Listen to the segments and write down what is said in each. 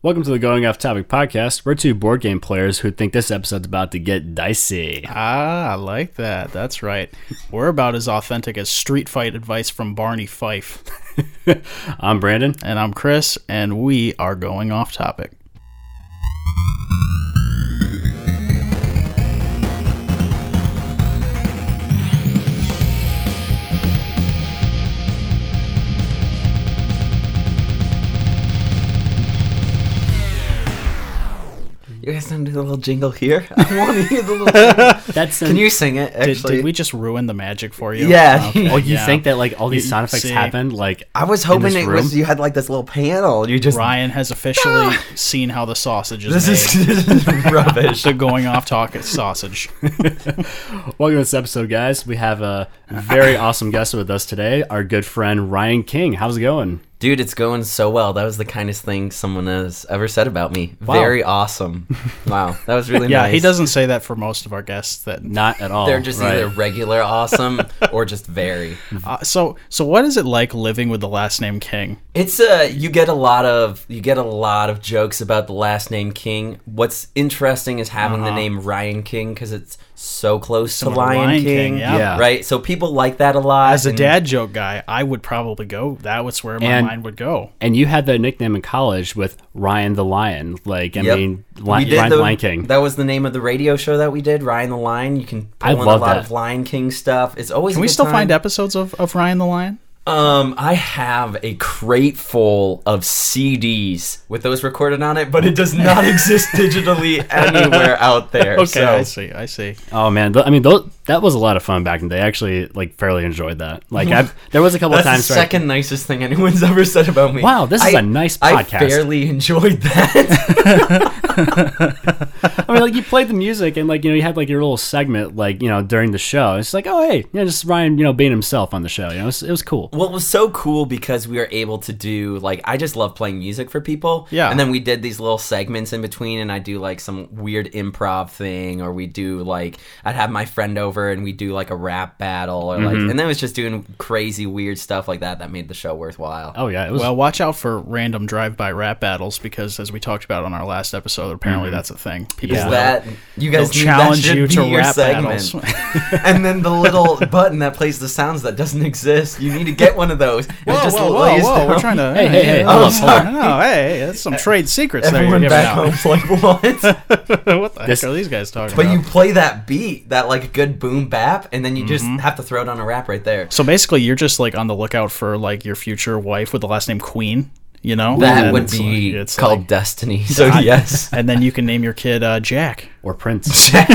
Welcome to the Going Off Topic podcast. We're two board game players who think this episode's about to get dicey. Ah, I like that. That's right. We're about as authentic as street fight advice from Barney Fife. I'm Brandon. And I'm Chris, and we are going off topic. You guys don't do the little jingle here. I want to hear the little. Jingle. That's Can you sing it? Did, Actually, did we just ruin the magic for you? Uh, Yeah. Okay, Oh, you yeah. think that like all these You- sound effects see. happened? Like I was hoping this it room? was you had like this little panel. You just Ryan has officially seen how the sausage is this made. is, this is rubbish. the going off topic sausage. Welcome to this episode, guys. We have a very awesome guest with us today, our good friend Ryan King. How's it going? Dude, it's going so well. That was the kindest thing someone has ever said about me. Very awesome. Wow, that was really Yeah, nice. he doesn't say that for most of our guests. That Not at all. They're just right? either regular awesome or just very. uh, so so what is it like living with the last name King? It's uh you get a lot of you get a lot of jokes about the last name King. What's interesting is having Uh-huh. the name Ryan King because it's so close Similar to to Lion, Lion King, King, yeah. Yeah. right? So people like that a lot. As a and- dad joke guy, I would probably go. That was where my And- mind would go. And you had that nickname in college with Ryan the Lion. Like I Yep. mean, Li- We did Ryan the- the Lion King. That was the name of the radio show that we did, Ryan the Lion. You can pull I in love a lot that. of Lion King stuff. It's always Can we still find episodes of, of Ryan the Lion? Um, I have a crate full of CDs with those recorded on it, but it does not exist digitally anywhere out there. Okay, so- I see. I see. oh man, th- I mean, th- that was a lot of fun back in the day. I actually like fairly enjoyed that. Like I, there was a couple That's times. the where I- second nicest thing anyone's ever said about me. Wow, this is a a nice I podcast. barely enjoyed that. I mean, like you played the music and like you know you had like your little segment like you know during the show. It's like oh hey, you know just Ryan you know being himself on the show. You know it was, it was cool. well, it was so cool because we were able to do like I just love playing music for people. Yeah. and then we did these little segments in between, and I do like some weird improv thing, or we do like I'd have my friend over and we do like a rap battle, or like, Mm-hmm. and then it was just doing crazy weird stuff like that that made the show worthwhile. Oh yeah, it was. Well, watch out for random drive-by rap battles because, as we talked about on our last episode, Mm-hmm. apparently that's a thing. People Yeah. will- That you they'll guys need- that challenge should you be to your rap segment. battles. and then the little button that plays the sounds that doesn't exist. You need to get one of those. And it Whoa, just whoa, whoa, lays whoa! We're down. trying to. Hey, hey, hey, hold oh, up, hold up. no, no, hey, that's some trade secrets there you're Everyone giving back out. home's like, what? what the This- heck are these guys talking but about? you play that beat, that like good boom bap, and then you just have to throw it on a rap right there. so basically, you're just like on the lookout for like your future wife with the last name Queen. You know That And would it's be like- it's called like- destiny. So yes. and then you can name your kid uh, Jack. or Prince. Jack.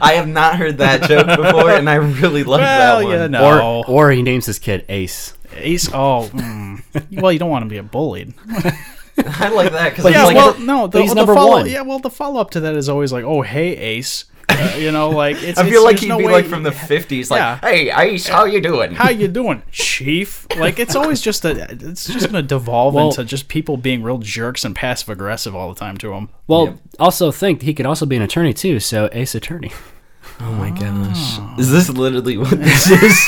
I have not heard that joke before, and I really love that one. Or or he names his kid Ace. Ace. Oh, mm. well, you don't want to be a bullied. I like that because yeah, like, well, no, the, he's the number follow, one. Yeah, well, the follow up to that is always like, oh, hey, Ace. Uh, you know, like it's, I it's- feel like there's he'd no be way- like from the '50s, like, Yeah. "Hey, Ace, how you doing?" How you doing, Chief? Like it's always just a, it's just gonna devolve Well- into just people being real jerks and passive aggressive all the time to him. Well, also think he could also be an attorney too. So Ace Attorney. Oh my gosh. Is this literally what this is?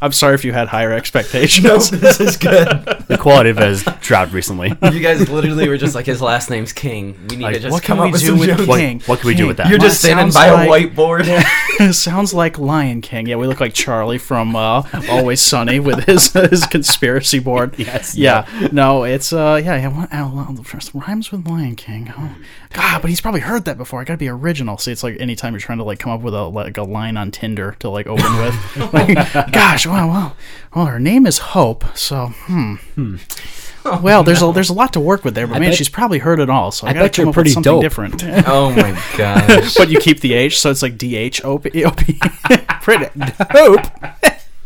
I'm sorry if you had higher expectations. no, this is good. The quality of it has dropped recently. You guys literally were just like, his last name's King. We need to Like, just What come can we up with do some with jokes. What- King? what can we do with that? You're Mine just standing sounds by like- a whiteboard. sounds like Lion King. Yeah, we look like Charlie from uh, Always Sunny with his his conspiracy board. Yes. Yeah. No, it's uh yeah, yeah, what Al- Al- the first rhymes with Lion King. Oh God, but he's probably heard that before. I gotta be original. See, it's like anytime you're trying to like come up with a like a line on Tinder to like open with. like, gosh, wow, well, well, her name is Hope, so hmm. Well, there's a there's a lot to work with there, but man, bet- she's probably heard it all. So I, I gotta bet come you're up pretty with something dope. different oh my gosh. but you keep the H, E so it's like DHOP. Pretty dope.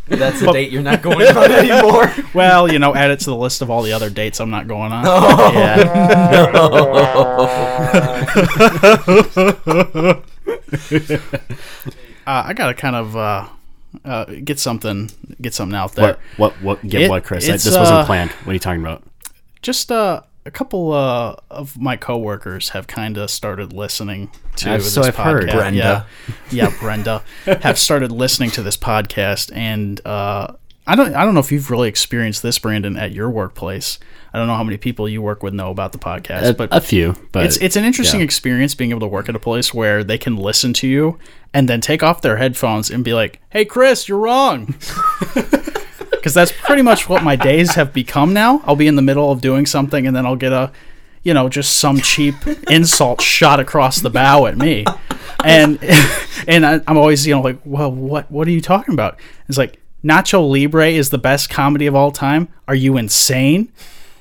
That's a date you're not going on anymore. Well, you know, add it to the list of all the other dates I'm not going on. Oh. yeah. Uh, I gotta kind of uh, uh, get something, get something out there. What what what? Get It- what, Chris? I- it's, this wasn't uh, planned. What are you talking about? Just uh, a couple uh, of my coworkers have kind of started listening to That's- this so I've podcast. heard. Brenda. Yeah, yeah Brenda have started listening to this podcast, and uh, I don't I don't know if you've really experienced this, Brandon, at your workplace. I don't know how many people you work with know about the podcast, A, but a few, but it's it's an interesting experience being able to work at a place where they can listen to you and then take off their headphones and be like, "Hey, Chris, you're wrong." Because that's pretty much what my days have become now. I'll be in the middle of doing something and then I'll get a, you know, just some cheap insult shot across the bow at me, and and I, I'm always you know like, well, what what are you talking about? It's like Nacho Libre is the best comedy of all time. Are you insane?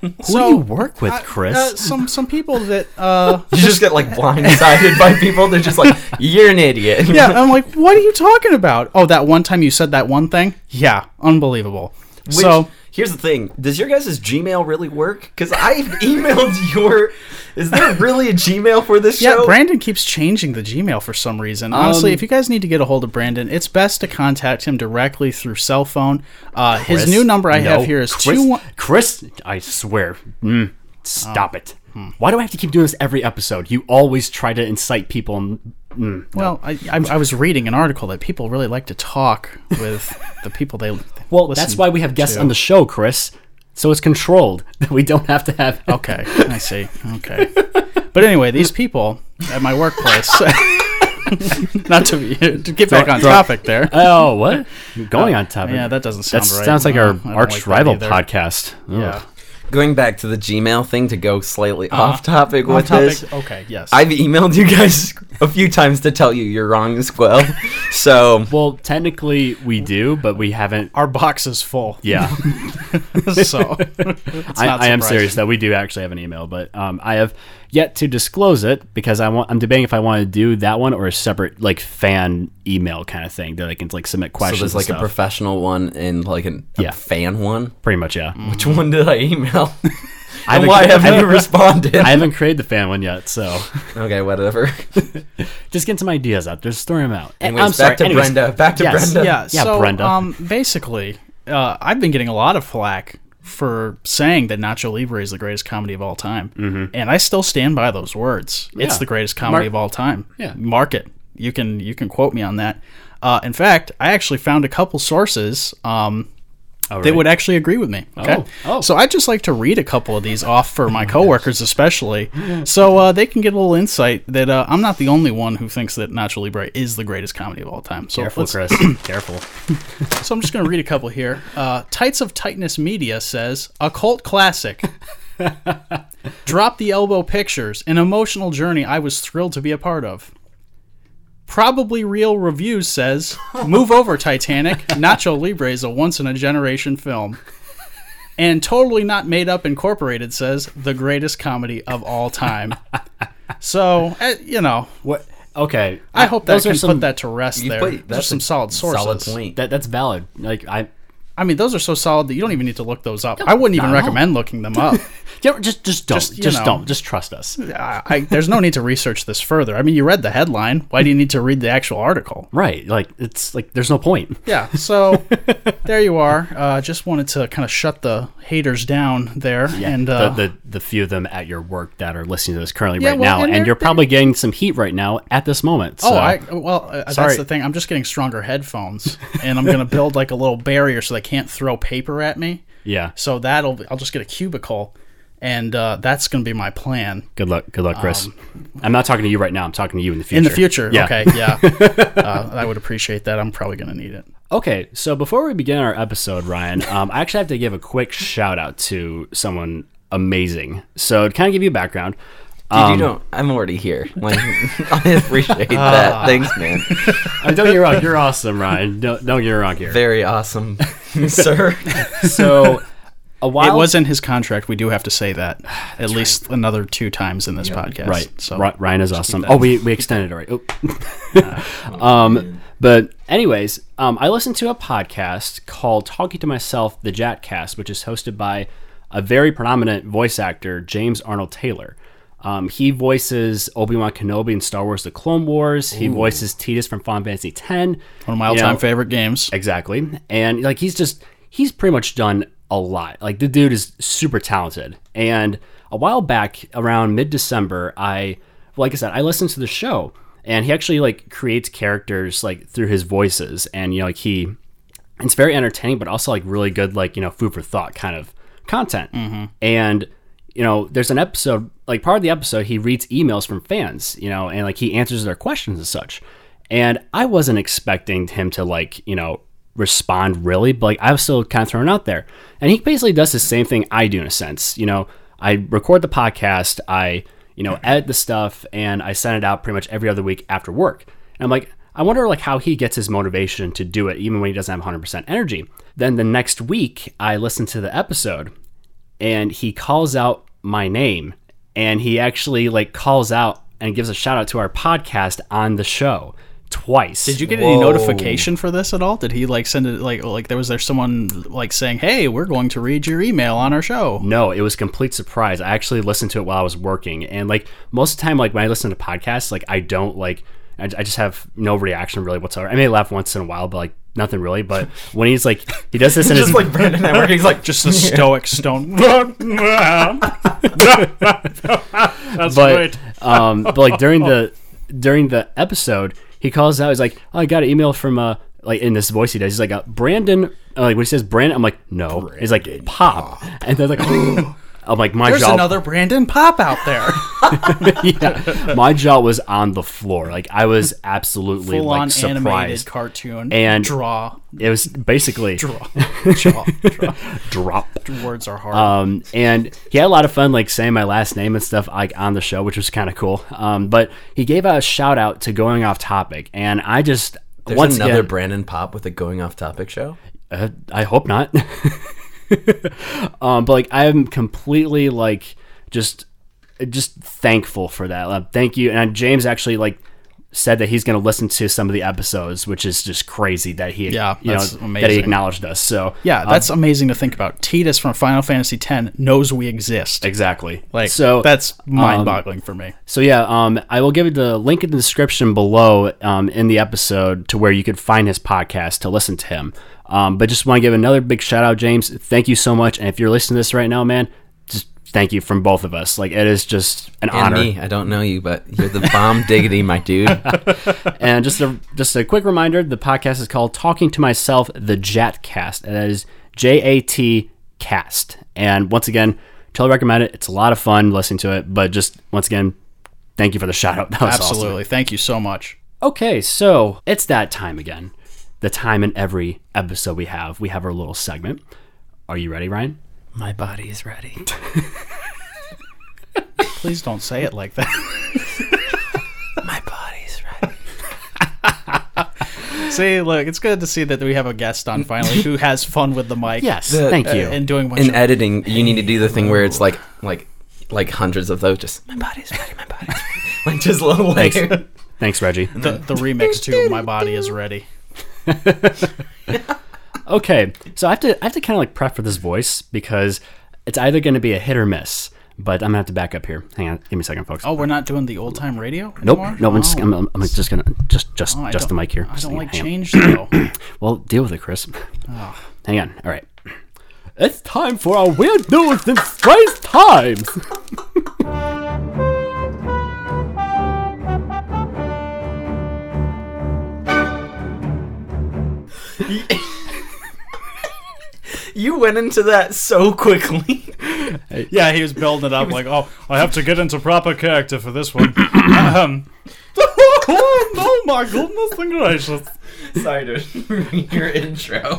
who do you work with, Chris? Oh, Uh, some some people that uh, You just get like blindsided by people. They're just like, "You're an idiot." Yeah, I'm like, what are you talking about? Oh, that one time you said that one thing? Yeah, unbelievable. Which, so here's the thing: Does your guys' Gmail really work? Because I've emailed your. Is there really a Gmail for this yeah, show? Brandon keeps changing the Gmail for some reason. Honestly, Um, if you guys need to get a hold of Brandon, it's best to contact him directly through cell phone. Uh, his Chris? new number I have No, here is Chris, two one. Oh. Chris, I swear. Mm, stop it. Why do I have to keep doing this every episode? You always try to incite people. And, mm. Well, I, I, I was reading an article that people really like to talk with the people they. Well, listen that's why we have guests to. on the show, Chris. So it's controlled. We don't have to have. Okay, I see. Okay. But anyway, these people at my workplace. not to, be, to get back on topic there. Oh, what? Going on topic. Yeah, that doesn't sound That right. sounds like No, I our don't arch like that rival either. podcast. Ugh. Yeah. Going back to the Gmail thing to go slightly off topic with Uh-huh. topic? this. Okay, yes. I've emailed you guys a few times to tell you you're wrong as well. So Well, technically we do, but we haven't. Our box is full. Yeah. so not I, I am surprising. serious though. We do actually have an email, but um, I have yet to disclose it because I want. I'm debating if I want to do that one or a separate like fan email kind of thing that I can like submit So questions. there's like and a stuff. professional one and like an, a Yeah. fan one. pretty much yeah. Which one did I email? I and haven't- Mm. why haven't I you haven't- responded? I haven't created the fan one yet, so okay, whatever. just getting some ideas out. Just throwing them out. Anyways, I'm back sorry. to anyways, Brenda. Back to yes. Brenda. yeah, Yeah, so Brenda. um basically uh, I've been getting a lot of flack for saying that Nacho Libre is the greatest comedy of all time. Mm-hmm. And I still stand by those words. It's Yeah. the greatest comedy Mark- of all time. Yeah. Mark it. You can you can quote me on that. Uh, in fact, I actually found a couple sources um, All they right. would actually agree with me. Okay. Oh. So I'd just like to read a couple of these off for my coworkers, especially, so uh, they can get a little insight that uh, I'm not the only one who thinks that Nacho Libre is the greatest comedy of all time. So, Careful, let's- Chris. Careful. so I'm just going to read a couple here. Uh, Tights of Tightness Media says, a cult classic. Drop the elbow pictures, an emotional journey I was thrilled to be a part of. Probably Real Reviews says, Move over, Titanic. Nacho Libre is a once in a generation film. And Totally Not Made Up Incorporated says, The greatest comedy of all time. So, eh, you know, What? Okay. I hope that Those are can some- put that to rest there. Wait, There's some a solid sources. Solid point. That that's valid. Like I. I mean, those are so solid that you don't even need to look those up. I wouldn't even not at all. recommend looking them up. yeah, Just, just don't, just, you know. don't, just trust us. I, I, there's no need to research this further. I mean, you read the headline. Why do you need to read the actual article? Right? Like it's like there's no point. Yeah. So there you are. Uh, just wanted to kind of shut the haters down there. and uh, the, the the few of them at your work that are listening to this currently Yeah, right well, now, and and, they're- you're probably getting some heat right now at this moment. oh, so- I well, uh, that's Sorry. the thing. I'm just getting stronger headphones, and I'm gonna build like a little barrier so they can't throw paper at me. yeah. So that'll I'll just get a cubicle, and uh, that's gonna be my plan. Good luck, good luck, Chris. I'm not talking to you right now. I'm talking to you in the future. Um, In the future, Yeah. okay, yeah, uh, I would appreciate that. I'm probably gonna need it. Okay, so before we begin our episode, Ryan, um, I actually have to give a quick shout out to someone amazing. So to kind of give you background, Dude, you don't. I'm already here. Like, I appreciate that. Thanks, man. uh, don't get me wrong, you're awesome, Ryan. Don't, don't get me wrong here. Very awesome, sir. So a while It was in his contract. We do have to say that at least another two times in this podcast. Right. So Ri- Ryan is awesome. Oh, we, we extended it right. Oh. um, but anyways, um, I listened to a podcast called Talking to Myself, the Jatcast, which is hosted by a very prominent voice actor, James Arnold Taylor. Um, he voices Obi Wan Kenobi in Star Wars: The Clone Wars. He voices Titus from Final Fantasy X. One one of my all-time favorite games. Exactly. And like he's just he's pretty much done a lot. Like the dude is super talented. And a while back around mid-December, I like I said, I listened to the show and he actually like creates characters like through his voices and you know like he it's very entertaining, but also like really good, like you know, food for thought kind of content. And you know, there's an episode, like part of the episode, he reads emails from fans, you know, and like he answers their questions and such. And I wasn't expecting him to like you know respond really, but like I was still kind of thrown out there. And he basically does the same thing I do in a sense. You know, I record the podcast, I you know edit the stuff, and I send it out pretty much every other week after work. And I'm like, I wonder like how he gets his motivation to do it, even when he doesn't have 100% energy. Then the next week, I listen to the episode, and he calls out my name, and he actually like calls out and gives a shout out to our podcast on the show twice. Did you get any notification for this at all? Did he like send it like like there was there someone like saying, "Hey, we're going to read your email on our show." No, it was complete surprise. I actually listened to it while I was working, and like most of the time, like when I listen to podcasts, like I don't like, I, I just have no reaction really whatsoever. I may laugh once in a while, but like nothing really. But when he's like, he does this in his Just like Brandon and I were, he's like, Just the stoic stone. That's but um, but like during the during the episode, he calls out. He's like, "Oh, I got an email from uh, like in this voice he does. He's like, uh, Brandon. Uh, like when he says Brandon, I'm like, no. he's like, pop, and they're like, I'm like, my There's jaw. another Brandon Pop out there. yeah, my jaw was on the floor. Like I was absolutely Full on like animated surprised. cartoon And- draw, It was basically draw, draw, draw. drop. Words are hard. Um, and he had a lot of fun, like saying my last name and stuff, like on the show, which was kind of cool. Um, but he gave out a shout out to going off topic, and I just There's once another again, Brandon Pop with a going off topic show. uh, I hope not. um, but like, I am completely like just just thankful for that. Uh, thank you. And James actually like said that he's going to listen to some of the episodes, which is just crazy that he Yeah, you know, that's that he amazing. acknowledged us. So uh, yeah, that's amazing to think about. Titus from Final Fantasy X knows we exist. exactly. Like so that's mind-boggling for me. So yeah, um, I will give you the link in the description below um, in the episode to where you could find his podcast to listen to him. Um, but just want to give another big shout out, James. Thank you so much. And if you're listening to this right now, man, just thank you from both of us. Like it is just an And honor. me, I don't know you, but you're the bomb diggity, my dude. and just a just a quick reminder: the podcast is called "Talking to Myself," the Jatcast, and that is J A T Cast. And once again, totally recommend it. It's a lot of fun listening to it. But just once again, thank you for the shout out. That was awesome. Absolutely. Thank you so much. Okay, so it's that time again. The time in every episode we have, we have our little segment. Are you ready, Ryan? my body is ready. Please don't say it like that. My body's ready. See, look, it's good to see that we have a guest on finally who has fun with the mic. Yes, The- thank you. and doing what In editing, you need to do the thing where it's like, like, like hundreds of those. Just my body's ready. My body's ready. like just little Thanks. layers. Thanks, Reggie. the, the remix to "My Body Is Ready." Okay, so I have to I have to kind of like prep for this voice because it's either going to be a hit or miss. But I'm gonna have to back up here. Hang on, give me a second, folks. Oh, we're not doing the old time radio nope, anymore. no. I'm just Oh. I'm, I'm just gonna just just I just the don't- mic here. I Just don't hang- like hang on. change though. Well, deal with it, Chris. Hang on. All right. It's time for our weird news in space times. You went into that so quickly. yeah, he was building it up like, oh, I have to get into proper character for this one. um, oh my goodness gracious! Sorry to your intro.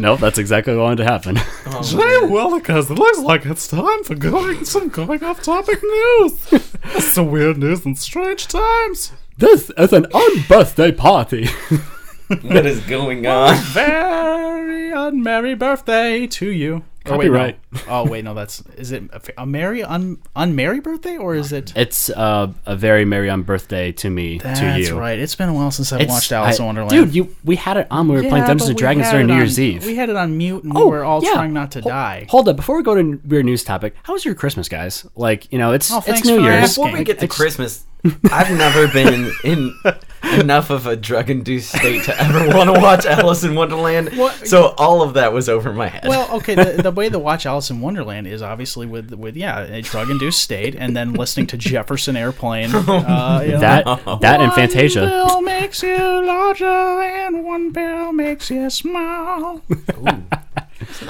nope, that's exactly what wanted to happen. Hey, Willikers, it looks like it's time for going some going off topic news. it's the weird news and strange times. This is an on birthday party. what is going on? Very unmerry birthday to you. Copyright. Oh wait, no. Oh, wait, no, that's is it a, fa- a merry un unmerry birthday or is it? it's uh, a very merry on birthday to me, to That's you. right. It's been a while since I've It's- watched Alice I- in Wonderland. Dude, you, we had it on. when We were playing Yeah, Dungeons but and we Dragons had during it New on- Year's Eve. We had it on mute, and Oh, we were all yeah. trying not to Hol- die. Hold up, before we go to weird news topic, how was your Christmas, guys? Like, you know, it's Oh, it's thanks New for Year's. asking. Before we get to Christmas, I've never been in, in enough of a drug induced state to ever want to watch Alice in Wonderland. What- So all of that was over my head. Well, okay. The, the way to watch Alice in Wonderland is obviously with with yeah a drug induced state, and then listening to Jefferson Airplane. Uh, you know, That that and one Fantasia. pill makes you larger, and one pill makes you small. That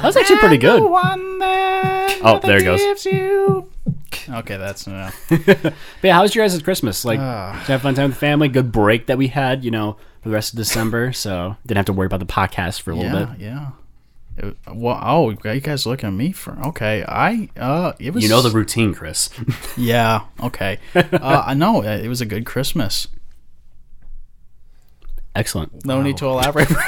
was actually pretty The good. one that Oh, there it goes. gives you- Okay, that's uh, enough. But yeah, how was your guys' Christmas? Like, Ah. did you have fun time with the family? Good break that we had, you know, for the rest of December. So didn't have to worry about the podcast for a little yeah, bit. yeah. It- well, oh, you guys looking at me for okay? I uh, it was You know the routine, Chris. yeah. Okay, uh, I know it was a good Christmas. Excellent. No need to elaborate.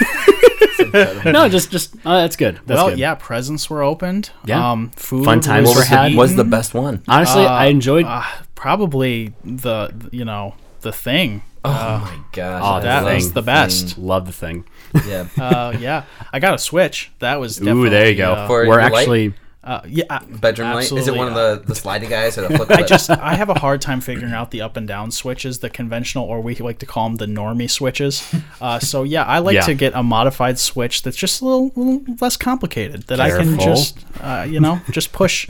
No, just just oh, that's good. That's well, good. yeah, presents were opened. Yeah. um, food. Fun times was were had. eaten. was the best one. Honestly, I enjoyed. Uh, probably the you know the thing. oh my gosh. oh, I that love was the best. love the thing. Yeah. Uh, yeah, I got a switch. That was definitely, Ooh, there you go. Uh, For We're your light? actually. uh, yeah, I- Bedroom light. Is it absolutely, one uh, of the, the sliding guys or the flip? I just I have a hard time figuring out the up and down switches, the conventional, or we like to call them the normie switches. Uh, so yeah, I like Yeah. to get a modified switch that's just a little, little less complicated that I can Careful. just uh, you know just push,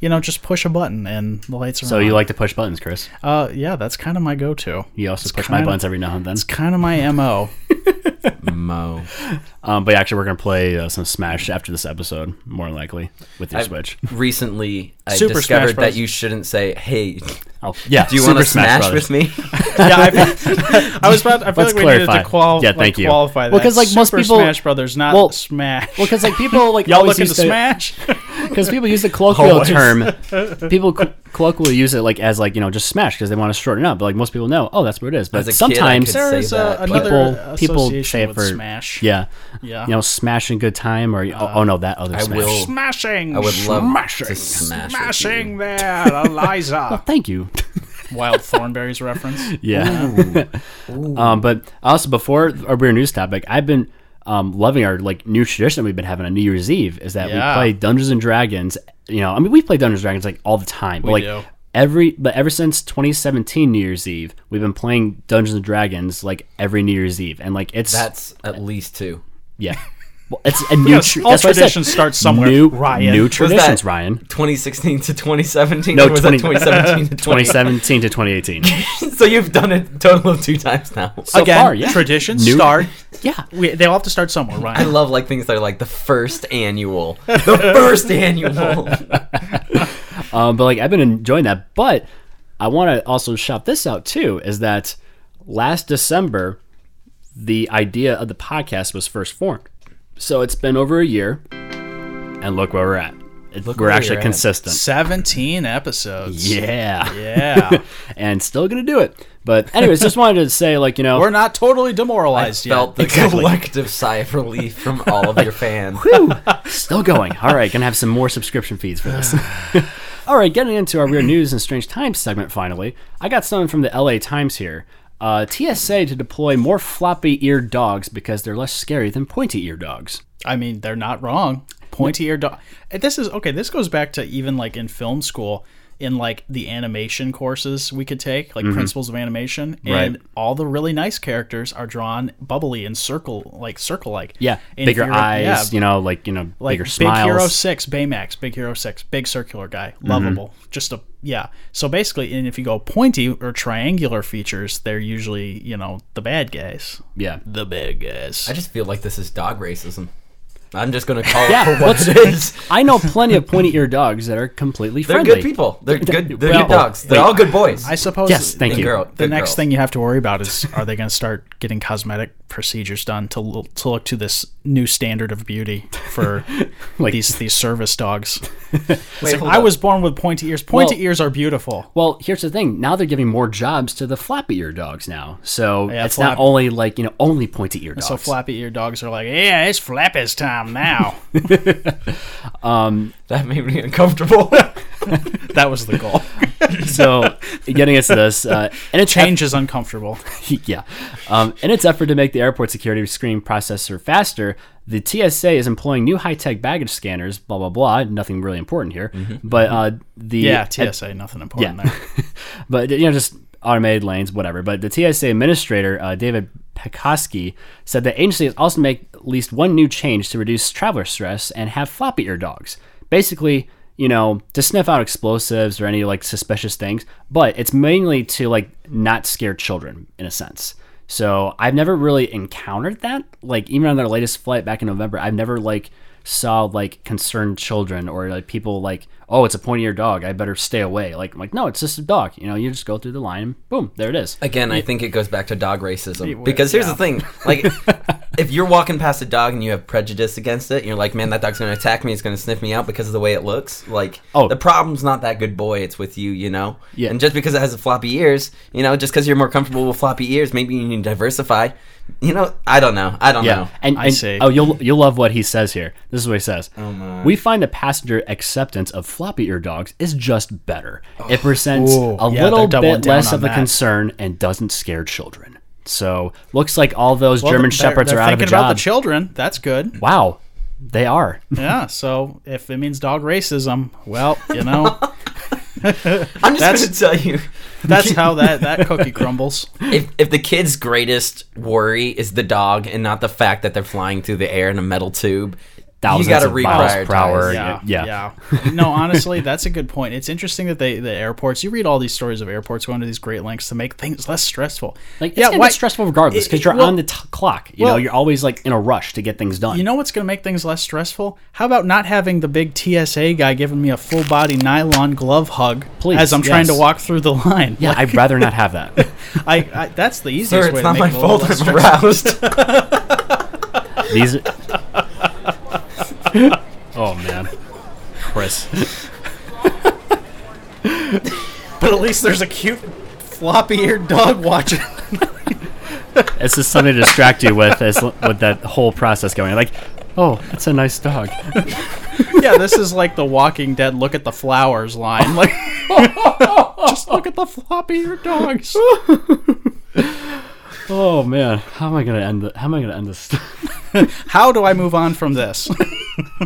you know just push a button and the lights are So on. you like to push buttons, Chris? uh, yeah, that's kind of my go-to. You also push my kinda- buttons every now and then. It's kind of my mo. Mo. Um, but actually, we're gonna play uh, some Smash after this episode, more than likely with your I- Switch. Recently, I Super Smash discovered Bros. that you shouldn't say, "Hey, do Oh, yeah. you Super want to smash Brothers. with me?" yeah, I, I was. About, I feel Let's like we clarify. needed to qual- Yeah, like, thank you. qualify that. Well, 'cause, like, most Super people- Smash Brothers, not well- Smash. Well, because like people like Y'all always looking use to the- Smash? because people use the colloquial Always. term. People co- colloquially use it like as like you know just smash because they want to shorten it up. But like most people know, oh, that's what it is. But As a kid, I sometimes could say There's uh, that, but- People- another people association say it with for- Smash. yeah, yeah. you know, smashing good time or oh, oh no, that other. I smash. will- smashing. I would love smashing, to smash with smashing there, Eliza. Thank you. Wild Thornberry's reference. yeah. um, but also before our weird news topic, I've been um, loving our like new tradition we've been having on New Year's Eve is that Yeah. we play Dungeons and Dragons. You know, I mean, we play Dungeons and Dragons like all the time. We like do. every, but ever since 2017 New Year's Eve, we've been playing Dungeons and Dragons like every New Year's Eve, and like it's That's at least two. yeah, well, it's a new. Yes, tra- all that's what I said. traditions start somewhere. New Ryan. new Was that- traditions, Ryan. 2016 to 2017. No, or was that 20 2017 to 20? 2017 to 2018. so you've done it a total of two times now. So Again, far, yeah. traditions New- start. yeah, We, they all have to start somewhere, Ryan. I love like things that are like the first annual, the first annual. Um, but like I've been enjoying that. But I want to also shout this out too is that last December the idea of the podcast was first formed. So it's been over a year, and look where we're at. It- we're where actually you're at. consistent. Seventeen episodes. Yeah. Yeah. and still gonna do it. But anyways, just wanted to say like you know We're not totally demoralized yet. Felt the collective sigh of relief from all of your fans. Whew, still going. All right, gonna have some more subscription fees for this. All right, getting into our weird news and strange times segment. Finally, I got something from the LA Times here. Uh, TSA to deploy more floppy-eared dogs because they're less scary than pointy-eared dogs. I mean, they're not wrong. Pointy eared dog. and This is okay. This goes back to even like in film school, in like the animation courses we could take, like principles of animation, and Mm-hmm. Right. all the really nice characters are drawn bubbly and circle, like circle like. Yeah, bigger eyes. You know, like you know, like bigger Big smiles. Mm-hmm. Hero Six, Baymax, Big Hero Six, big circular guy, lovable. Just a yeah. So basically, and if you go pointy or triangular features, they're usually you know the bad guys. yeah. The bad guys. I just feel like this is dog racism. I'm just gonna call Yeah, it for what let's- it is. I know plenty of pointy-eared dogs that are completely They're friendly. good people. They're good. They're Well, good dogs. They're wait. all good boys. I suppose. Yes, thank the, you. Girl- the good next girl. thing you have to worry about is are they going to start getting cosmetic procedures done to l- to look to this new standard of beauty for Like- these these service dogs? It's like, hold I up. was born with pointy ears. Pointy Well- ears are beautiful. Well, here's the thing. Now they're giving more jobs to the flappy ear dogs now. So Yeah, it's not flap- only like, you know, only pointy ear dogs. So flappy ear dogs are like, yeah, it's flappy's time now. that made me uncomfortable. that was the goal. so getting us to this uh, and it changes Change is uncomfortable. yeah um, in its effort to make the airport security screen processor faster the tsa is employing new high-tech baggage scanners blah blah blah nothing really important here but uh, the Yeah, TSA, nothing important Yeah. there. but you know just automated lanes, whatever. But the TSA administrator, uh, David Pekoski, said that agencies also make at least one new change to reduce traveler stress and have floppy ear dogs. Basically, you know, to sniff out explosives or any like suspicious things, but it's mainly to like not scare children in a sense. So I've never really encountered that. Like even on their latest flight back in November, I've never like saw like concerned children or like people like, oh, it's a pointy ear dog. I better stay away. Like I'm like no, it's just a dog. You know, you just go through the line, and boom, there it is. Again, I think it goes back to dog racism. Because here's the thing: like, if you're walking past a dog and you have prejudice against it, you're like, "Man, that dog's going to attack me. It's going to sniff me out because of the way it looks." Like, Oh. the problem's not that good boy. It's with you, you know. Yeah. And just because it has floppy ears, you know, just because you're more comfortable with floppy ears, maybe you need to diversify. You know, I don't know. I don't know. And, I and- see. Oh, Oh, you'll you'll love what he says here. This is what he says. We find the passenger acceptance of floppy ear dogs is just better. It presents Ooh. a Yeah, little they're doubling bit less down of on a that. concern and doesn't scare children. So looks like all those Well, German they're- shepherds they're are out of a thinking job. about the children. That's good. wow, they are. Yeah. So if it means dog racism, well, you know, I'm just going to tell you, that's how that that cookie crumbles. if if the kid's greatest worry is the dog and not the fact that they're flying through the air in a metal tube, Thousands you got to of miles reprioritize. per hour. Yeah, Yeah. yeah. no, honestly, that's a good point. It's interesting that they the airports. You read all these stories of airports going to these great lengths to make things less stressful. Like it's gonna why- be stressful regardless because it- you're well- on the t- clock. You know, well- you're always like in a rush to get things done. You know what's going to make things less stressful? How about not having the big TSA guy giving me a full body nylon glove hug Please, as I'm trying to yes. walk through the line? yeah, I'd rather not have that. I, I that's the easiest Sir, way. it's to not make my it a little fault. less I'm stressful. aroused. These. oh man, Chris. But at least there's a cute floppy-eared dog watching. It's just something to distract you with as, with that whole process going. Like, oh, that's a nice dog. yeah, this is like the Walking Dead. Look at the flowers line. Like, just look at the floppy-eared dogs. Oh man, how am I gonna end? The, how am I gonna end this? How do I move on from this?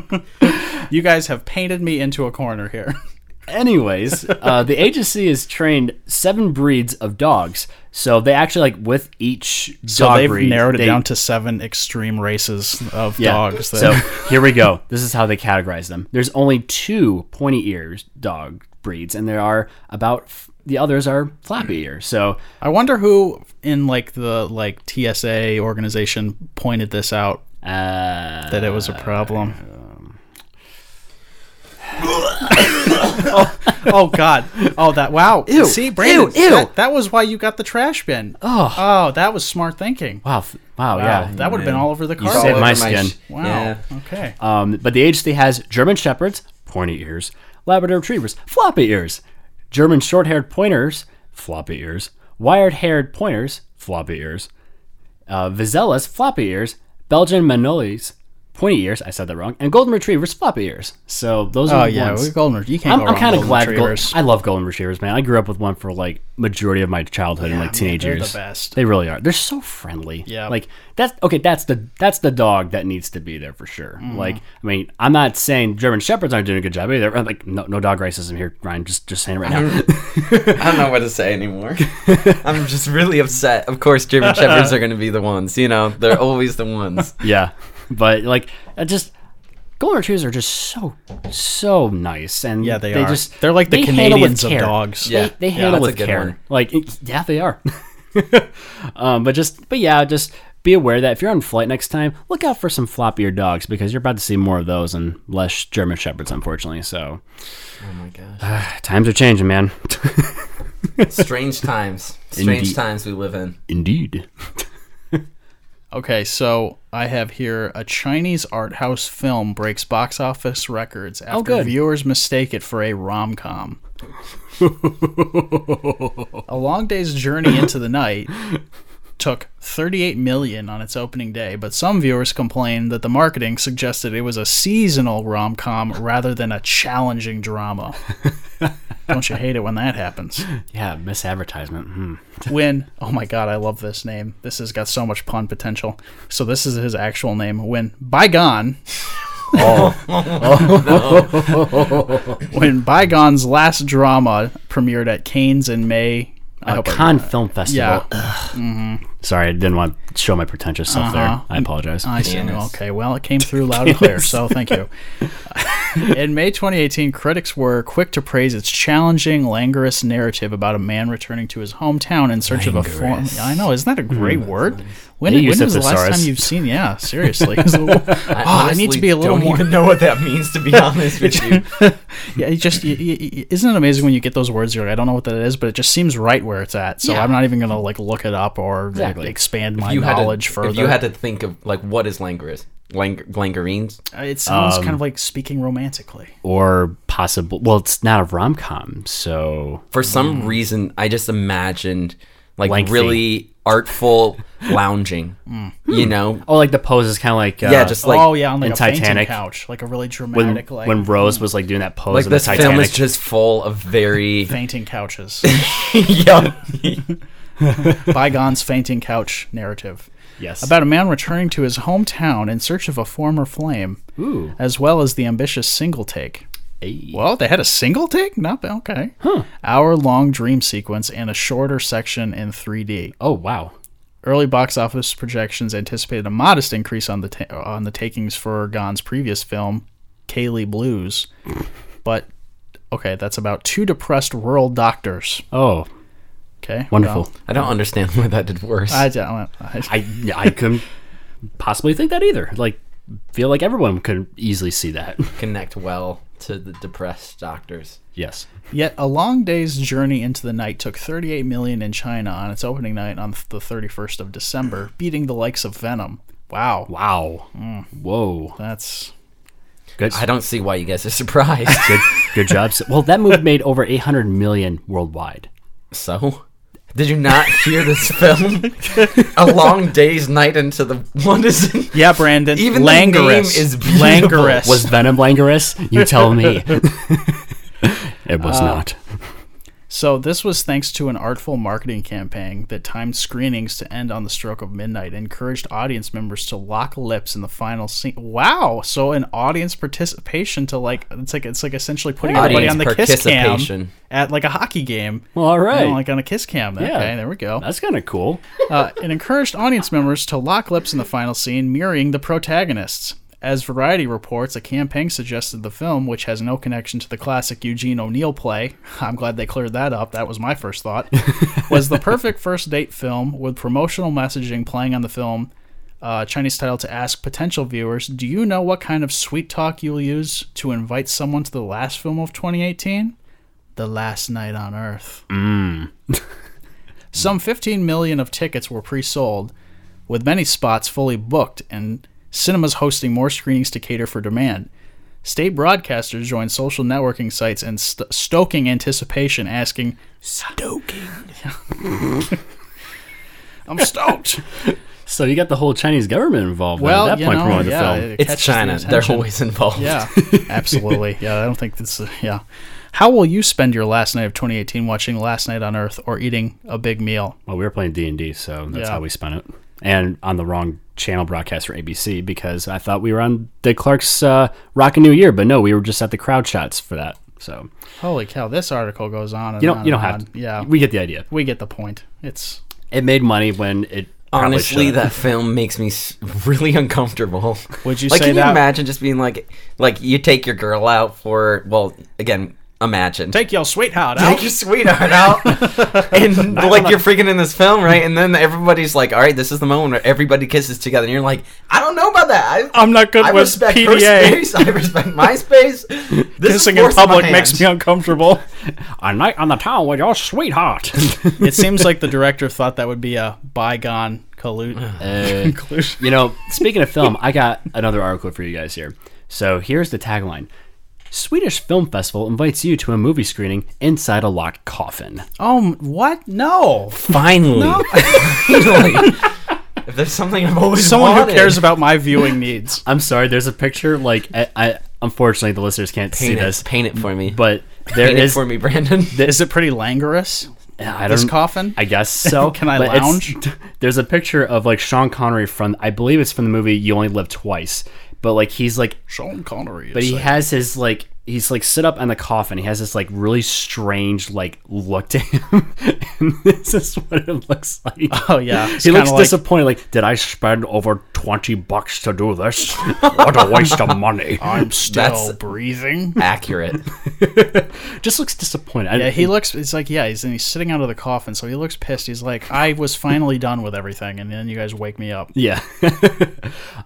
you guys have painted me into a corner here. Anyways, uh, the agency has trained seven breeds of dogs, so they actually like with each So dog they've breed, narrowed it they- down to seven extreme races of dogs. That, So here we go. This is how they categorize them. There's only two pointy ears dog breeds, and there are about f- the others are floppy ears. So I wonder who in like the like TSA organization pointed this out uh, that it was a problem. oh, oh, God! Oh that wow! Ew! See, Brandon, Ew, ew. That, that was why you got the trash bin. Oh, oh, that was smart thinking. Wow, wow, f- wow, yeah, that would have been all over the car. saved All my over skin. sh- Wow. Yeah. Okay. Um, but the agency has German shepherds, pointy ears, Labrador retrievers, floppy ears, German short-haired pointers, floppy ears, wired-haired pointers, floppy ears, uh, Vizellas, floppy ears, Belgian Manolis, pointy ears. I said that wrong, and golden retrievers, floppy ears. So those Oh are the yeah, ones. we golden. You can't I'm, go I'm wrong kind of with glad. golden Gold, retrievers. I love golden retrievers, man. I grew up with one for like majority of my childhood and like teenage they're the years. best. They really are. They're so friendly. Yeah. Like that's okay. That's the that's the dog that needs to be there for sure. Mm-hmm. Like I mean, I'm not saying German shepherds aren't doing a good job either. I'm like no no dog racism here, Ryan. Just just saying it right now. I don't know what to say anymore. I'm just really upset. Of course, German Shepherds are going to be the ones. You know, they're always the ones. yeah. But like I just. Golden retrievers are just so so nice, and Yeah, they are. Just They're like the they handle with Canadians of care. dogs. They- Yeah. they, Yeah, handle that's a with good care. one. Like, it- yeah, they are. um, but just, but yeah, just be aware that if you're on flight next time, look out for some floppier dogs because you're about to see more of those and less German shepherds, unfortunately. So Ah, Oh my gosh. times are changing, man. Strange times. Strange Indeed. times we live in. Indeed. Okay, so I have here a Chinese art house film breaks box office records after good. viewers mistake it for a rom com. a long day's journey into the night took 38 million on its opening day, but some viewers complained that the marketing suggested it was a seasonal rom com rather than a challenging drama. Don't you hate it when that happens? Yeah, misadvertisement. Hmm. when oh my god i love this name this has got so much pun potential so this is his actual name when bygone when bygone's last drama premiered at cannes in may I uh, Oh, hope I- Cannes Film Festival. yeah. Ugh. Sorry, I didn't want to show my pretentious self there. Uh-huh. I apologize. Uh, I see. Pianist. Okay, well, it came through loud and clear, so thank you. In May 2018, critics were quick to praise its challenging, languorous narrative about a man returning to his hometown in search of a Languorous. Hmm. form. I know, isn't that a great word? When, You when use was it the last thesaurus. time you've seen? Yeah, seriously. It's a little- oh, I need to honestly be a little don't more. even know what that means to be honest with you. Yeah, it just y y y isn't it amazing when you get those words? You're like, I don't know what that is, but it just seems right where it's at. So Yeah. I'm not even gonna like look it up or like, Exactly. expand my you had knowledge to, further. If you had to think of like what is languorous, Lang- languorines. it sounds Um, kind of like speaking romantically. or possible. Well, it's not a rom com, so For some reason, I just imagined like Lengthy. really artful lounging. You know, oh, like the pose is kind of like uh, yeah, just like oh yeah, on like in a fainting Titanic. couch, like a really when, dramatic like hmm. when Rose was like doing that pose like in the this Titanic. film is just full of very fainting couches. yeah. Bygones fainting couch narrative. yes, About a man returning to his hometown in search of a former flame, Ooh. as well as the ambitious single take. Ay. Well, they had a single take? Not bad. Okay. Hour long dream sequence and a shorter section in 3D. Oh wow. Early box office projections anticipated a modest increase on the ta- on the takings for Gon's previous film, Kaylee Blues, but okay, that's about two depressed rural doctors. Oh, Okay, wonderful. Well, I don't understand why that did worse. I don't. I, I I couldn't possibly think that either. Like, feel like everyone could easily see that. connect well to the depressed doctors. yes. yet, a long day's journey into the night took 38 million in China on its opening night on the 31st of December, beating the likes of Venom. Wow, Wow. Hmm. Whoa. that's Good. I don't see why you guys are surprised. good. Good job. So- well, that movie made over 800 million worldwide. so, did you not hear this film? A long day's night into the what is it? yeah, Brandon. Even the Languorous name is beautiful. Languorous. Was Venom languorous? You tell me. Uh, it was not. So this was thanks to an artful marketing campaign that timed screenings to end on the stroke of midnight, encouraged audience members to lock lips in the final scene. Wow! So an audience participation to like it's like it's like essentially putting everybody Audience on the kiss cam participation. at like a hockey game. Well, all right. You know, like on a kiss cam. Okay, there we go. That's kind of cool. Uh, it encouraged audience members to lock lips in the final scene, mirroring the protagonists. As Variety reports, a campaign suggested the film, which has no connection to the classic Eugene O'Neill play. I'm glad they cleared that up. That was my first thought. was the perfect first date film with promotional messaging playing on the film. Uh, Chinese title to ask potential viewers, do you know what kind of sweet talk you'll use to invite someone to the last film of 2018? The Last Night on Earth. Some 15 million of tickets were pre-sold, with many spots fully booked and cinemas hosting more screenings to cater for demand. State broadcasters joined social networking sites and st- stoking anticipation, asking, "Stoking? I'm stoked." So you got the whole Chinese government involved then well, at that you point know, promoting yeah, the film. it It's catches China. their They're attention. always involved. Yeah, absolutely. Yeah, I don't think this. yeah, how will you spend your last night of 2018 watching Last Night on Earth or eating a big meal? Well, we were playing D and D, so that's Yeah. how we spun it, and on the wrong channel broadcast for ABC because I thought we were on the Clark's uh, Rockin' New Year, but no, we were just at the crowd shots for that. So Holy cow! This article goes on. And you on don't you don't and have on. to. Yeah, we get the idea. we get the point. It's It made money when it probably Honestly, shouldn't. that film makes me s- really uncomfortable. Would you like, say can that- you imagine just being like, like you take your girl out for? Well, again, imagine take your sweetheart take your sweetheart out, and like you're freaking in this film, right? And then everybody's like, "All right, this is the moment where everybody kisses together." And you're like, "I don't know about that. I, I'm not good I with respect her PDA. space. I respect my space. This Kissing in public makes me uncomfortable. a night on the town with your sweetheart. it seems like the director thought that would be a bygone collu- Uh, conclusion. you know, speaking of film, I got another article for you guys here. So here's the tagline: Swedish Film Festival invites you to a movie screening inside a locked coffin. Um, what? No. finally. Finally. if there's something I've always Someone wanted, who cares about my viewing needs. I'm sorry. There's a picture. Like, I, I unfortunately the listeners can't see paint this, it, paint it for me. but there paint it is. for me, Brandon. Is it pretty languorous? I This don't- coffin? I guess so. Can I but it's- lounge? There's a picture of like Sean Connery from I believe it's from the movie You Only Live Twice, but like he's like Sean Connery. but he has his like he's like sit up on the coffin. He has this like really strange like look to him, and this is what it looks like. Oh, yeah. It's he looks kinda like- disappointed. Like, did I spend over twenty bucks to do this? what a waste of money! I'm still That's- breathing. Accurate. Just looks disappointed. I- Yeah, he looks. It's like yeah, he's and he's sitting out of the coffin, so he looks pissed. He's like, I was finally done with everything, and then you guys wake me up. Yeah.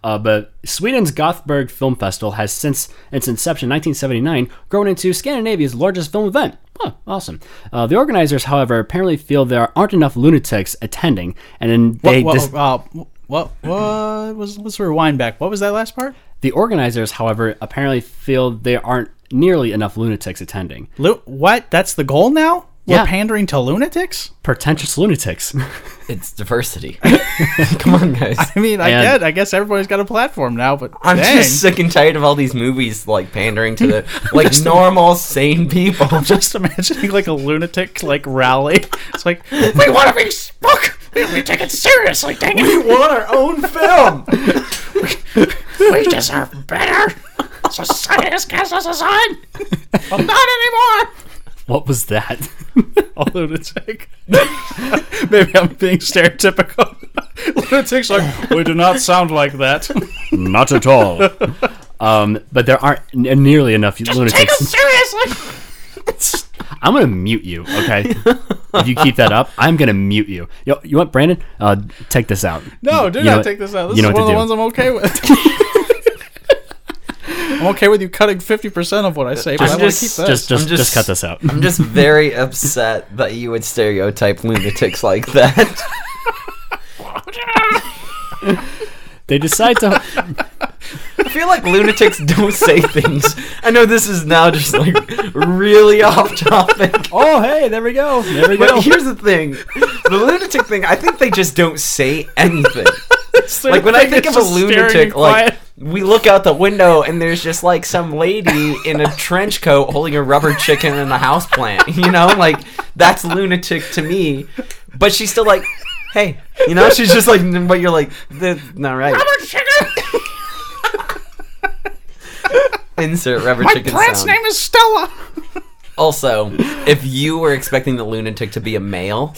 uh, but Sweden's Gothenburg Film Festival has since its inception in 1979 grown into Scandinavia's largest film event. Huh, awesome. Uh, the organizers, however, apparently feel there aren't enough lunatics attending, and then they Whoa, dis- uh, what? What was? Let's rewind back. What was that last part? the organizers, however, apparently feel there aren't nearly enough lunatics attending. Lu- what? That's the goal now. We're Yeah. pandering to lunatics. Pretentious lunatics. It's diversity. Come on, guys. I mean, I And- get. I guess everybody's got a platform now, but I'm dang. just sick and tired of all these movies like pandering to the like normal sane people. just imagining like a lunatic like rally. It's like we want to be spook. We we take it seriously, dang it. want our own film. We deserve better. Society has cast us aside. Well, not anymore. what was that? A lunatic. Maybe I'm being stereotypical. Lunatics like we do not sound like that. Not at all. um, but there aren't n- nearly enough lunatics. seriously. I'm gonna mute you, okay? if you keep that up, I'm gonna mute you. You, you want Brandon? Uh, take this out. No, do You know not what- take this out. This you know is what one of the to ones do. I'm okay with. I'm okay with you cutting fifty percent of what I say, but I I'm want to keep just- this. Just, just, I'm just- just cut this out. I'm just very upset that you would stereotype lunatics like that. They decide to. I feel like lunatics don't say things. I know this is now just like really off topic. oh, hey, there we go. There we But here's the thing. The lunatic thing, I think they just don't say anything. like when I think of a lunatic, like we look out the window and there's just like some lady in a trench coat holding a rubber chicken and a house plant. You know, like that's lunatic to me. But she's still like, hey, you know, she's just like, but you're like, that's not right. Rubber chicken. Insert rubber chicken sound. is Stella. Also, if you were expecting the lunatic to be a male,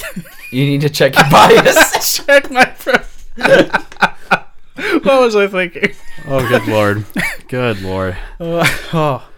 you need to check your bias. Check my proof. what was I thinking? oh, good lord, good lord. Uh, oh,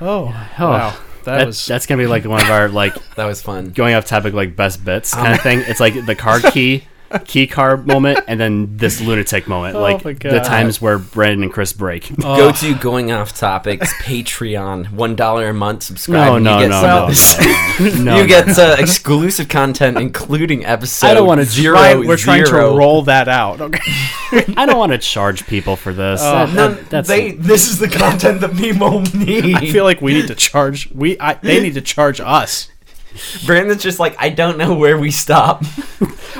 oh, Oh, wow. That, That- was That's gonna be like one of our like That was fun. going off topic, like best bits Um, kind of thing. It's like the card key. Key card moment, and then this lunatic moment, like Oh my the God. Oh, times where Brandon and Chris break. Go to going off topics Patreon, one dollar a month. Subscribe. no, and no, you no, get no, some- no, no, you get uh, exclusive content, including episode. I don't wanna zero. try, we're trying to zero. roll that out. Okay. I don't want to charge people for this. Oh. That- No, that- that's they, this is the content that people need. I feel like we need to charge. We I, they need to charge us. Brandon's just like, I don't know where we stop.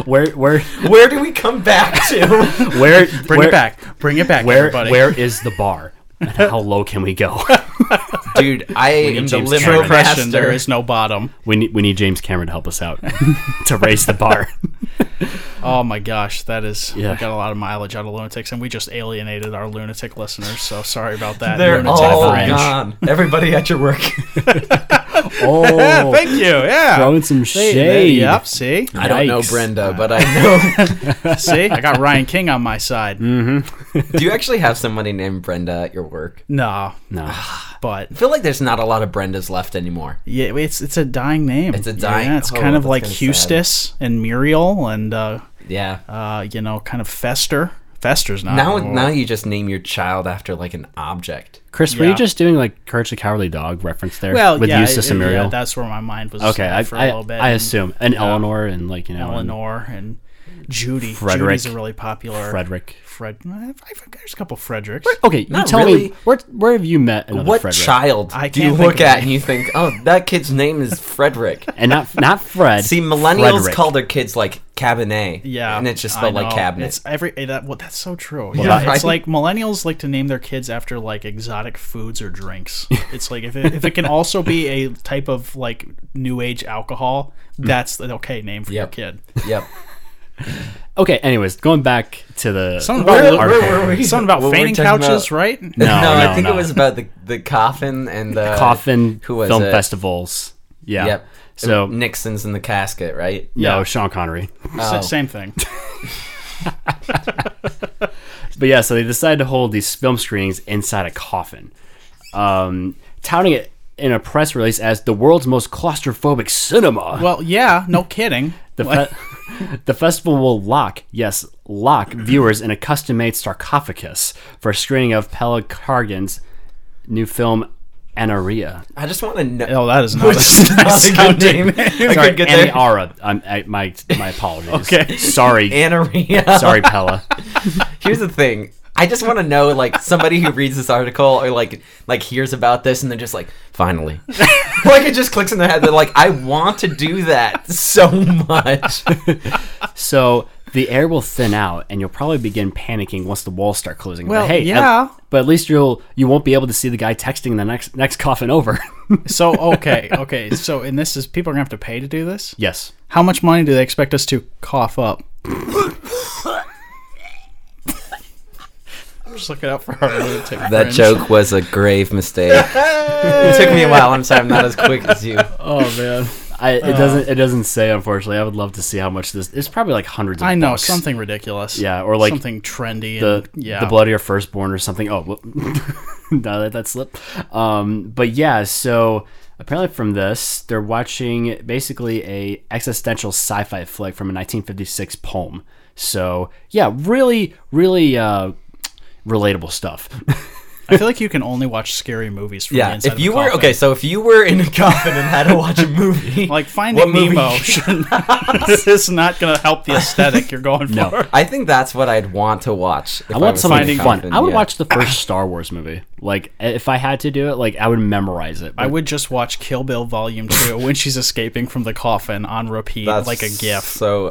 where where Where do we come back to? where Bring where, it back. Bring it back, Where everybody. where is the bar? And how low can we go? Dude, I am the James liberal Cameron. Oppression, master. there is no bottom. We need we need James Cameron to help us out to raise the bar. Oh my gosh, that is. Yeah. We got a lot of mileage out of lunatics, and we just alienated our lunatic listeners. So sorry about that. They're lunatic all fringe. gone. Everybody at your work. Yeah, Oh, thank you. Yeah. throwing some They- shade. they- yep. See, I don't know Yikes. Brenda, but I know. see, I got Ryan King on my side. Mm. Do you actually have somebody named Brenda at your work? No, No. Ah, but I feel like there's not a lot of Brendas left anymore. yeah, it's it's a dying name. It's a dying- Yeah, it's oh, kind of that's like kinda sad. Hustis and Muriel and uh, Yeah. uh, you know, kind of Fester. Fester's not now, anymore. now you just name your child after like an object. Chris, were you Yeah. just doing like Courage the Cowardly Dog reference there well, with yeah, Eustace it- and yeah, Muriel? that's where my mind was. okay, I, at for a I, little bit. I and assume and Eleanor and like you know and Eleanor and Judy. Frederick. Judy's a really popular. Frederick. Fred. I- I- There's a couple Fredericks. Okay, you Not tell really. me where where have you met another what Frederick? child I do you can't think look of at any. and you think, oh, that kid's name is Frederick? and not not Fred. See, millennials Frederick. call their kids like Cabernet. Yeah, And it's just I spelled like know. cabinet. It's every eh, that. Well, that's so true. that- yeah, it's I- like millennials like to name their kids after like exotic foods or drinks. It's like if it, if it can also be a type of like new age alcohol, that's the okay name for Mm. Yep. your kid. yep. okay, anyways, going back to the Something Where- about, where were we? Something about What were we fainting talking couches, about? right? No, no, I think no. it was about the the coffin and the coffin Who was film it? festivals. Yeah. Yep. So Nixon's in the casket, right? no, Sean Connery. S- Oh. Same thing. But yeah, so they decided to hold these film screenings inside a coffin, um, touting it in a press release as the world's most claustrophobic cinema. Well, yeah, no kidding. the, fe- the festival will lock, yes, lock viewers in a custom made sarcophagus for a screening of Pella Cargan's new film, Anaria. I just want to know. Oh, that is nice. That's a good name. I Sorry, could get Annie there. Ara. I'm, I, my, my apologies. Okay. Sorry. Anna Ria. Sorry, Pella. Here's the thing. I just want to know, like, somebody who reads this article or like, like hears about this, and they're just like, finally, like it just clicks in their head. They're like, I want to do that so much. So the air will thin out, and you'll probably begin panicking once the walls start closing. Well, but hey, at- yeah. but at least you'll you won't be able to see the guy texting the next next coffin over. so okay, okay. So and this is people are gonna have to pay to do this. yes. How much money do they expect us to cough up? I'm just looking out for our really tick That fringe. joke was a grave mistake. it took me a while. I'm sorry, I'm not as quick as you. Oh man, I, it doesn't. It doesn't say. Unfortunately, I would love to see how much this. It's probably like hundreds. of I know bucks. something ridiculous. Yeah, or like something trendy. the and, yeah, the blood of your firstborn or something. Oh, whoop. no, that that slipped. Um, but yeah, so apparently from this, they're watching basically a existential sci-fi flick from a 1956 poem. So yeah, really, really uh, relatable stuff. I feel like you can only watch scary movies from the Yeah, inside. if of a you were coffin. okay, so if you were in a coffin and had to watch a movie, like what Finding movie- Nemo, should not, this is not going to help the aesthetic you're going No. for. I think that's what I'd want to watch. if I want was something in a fun. coffin, I would yeah. watch the first Star Wars movie. Like if I had to do it, like I would memorize it. I would just watch Kill Bill Volume Two when she's escaping from the coffin on repeat, That's like a gif. So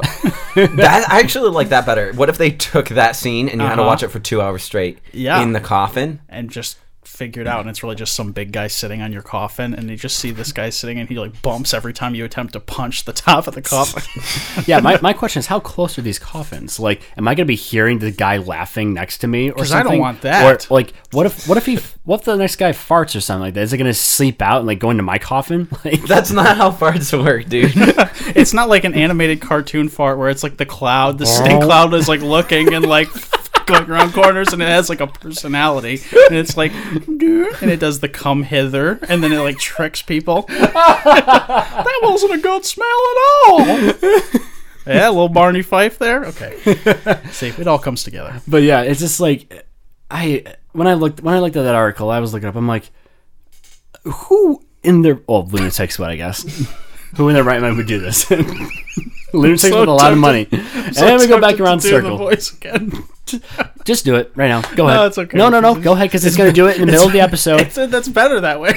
that I actually like that better. What if they took that scene and you had to Uh-huh. watch it for two hours straight? Yeah. in the coffin. and just figure it out and it's really just some big guy sitting on your coffin and you just see this guy sitting and he like bumps every time you attempt to punch the top of the coffin yeah, my, my question is how close are these coffins? Like, am I going to be hearing the guy laughing next to me or 'Cause I something? don't want that. Or like, what if what if he what if the next guy farts or something like that? Is it going to sleep out and like go into my coffin? Like, That's not how farts work, dude. it's not like an animated cartoon fart where it's like the cloud the Oh. stink cloud is like looking and like going around corners and it has like a personality and it's like and it does the come hither and then it like tricks people that wasn't a good smell at all yeah little barney fife there okay see it all comes together but yeah, it's just like I when I looked when I looked at that article, I was looking up. I'm like, who in their oh lunatics? What I guess who in their right mind would do this? lunatics so with a lot of tempted- money, and then we go back around to do circle. The voice again. Just do it right now. Go ahead. it's okay. No, no, no. Go ahead because it's going to do it in the middle of the episode. It's- that's better that way.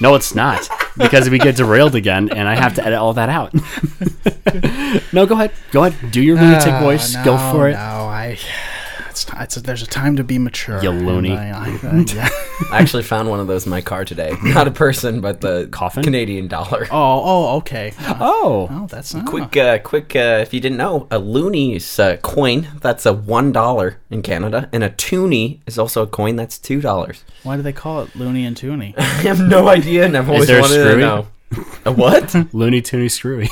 No, it's not because we get derailed again, and I have to edit all that out. no, go ahead. Go ahead. Do your lunatic voice. go for it. Ah, Uh, No, I. It's, it's there's a time to be mature. You loony. and I- I- I- yeah. I actually found one of those in my car today. Not a person, but the Coffin? Canadian dollar. oh, oh, okay. Uh, Oh, Oh, that's not Quick, uh, quick! Uh, if you didn't know, a looney's uh, coin that's a one dollar in Canada, and a toonie is also a coin that's two dollars. Why do they call it loony and toony? I have no idea, and I've always there a wanted to screwy? know. A what? Looney Toony Screwy.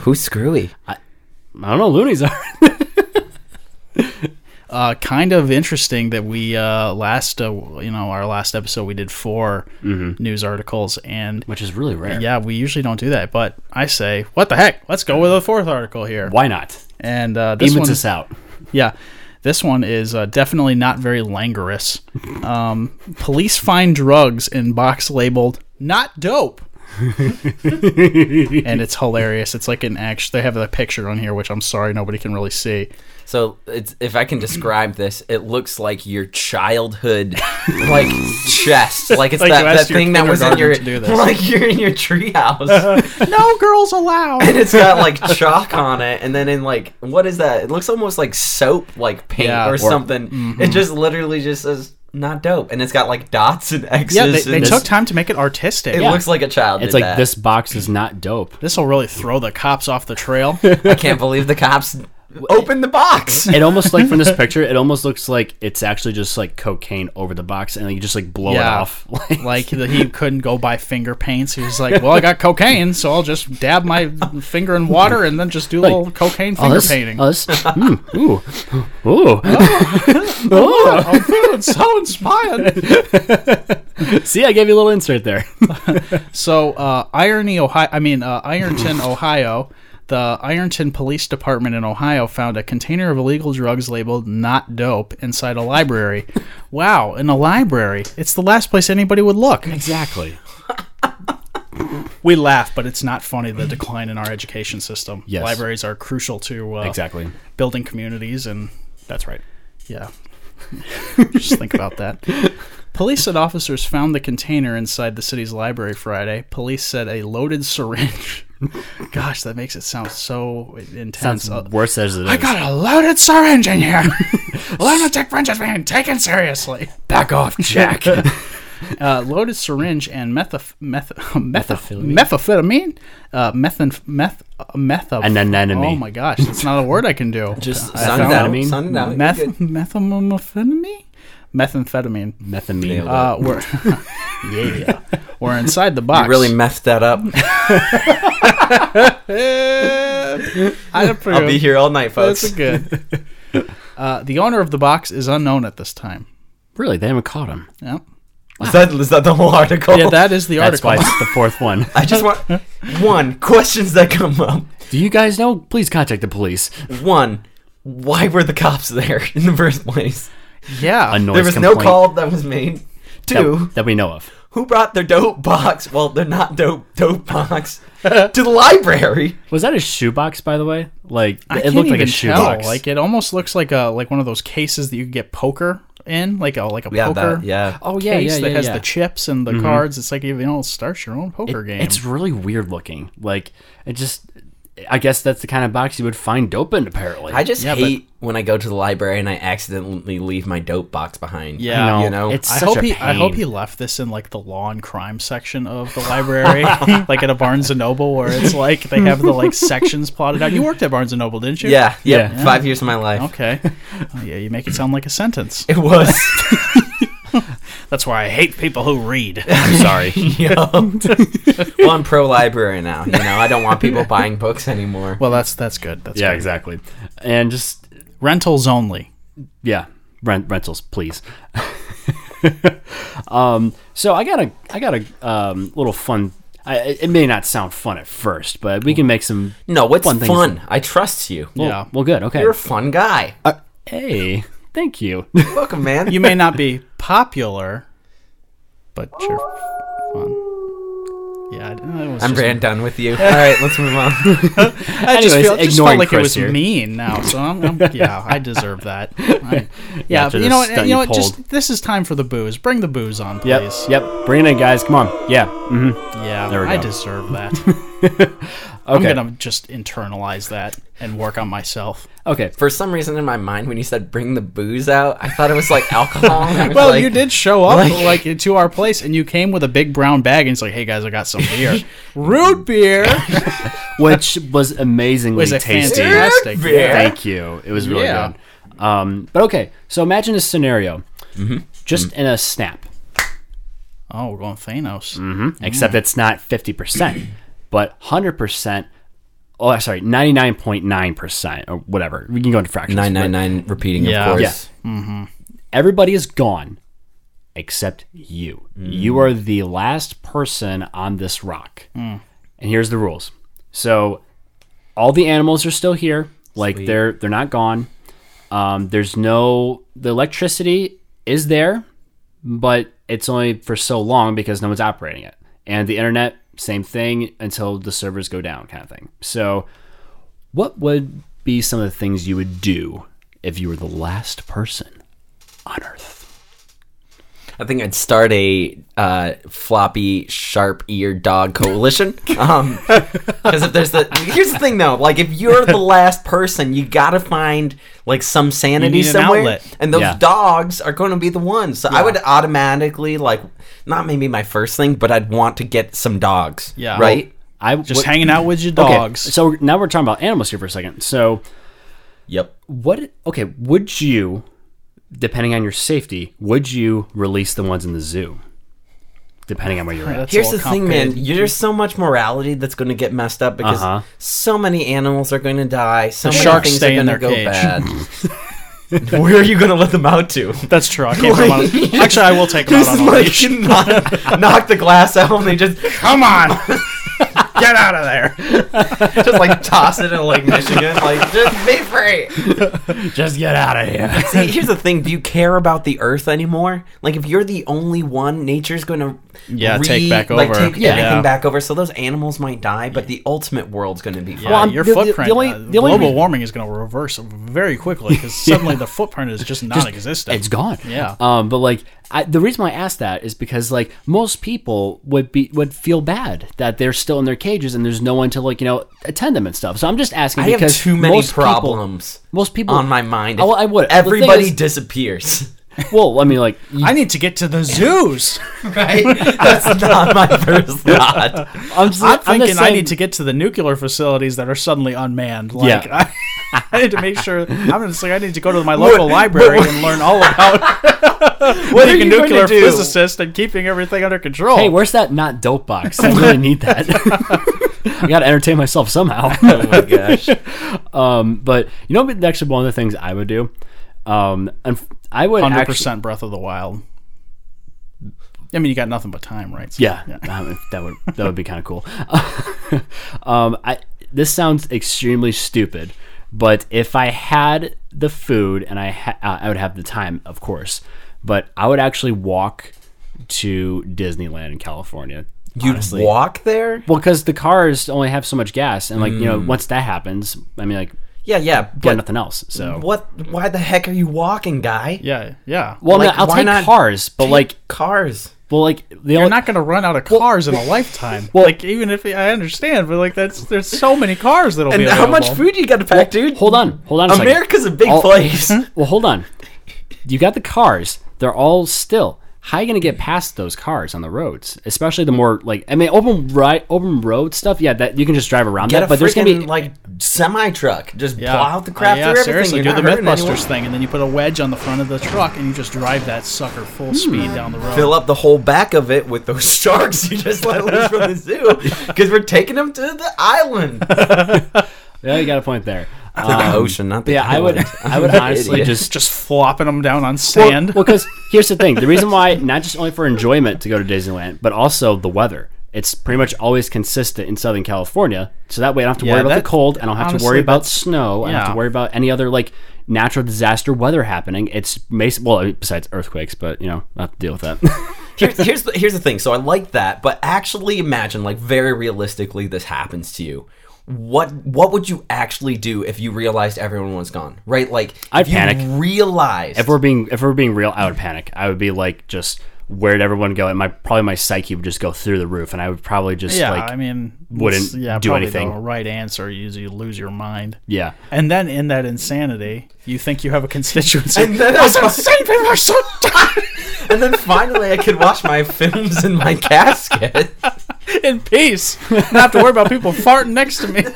Who's screwy? I don't know. Loonies are. uh, kind of interesting that we uh, last, uh, you know, our last episode we did 4 Mm-hmm. news articles, and Which is really rare. yeah, we usually don't do that. But I say, what the heck? Let's go with a fourth article here. Why not? And uh, this Evens one, us out. Yeah. This one is uh, definitely not very languorous. Um, police find drugs in box labeled not dope. and it's hilarious. It's like an action. They have a picture on here, which I'm sorry nobody can really see. So it's, if I can describe this, it looks like your childhood, like chest, like Like it's that, you that asked your thing that was in your kindergarten to do this. like you're in your treehouse, and No girls allowed. it's got like chalk on it, and then in like what is that? It looks almost like soap, like paint Yeah, or, or- mm-hmm. something. It just literally just says not dope, and it's got like dots and X's. yeah, they, they and took time to make it artistic. It looks like a child. It's did like that. this box is not dope. This will really throw the cops off the trail. I can't believe the cops Open the box. It almost like from this picture, it almost looks like it's actually just like cocaine over the box, and like, you just like blow it Yeah. off. Like the, he couldn't go buy finger paints. He was like, "Well, I got cocaine, so I'll just dab my finger in water and then just do a little cocaine oh, finger this, painting." oh, this, mm, ooh, ooh. Oh. I'm feeling so inspired. See, I gave you a little insert there. So, uh, Irony, Ohio. I mean, uh, Ironton, Ohio. The Ironton Police Department in Ohio found a container of illegal drugs labeled "not dope" inside a library. Wow, in a library! It's the last place anybody would look. Exactly. We laugh, but it's not funny. The decline in our education system. Yes. libraries are crucial to uh, Exactly. building communities and that's right yeah just think about that police and officers found the container inside the city's library friday police said a loaded syringe gosh that makes it sound so intense Sounds Uh, worse as it is. i got a loaded syringe in here lunatic fringe is being taken seriously back off, Jack. uh, loaded syringe and meth- meth- methamphetamine, methamphetamine, uh, methan- meth- uh, methamph- Anonymity. Oh my gosh, that's not a word I can do. Just I sound found it out. out. amphetamine. Sound it out. Meth- Good. methamphetamine, methamphetamine. Methamine. Nailed Uh, Uh, we're yeah. we're inside the box. You really messed that up. I approve. I'll be here all night, That's folks. good. Uh, the owner of the box is unknown at this time. Really, they haven't caught him. Yep. Is that is that the whole article? Yeah, that is the That's article. why it's the fourth one. I just want one questions that come up. Do you guys know? Please contact the police. One, why were the cops there in the first place? yeah. A noise there was complaint no call that was made. Two, that, that we know of. who brought their dope box? Well, they're not dope dope box to the library. Was that a shoebox, by the way? Like I it can't looked like a even tell. shoebox. Like it almost looks like a like one of those cases that you could get poker in, like a like a Yeah, poker. that yeah. Mm-hmm. oh yeah, Case yeah, yeah, that has yeah. the chips and the cards. It's like you know, starts your own poker game. It's really weird looking. Like it just. I guess that's the kind of box you would find dope in, apparently. I just Yeah, but- hate when I go to the library and I accidentally leave my dope box behind. Yeah. I know. you know. It's I such hope a he. I hope pain. he left this in like the law and crime section of the library, like at a Barnes and Noble, where it's like they have the like sections plotted out. You worked at Barnes and Noble, didn't you? yeah, yeah, Yeah. Five years of my life. Okay. Oh, yeah, you make it sound like a sentence. It was. That's why I hate people who read. I'm sorry. well, I'm pro library now. You know, I don't want people buying books anymore. Well, that's that's good. That's yeah, good. exactly. And just Rentals only. yeah, rent rentals, please. um, so I got a I got a um, little fun. I, it may not sound fun at first, but we can make some. No, what's Fun fun? things. I trust you. Yeah. Well, good. Okay. You're a fun guy. hey, thank you. Welcome, man. You may not be popular, but you're fun. Yeah, I, don't- it was I'm just, ran done with you. All right, let's move on. I Anyways, just, feel, just felt ignoring like it Chris was here. mean now. So I'm, I'm- yeah, I deserve that. I- yeah, After you know this what? stunt You know you what? pulled. Just this is time for the booze. Bring the booze on, Yep. please. Yep. Bring it in, guys. Come on. Yeah. hmm Yeah, There we I go. deserve that. I'm Okay. gonna just internalize that and work on myself. Okay. For some reason in my mind, when you said bring the booze out, I thought it was like alcohol. I was Well, like, you did show up like, like- to our place, and you came with a big brown bag, and it's like, "Hey guys, I got some beer, root beer." Which was amazingly was a tasty. fantastic Beer. yeah. Thank you. It was really Yeah. good. Um, but okay, so imagine this scenario, Mm-hmm. just in a snap, Oh, we're going Thanos. Mm. Mm-hmm. except it's not fifty percent, but hundred percent. Oh, sorry, ninety nine point nine percent or whatever. We can go into fractions. nine nine nine repeating. Yeah. Of Yeah. course. Everybody is gone, except you. You are the last person on this rock. And here's the rules. So all the animals are still here. Like they're they're not gone. Um, there's no the electricity is there, but it's only for so long because no one's operating it. And the internet, same thing until the servers go down, kind of thing. So, what would be some of the things you would do if you were the last person on Earth? I think I'd start a uh, floppy, sharp-eared dog coalition. Um 'cause because if there's the here's the thing though, like if you're the last person, you gotta find like some sanity need an somewhere, outlet. and those Yeah. dogs are going to be the ones. So I would automatically like not maybe my first thing, but I'd want to get some dogs. Yeah. right. I Just what- hanging out with your Okay, dogs. So now we're talking about animals here for a second. So Yep. What? Okay, would you, depending on your safety, would you release the ones in the zoo? Depending on where you're at. That's Here's all the thing, man. complicated. You- There's so much morality that's going to get messed up because Uh-huh. so many animals are going to die. So many sharks things stay are in going to their go cage. bad. Where are you going to let them out to? That's true. I can't put 'em on a- Actually, I will take them out on a leash. you knock, knock the glass out and they just Come on, get out of there. just like toss it in like Michigan, like just be free. Just get out of here. See, here's the thing: Do you care about the Earth anymore? Like, if you're the only one, nature's going to Yeah, take back like, over. take Yeah. everything back over. So those animals might die, but the ultimate world's going to be fine. Yeah, I'm- your the- the- the footprint. only- uh, the only global re- warming is going to reverse very quickly because suddenly the footprint is just non-existent. It's gone. Yeah. Um, but like I, the reason why I asked that is because like most people would be would feel bad that they're still in their cages and there's no one to like you know attend them and stuff. So I'm just asking I have because too many most people- problems most people on my mind. Oh, I would. The thing Everybody is- disappears. well, I mean, like you- I need to get to the zoos. Right? That's not my first thought. I'm, just- I'm I'm just thinking I saying- need to get to the nuclear facilities that are suddenly unmanned. Like, Yeah. I, I need to make sure. I'm just like, I need to go to my local library and learn all about What being a nuclear physicist and keeping everything under control. Hey, where's that not dope box? I really need that. I gotta entertain myself somehow. Oh my gosh. Um, but you know, but actually, one of the things I would do, um, and I would hundred actually, percent Breath of the Wild. I mean, you got nothing but time, right? So- Yeah, Um, that would that would be kind of cool. um, I this sounds extremely stupid, but if I had the food and I ha- uh, I would have the time, of course, but I would actually walk to Disneyland in California. You'd walk there? Well, because the cars only have so much gas, and like you know, once that happens, I mean, like Yeah, yeah. got Mm. But Mm. nothing else. So what? Why the heck are you walking, guy? yeah, yeah. well, like, no, I'll why take not cars, but like, Cars. well, like the You're only not going to run out of cars in a lifetime. like, even if I understand, but like, that's there's so many cars that'll be And available. how much food you got to pack, dude? hold on, hold on, a second. America's a big I'll- place. Well, hold on. You got the cars. They're all still. How you gonna get past those cars on the roads? Especially the more like I mean, open right, open road stuff. Yeah, that you can just drive around Get that. a But there's gonna freaking be like semi truck. Just Yeah. plow out the crap Uh, yeah, through everything. seriously, You're do the not hurting MythBusters anyone. thing, and then you put a wedge on the front of the truck, and you just drive that sucker Hmm. full speed down the road. Fill up the whole back of it with those sharks you just let loose from the zoo because we're taking them to the island. yeah, you got a point there. Uh, the ocean, not the yeah, I would, I would honestly just just flopping them down on well, sand. because here's the thing: the reason why not just only for enjoyment to go to Disneyland, but also the weather. It's pretty much always consistent in Southern California, so that way I don't have to Yeah, worry about that- the cold. I don't have to honestly, worry about that's- snow. I don't have to yeah. worry about any other like natural disaster weather happening. It's basi- well, I mean, besides earthquakes, but you know, I have to deal with that. here's here's the, here's the thing. So I like that, but actually imagine like very realistically this happens to you. What what would you actually do if you realized everyone was gone? Right? Like I'd if you panic. Realized if we're being if we're being real, I would panic. I would be like, just where'd everyone go? And my probably my psyche would just go through the roof, and I would probably just yeah, like I mean, wouldn't it's- yeah, do probably anything. The right answer is you lose your mind. yeah. And then in that insanity, you think you have a constituency. And then I was people are so And then finally, I could watch my films in my casket. in peace. Not have to worry about people farting next to me.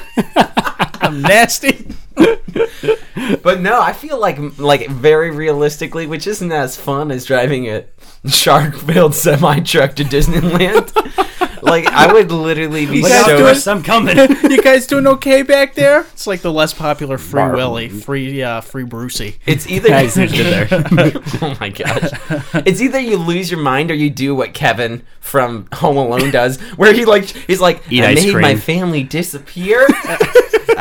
I'm nasty. But no, I feel like like very realistically, which isn't as fun as driving a shark-filled semi truck to Disneyland. like I would literally be guys so. doing- I'm coming. You guys doing okay back there? It's like the less popular Free Willy, Free uh, Free Brucey. It's either I see what you did there. oh my gosh. It's either you lose your mind or you do what Kevin from Home Alone does, where he like he's like, Eat I ice made cream." my family disappear.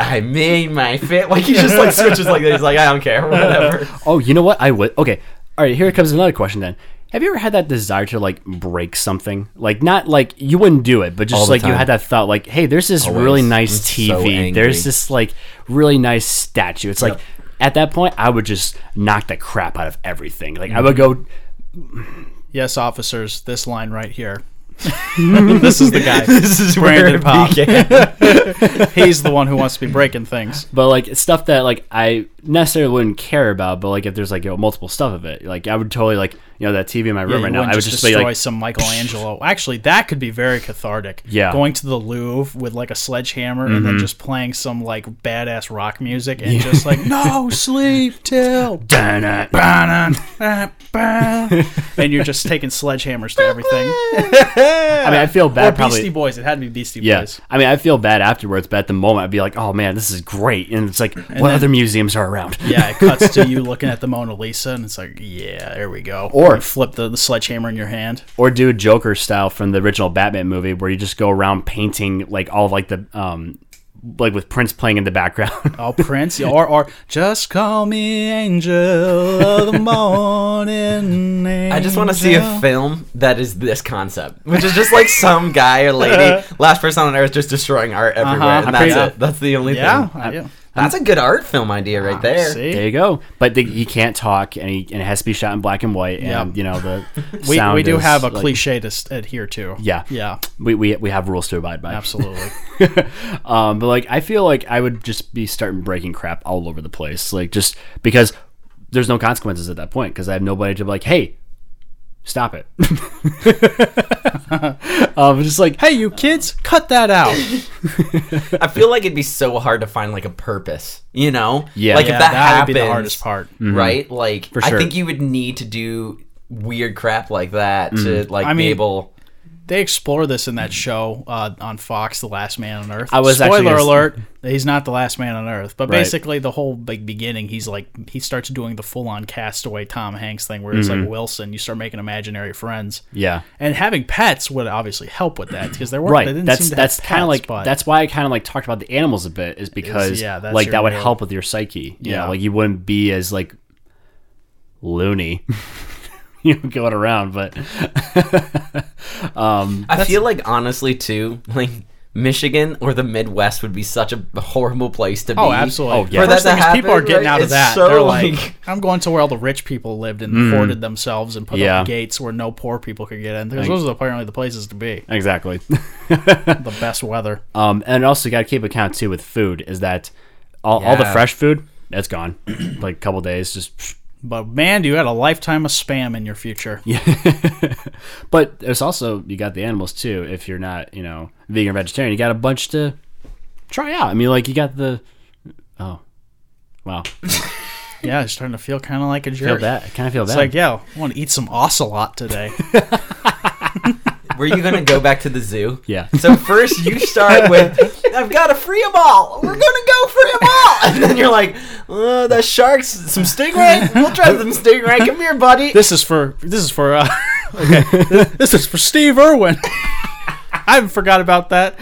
I made my fit like he just like switches like that. He's like, I don't care, whatever. Oh, you know what? I would. Okay. All right. Here comes another question then. Have you ever had that desire to like break something? Like not like you wouldn't do it, but All just the like you time. had that thought, like, hey, there's this really nice I'm so TV. angry. there's this like really nice statue. It's like at that point, I would just knock the crap out of everything. Like Mm. I would go. Yes, officers, this line right here. this is the guy. This is Brandon Pop. He's the one who wants to be breaking things. But like stuff that like I necessarily wouldn't care about, but like if there's like you know, multiple stuff of it, like I would totally like you know that TV in my room you right now, wouldn't I would just just be destroy like, some Michelangelo. Actually, that could be very cathartic. Yeah. Mm-hmm. going to the Louvre with like a sledgehammer and then just playing some like badass rock music and just like no sleep till "Dun it." and you're just taking sledgehammers to everything. I mean, I feel bad Or probably. Beastie Boys. It had to be Beastie yeah, Boys. I mean, I feel bad afterwards, but at the moment, I'd be like, "Oh man, this is great," and it's like, "What other museums are around?" Yeah, it cuts to you looking at the Mona Lisa, and it's like, yeah, there we go. Or- You flip the, the sledgehammer in your hand. or do Joker style from the original Batman movie, where you just go around painting like all of, like the um like with Prince playing in the background. Oh, Prince, or or just call me angel of the morning. I just want to see a film that is this concept, which is just like some guy or lady, last person on earth, just destroying art everywhere, and that's pretty- it. That's the only Uh-huh. Yeah, thing. I- yeah. That's a good art film idea right there. See, there you go. But the, you can't talk, and, he, and it has to be shot in black and white. And Yep. you know the we, sound we do is, have a like- cliche to s- adhere to. Yeah. yeah, We, we we have rules to abide by. absolutely. Um, but like I feel like I would just be starting breaking crap all over the place, like just because there's no consequences at that point because I have nobody to be like, hey, stop it. um, just like hey, you kids, cut that out. I feel like it'd be so hard to find like a purpose, you know? Yeah. Mm-hmm. Like Yeah, if that, that would happens, be the hardest part. right? Like sure. I think you would need to do weird crap like that Mm. to like I be mean- able. They explore this in that show uh, on Fox, The Last Man on Earth. I was actually spoiler gonna s- alert. He's not the last man on Earth, but Right. basically the whole big beginning, he's like he starts doing the full on castaway Tom Hanks thing, where it's like Wilson, you start making imaginary friends, Mm-hmm. yeah. and having pets would obviously help with that because there weren't. They right didn't that's seem to that's kind of like but that's why i kind of like talked about the animals a bit is because yeah, that's like your that would real- help with your psyche you Yeah. know like you wouldn't be as like loony you know going around but I feel like honestly too, like Michigan or the Midwest would be such a horrible place to be. Oh, absolutely. Oh, yeah. For For that that to people are happen, getting right? out of It's that. so, They're like, like- I'm going to where all the rich people lived and afforded themselves and put Yeah. up gates where no poor people could get in. Because those are apparently the places to be. exactly The best weather. um and also you got to keep account too with food is that all, all the Yeah. fresh food that's gone like a couple days just But man, do you had a lifetime of spam in your future. but there's also you got the animals too if you're not you know vegan or vegetarian you got a bunch to try out i mean like you got the oh wow Yeah, you're starting to feel kind of like a feel jerk. bad kind of feel bad It's like, yeah, I want to eat some ocelot today. Were you gonna go back to the zoo? yeah So first you start with, I've got a free 'em all. We're gonna go free 'em all, and then you're like, uh, the sharks, some stingray. We'll try some stingray. Come here, buddy. this is for this is for uh, okay. This, this is for Steve Irwin. I haven't forgot about that.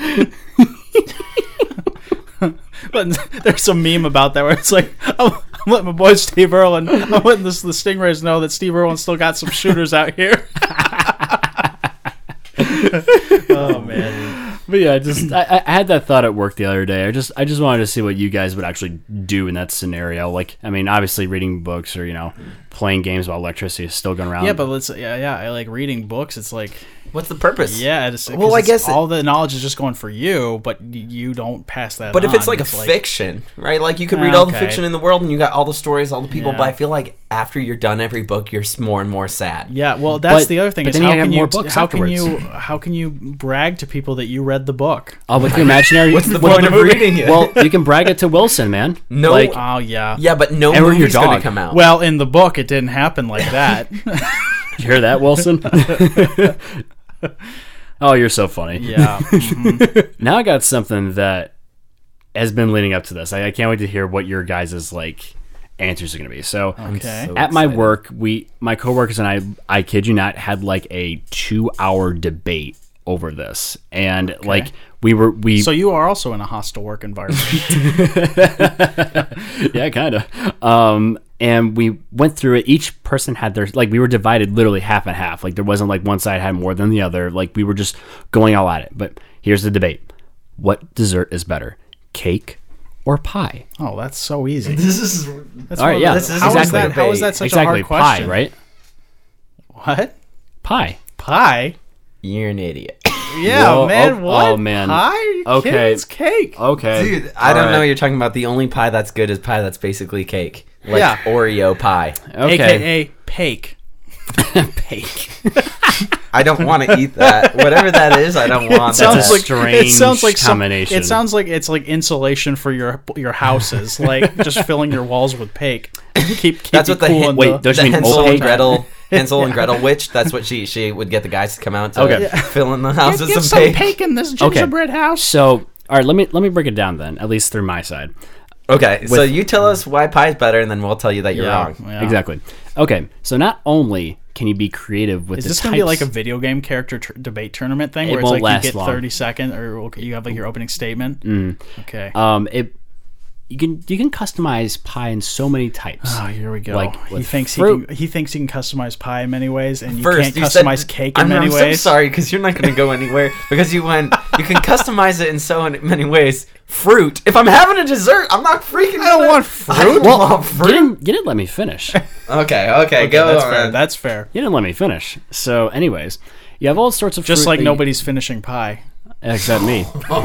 but there's some meme about that where it's like, I'm, I'm letting my boy Steve Irwin, I'm letting this, the Stingrays know that Steve Irwin still got some shooters out here. oh man, But yeah, just I, I- I had that thought at work the other day. I just I just wanted to see what you guys would actually do in that scenario. Like, I mean, obviously reading books or you know playing games while electricity is still going around. yeah, but let's yeah yeah. I like reading books. It's like What's the purpose? yeah, it's, Well, I guess- all the knowledge is just going for you, but y- you don't pass that. But if it's on. like a fiction, right? Like you could read Ah, all the okay. fiction in the world and you got all the stories, all the people, Yeah. but I feel like after you're done every book, you're s- more and more sad. Yeah, well, that's But- the other thing but is then you how can have more you books how can you afterwards. how can you brag to people that you read the book? oh, with your imaginary. What's the point of reading it? Well, you can brag it to Wilson, man. No. like Oh yeah. Yeah, but no And we're your movie's going dog. to come out. Well, in the book, it didn't happen like that. you hear that, Wilson? oh, you're so funny. yeah. Now I got something that has been leading up to this. I, I can't wait to hear what your guys' like answers are going to be. So Okay. at my work, we my coworkers and I I kid you not had like a 2-hour debate over this. And like we were we So you are also in a hostile work environment. yeah, kind of. Um and we went through it. Each person had their like we were divided literally half and half. Like there wasn't like one side had more than the other. Like we were just going all at it. But here's the debate. What dessert is better? Cake or pie? oh, that's so easy. This is That's All right, one of yeah, the- this is how is exactly that? How is debate. that such exactly. a hard question? Pie, right? What Pie. pie? you're an idiot. Yeah, Whoa, man. oh- what? oh, man. Pie? Are you Okay. Oh, kidding? It's cake. Okay. Dude, I All don't know right. what you're talking about. The only pie that's good is pie that's basically cake. Like Yeah. Oreo pie. Okay. AKA pake. Pake. I don't want to eat that. Whatever that is, I don't want sounds that. like- strange some- combination. it sounds like it's like insulation for your your houses, like just filling your walls with pake. Keep, keep That's you what the cool hint- in wait, the, don't you the mean Hansel old and pig? Gretel, Hansel and Gretel witch. That's what she she would get the guys to come out to Okay. fill in the house with get some, some pig. pake. in this gingerbread house. So, all right, let me let me break it down then, at least through my side. Okay, so you tell us why pie's better, and then we'll tell you that you're wrong. Yeah. Exactly. Okay, so not only can you be creative with Is the this gonna be types- like a video game character tr- debate tournament thing It where it's won't like last you get long. thirty second or you have like your opening statement? Okay. um it you can you can customize pie in so many types. Ah. oh, here we go. like he with thinks he fruit. can, he thinks he can customize pie in many ways, and you First, can't you said- customize cake in I'm, many I'm ways. so sorry because you're not going to go anywhere because you went. You can customize it in so many ways. Fruit. If I'm having a dessert, I'm not freaking. I don't want I don't fruit. want You fruit. didn't, you didn't let me finish. you Okay, okay, go That's on. fair. That's fair. didn't let me finish. So, anyways, you have all sorts of Just fruit like that you- nobody's finishing pie. except me. well,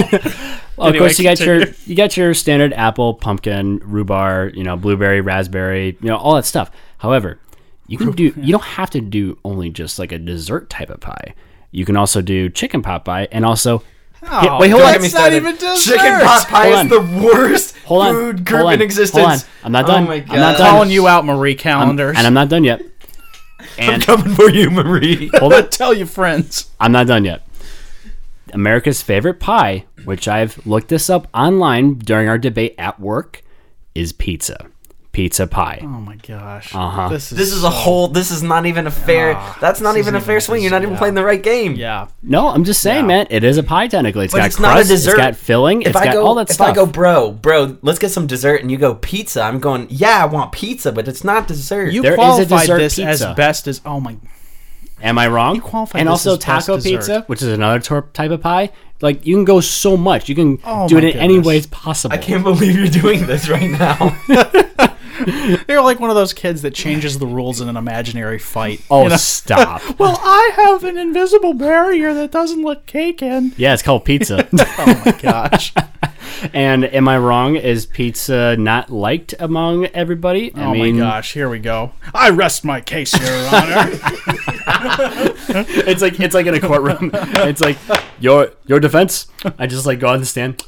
of course, you got your you got your standard apple, pumpkin, rhubarb, you know, blueberry, raspberry, you know, all that stuff. However, you can do you don't have to do only just like a dessert type of pie. You can also do chicken pot pie and also Yeah, wait, hold Oh, Don't on. get That's me not started. even dessert. Chicken pot pie Hold is on. the worst Hold on. food Hold group on. in existence. Hold on. I'm not done. Oh my I'm god. not done. Calling you out, Marie Calendars. and I'm not done yet. And coming for you, Marie. hold it. tell your friends. I'm not done yet. America's favorite pie, which I've looked this up online during our debate at work, is pizza. Pizza pie. Oh my gosh. Uh-huh. This is, This is a whole. This is not even a fair. that's not even a fair swing. You're not even playing the right game. yeah. No, I'm just saying, man. It is a pie technically. It's But got it's not a crust. dessert. It's got filling. If it's I got go, all that if stuff. I go, bro, bro, let's get some dessert, and you go pizza, I'm going. Yeah, I want pizza, but it's not dessert. You There is a qualified dessert this as pizza. best as oh my Am I wrong? qualify and this also as best taco dessert. pizza, which is another tor- type of pie. Like you can go so much. You can Oh do it my in any goodness. ways possible. I can't believe you're doing this right now. You're like one of those kids that changes the rules in an imaginary fight. Oh, You know? stop. well, I have an invisible barrier that doesn't let cake in. yeah, it's called pizza. Oh my gosh. and am I wrong? Is pizza not liked among everybody? I oh mean, my gosh, here we go. I rest my case, Your Honor. it's like it's like in a courtroom. It's like your your defense. I just like go on the stand,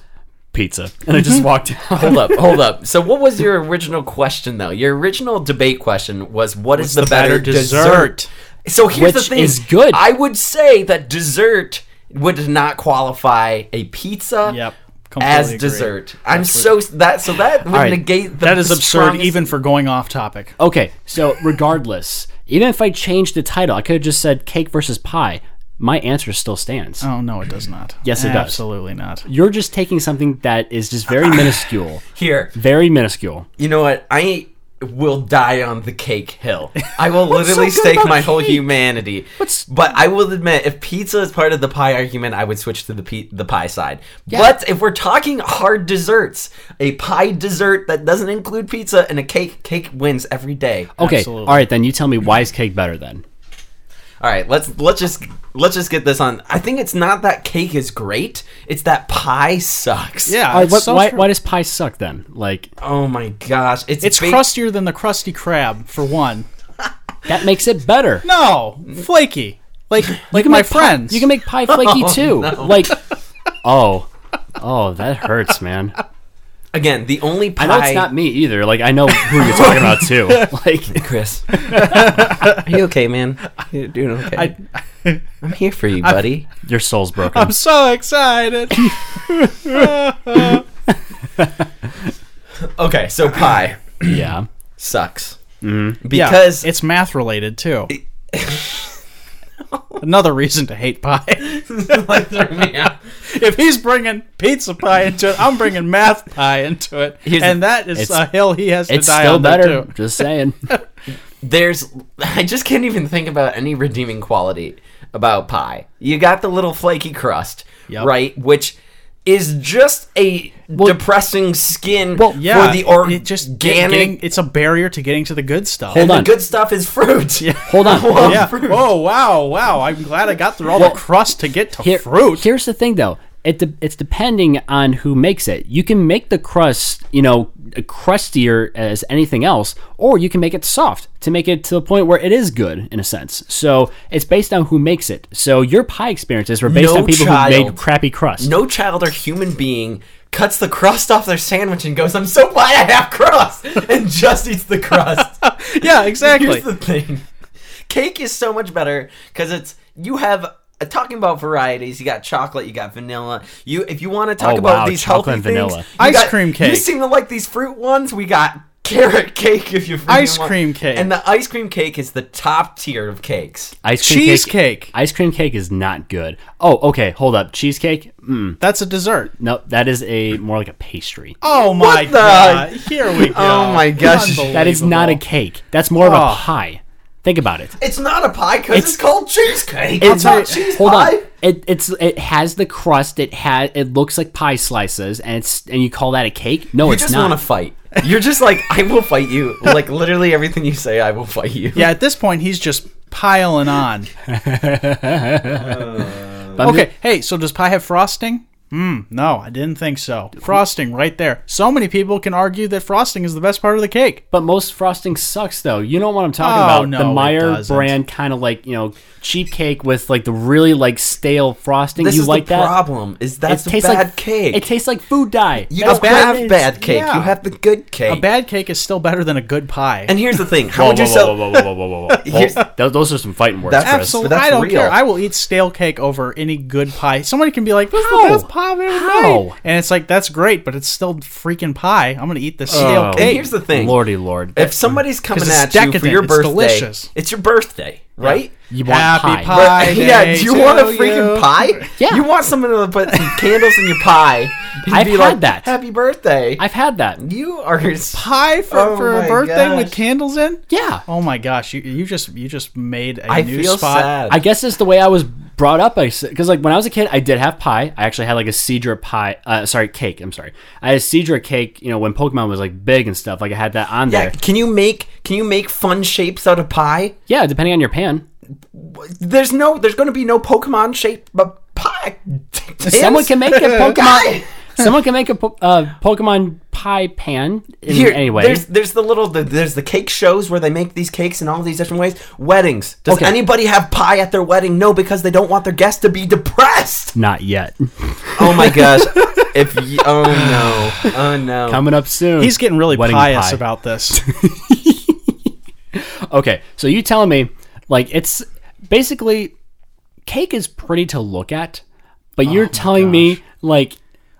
pizza, and I just walked out. hold up, hold up. So, what was your original question, though? Your original debate question was, "What is the, better, dessert? So here's Which the thing: is good. I would say that dessert would not qualify a pizza. Yep, completely As agree. dessert, I'm so that so that would right, negate the That is absurd strongest- even for going off topic. Okay, so regardless, even if I changed the title, I could have just said cake versus pie. My answer still stands. Oh no, it does not. Yes, it does. Absolutely not. You're just taking something that is just very minuscule, here. very minuscule. You know what? I will die on the cake hill. I will literally so good stake about my whole cake? humanity. What's- But I will admit, if pizza is part of the pie argument, I would switch to the pi- the pie side. But if we're talking hard desserts, a pie dessert that doesn't include pizza and a cake, cake wins every day. Okay, Absolutely. all right, then you tell me why is cake better then? All right, let's let's just let's just get this on. I think it's not that cake is great; it's that pie sucks. Yeah, All right, Uh, it's what, so why, true. why does pie suck then? Like Oh my gosh, it's it's ba- crustier than the Krusty Krab for one. that makes it better. No, flaky. Like like you can my make pi- friends. you can make pie flaky too. Like, oh, oh, that hurts, man. Again, the only pie. I know it's not me either. Like I know who you're talking about too. Like Chris. Are you okay, man? You're doing okay. I, am here for you, buddy. your soul's broken. I'm so excited. okay, so pie yeah. sucks. Mm-hmm. Yeah, Because it's math related too. Another reason to hate pie. if he's bringing pizza pie into it, I'm bringing math pie into it, Here's and the- that is it's- a hill he has to It's die still on. there, better. too. Just saying. there's I just can't even think about any redeeming quality about pie. You got the little flaky crust, Yep. right? Which is just a depressing skin Yeah, for the it organic. just get- getting, it's a barrier to getting to the good stuff. Hold the on. good stuff is fruit. Hold on. Hold on. yeah. Oh wow, wow! I'm glad I got through all the crust to get to Here- fruit. Here's the thing, though. It de- it's depending on who makes it. You can make the crust, you know, crustier as anything else, or you can make it soft to make it to the point where it is good in a sense. So it's based on who makes it. So your pie experiences were based No on people child. who made crappy crust. No child or human being cuts the crust off their sandwich and goes, "I'm so glad I have crust," and just eats the crust. yeah, exactly. Here's the thing. Cake is so much better because it's you have uh, talking about varieties. You got chocolate, you got vanilla. You if you want to talk Oh, about wow, these chocolate healthy and things, vanilla. you Ice got- cream You cake. seem to like these fruit ones. We got carrot cake if you freaking Ice want. cream cake. and the ice cream cake is the top tier of cakes. Ice cream Cheesecake. Ice cream cake is not good. Oh, okay. Hold up. Cheesecake? Mm, That's a dessert. no, that is a more like a pastry. Oh my the- god! Here we go. Oh my gosh. That is not a Unbelievable. cake. That's more of a Oh. pie. Think about it. It's not a pie because it's, It's- called cheesecake. It- It's not cheese hold pie. on. It, it's it has the crust. It has it looks like pie slices, and it's and you call that a cake? No, You it's just not. want to fight. You're just like I will fight you. Like literally everything you say, I will fight you. Yeah, at this point, he's just piling on. But I'm Okay, hey, so does pie have frosting? Hmm, no, I didn't think so. Frosting right there. So many people can argue that frosting is the best part of the cake. But most frosting sucks, though. You know what I'm talking Oh, about? no, the it Meyer doesn't. brand kind of like you know cheap cake with like the really like stale frosting. This you is like the that? problem. Is that's it tastes bad like cake? It tastes like food dye. you That's don't what it have is. bad cake. Yeah. You have the good cake. A bad cake is still better than a good pie. and here's the thing: how Whoa, would you whoa, whoa, sell? whoa, whoa, whoa, whoa, whoa, whoa. Here's- Th- those are some fighting words, That's- Chris. But Absolutely, that's I don't real. care. I will eat stale cake over any good pie. Somebody can be like, "This is How? the best pie I've ever How? made," and it's like, "That's great," but it's still freaking pie. I'm gonna eat this stale Oh. And cake. here's the thing: Lordy lord. if somebody's coming it's at you for decadent, your it's birthday, delicious. it's your birthday, right? you want Happy pie, pie. day yeah, do you to want a freaking you. pie? Yeah. You want someone to put some candles in your pie and I've be had like, that. Happy birthday. I've had that. you are pie for, Oh for my a birthday with gosh. candles in? Yeah. Oh my gosh, you you just you just made a I new feel spot. sad. I guess it's the way I was brought up. I because like when I was a kid, I did have pie. I actually had like a Cedra pie. Uh, sorry, cake. I'm sorry. I had a Cedra cake. You know when Pokemon was like big and stuff. Like I had that on there. yeah, can you make can you make fun shapes out of pie? Yeah, depending on your pan. There's no there's going to be no Pokemon shape but pie. Someone Pins? can make a Pokemon. Guy! someone can make a po- uh, Pokemon pie pan. In, Here, anyway, there's there's the little the, there's the cake shows where they make these cakes in all these different ways. Weddings. Does Okay. anybody have pie at their wedding? No, because they don't want their guests to be depressed. not yet. Oh my gosh! if you, oh no, oh no. Coming up soon. He's getting really Wedding pious pie. about this. Okay, so you telling me like it's basically cake is pretty to look at, but you're Oh telling me like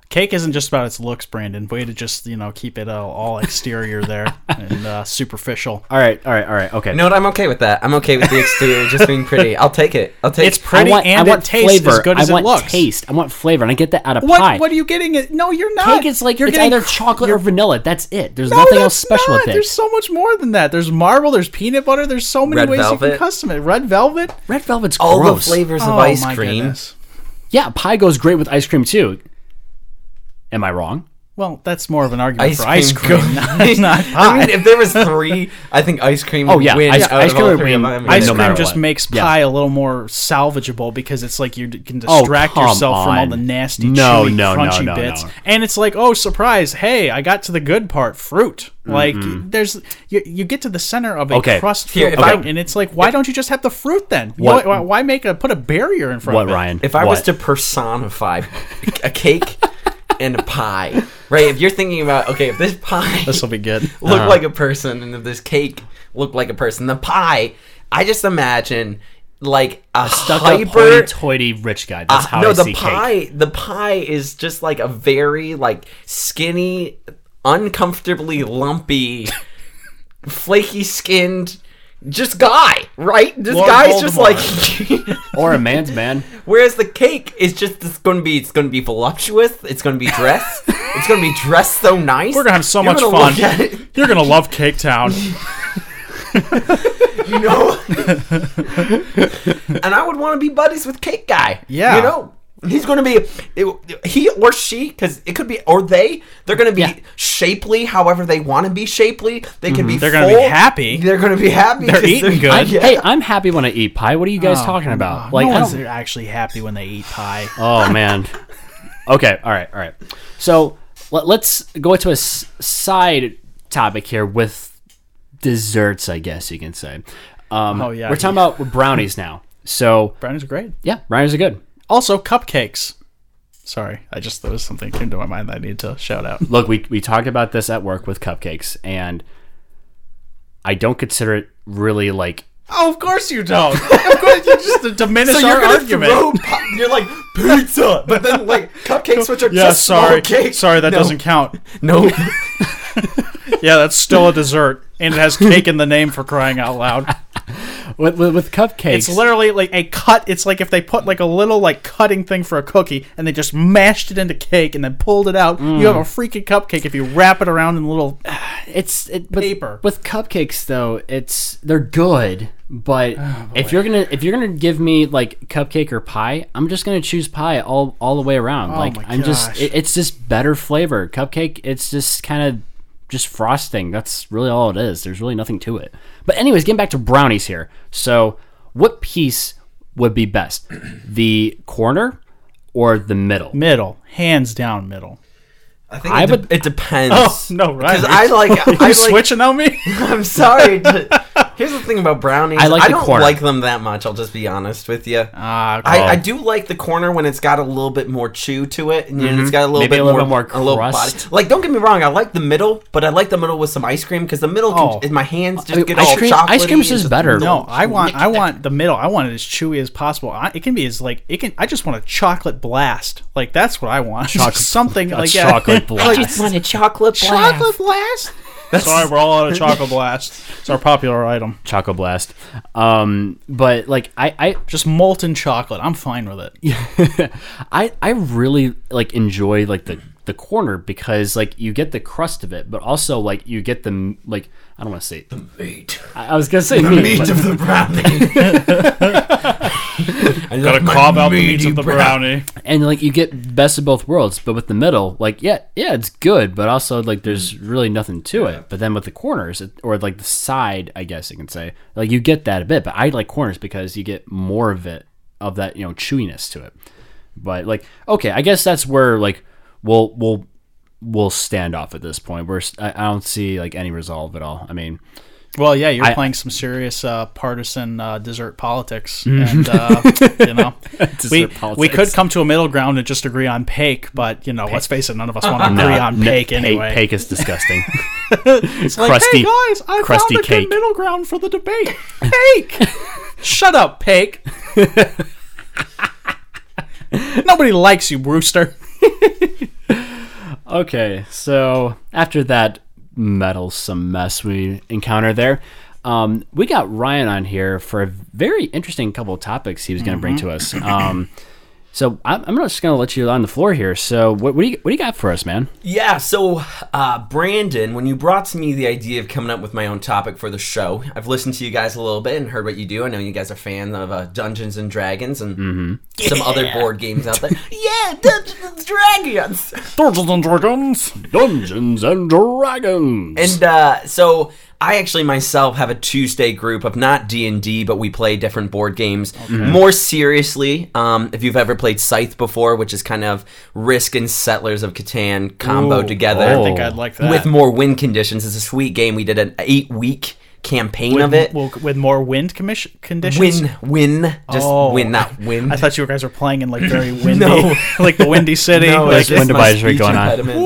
Cake isn't just about its looks, Brandon. Way to just you know keep it all, all exterior there and uh, superficial. all right, all right, all right, okay. You know what? I'm okay with that. I'm okay with the exterior just being pretty. I'll take it. I'll take. It's pretty and it tastes as good as I want it looks. taste. I want flavor, and I get that out of What pie. what are you getting? At? No, you're not. Cake is like you're it's getting either cr- chocolate or vanilla. That's it. There's No, nothing else that's special not. with There's it. so much more than that. There's marble. There's peanut butter. There's so many Red ways you velvet. can custom it. Red velvet. Red velvet's all gross. the flavors of Oh, ice my cream. goodness. Yeah, pie goes great with ice cream too. Am I wrong? Well, that's more of an argument Ice for ice cream cream, not, not I pie. mean, if there was three, I think ice cream. Oh, would yeah, win ice- out ice of cream all would three win. of them. Ice Ice no matter cream just what. makes Yeah. Oh, pie a little more salvageable because it's like you d- can distract come yourself from all on. the nasty, No, chewy, no, no, crunchy no, bits. no. And it's like, oh, surprise! Hey, I got to the good part, fruit. Like there's you, you get to the center of a Mm-hmm. Okay. crust, Here, filled if I- pie, and it's like, why don't you just have the fruit then? You What- know, Why, why make a put a barrier in front What of it? Ryan? If I was What? to personify a cake and a pie, right? If you're thinking about okay, if this pie This will be good. looked uh-huh. like a person and if this cake looked like a person, the pie, I just imagine like a, stuck up hyper hoity-toity rich guy. Ah, That's how no, I the see cake. pie. The pie is just like a very like skinny, uncomfortably lumpy, flaky skinned, just guy. Right? This Lord guy's just Voldemort. like. or a man's man. Whereas the cake is just it's going to be it's going to be voluptuous. It's going to be dressed. it's going to be dressed so nice. We're gonna have so You're much gonna fun. look at it, You're gonna love Cake Town. you know. and I would want to be buddies with Cake Guy. Yeah. you know. He's going to be it- he or she because it could be or they. They're going to be Yeah. shapely, however they want to be shapely. They can be. Mm-hmm. They're going gonna to be happy. They're going to be happy. They're 'cause eating good. I, Yeah. Hey, I'm happy when I eat pie. What are you guys Oh, talking about? no like, I one's don't- actually happy when they eat pie. oh man. Okay, all right, all right. So Let, us go to a s- side topic here with desserts, I guess you can say. Um, Oh, yeah. We're talking about brownies now. So, Brownies are great. yeah, brownies are good. Also, cupcakes. Sorry, I just there was something that came to my mind that I need to shout out. Look, we, we talked about this at work with cupcakes, and I don't consider it really like. Oh, of course you don't. of course you just diminish So you're gonna throw pu- you're like pizza, but then like cupcakes, which are yeah, just sorry, small cakes. sorry, that No. doesn't count. No, Yeah, that's still a dessert, and it has cake in the name for crying out loud. With, with, with cupcakes. It's literally like a cut. It's like if they put like a little like cutting thing for a cookie, and they just mashed it into cake and then pulled it out. You have a freaking cupcake if you wrap it around in little. it's it, with, Paper. with cupcakes though it's they're good but Oh, if you're gonna if you're gonna give me like cupcake or pie i'm just gonna choose pie all all the way around like Oh, my i'm just gosh. it, it's just better flavor cupcake it's just kind of just frosting that's really all it is there's really nothing to it but anyways getting back to brownies here so what piece would be best the corner or the middle Middle, hands down, middle. I think I it, de- would- it depends. Oh no, right? because I like I you like. switching on me? I'm sorry. to- here's the thing about brownies. I like the don't corner. like them that much. I'll just be honest with you. Ah, I, I do like the corner when it's got a little bit more chew to it, and you know, it's got a little Mm-hmm. Maybe bit a little more, bit a more little body. crust. Like, don't get me wrong, I like the middle, but I like the middle with some ice cream because the middle, Oh. can, my hands just I mean, get ice all cream- chocolate. ice cream's just better. No, I want I want the middle. I want it as chewy as possible. I, it can be as like it can. I just want a chocolate blast. Like that's what I want. Something a like yeah. chocolate blast. want a chocolate chocolate blast. Sorry, we're all out of chocolate blast. It's our popular item. choco blast um but like i i Just molten chocolate. I'm fine with it. I I really like enjoy like the the corner because like you get the crust of it, but also like you get the m- like I don't want to say Meat. I, I was gonna say meat, but- of the brownie. I Gotta carve out the meat of the brownie. and like you get best of both worlds, but with the middle like yeah yeah it's good, but also like there's really nothing to it. But then with the corners it- or like the side, I guess you can say like you get that a bit, but I like corners because you get more of it of that you know chewiness to it. But like okay, I guess that's where like we'll we'll will stand off at this point. We're I, I don't see like any resolve at all. I mean, Well, yeah, you're playing some serious uh, partisan uh, dessert politics, and uh, you know, we Dessert we politics. could come to a middle ground and just agree on Pake, but you know, let's face it, none of us want to agree on Uh, no, Pake pa- anyway. Pake is disgusting. It's like, crusty- hey guys, I crusty found a cake. good middle ground for the debate. Pake, shut up, Pake. Nobody likes you, Brewster. okay, so after that meddlesome mess we encounter there, um, we got Ryan on here for a very interesting couple of topics he was going to bring to Mm-hmm. us. Um, so I'm, I'm just going to let you on the floor here. So what, what do you what do you got for us, man? Yeah, so uh, Brandon, when you brought to me the idea of coming up with my own topic for the show, I've listened to you guys a little bit and heard what you do. I know you guys are fans of uh, Dungeons and Dragons and some other board games out there. yeah, Dungeons and Dragons. Dungeons and Dragons. Dungeons and Dragons. And uh, so I actually myself have a Tuesday group of not D and D, but we play different board games more seriously. Um, if you've ever played Scythe before, which is kind of Risk and Settlers of Catan combo Ooh, together. Oh, I think I'd like that. with more win conditions. It's a sweet game. We did an eight week campaign of it. Well, with more wind commission conditions. Win, win, just Oh. win, not win. I thought you guys were playing in like very windy, No. like the windy city. No, like, it's just wind my advisory speech going on. impediment.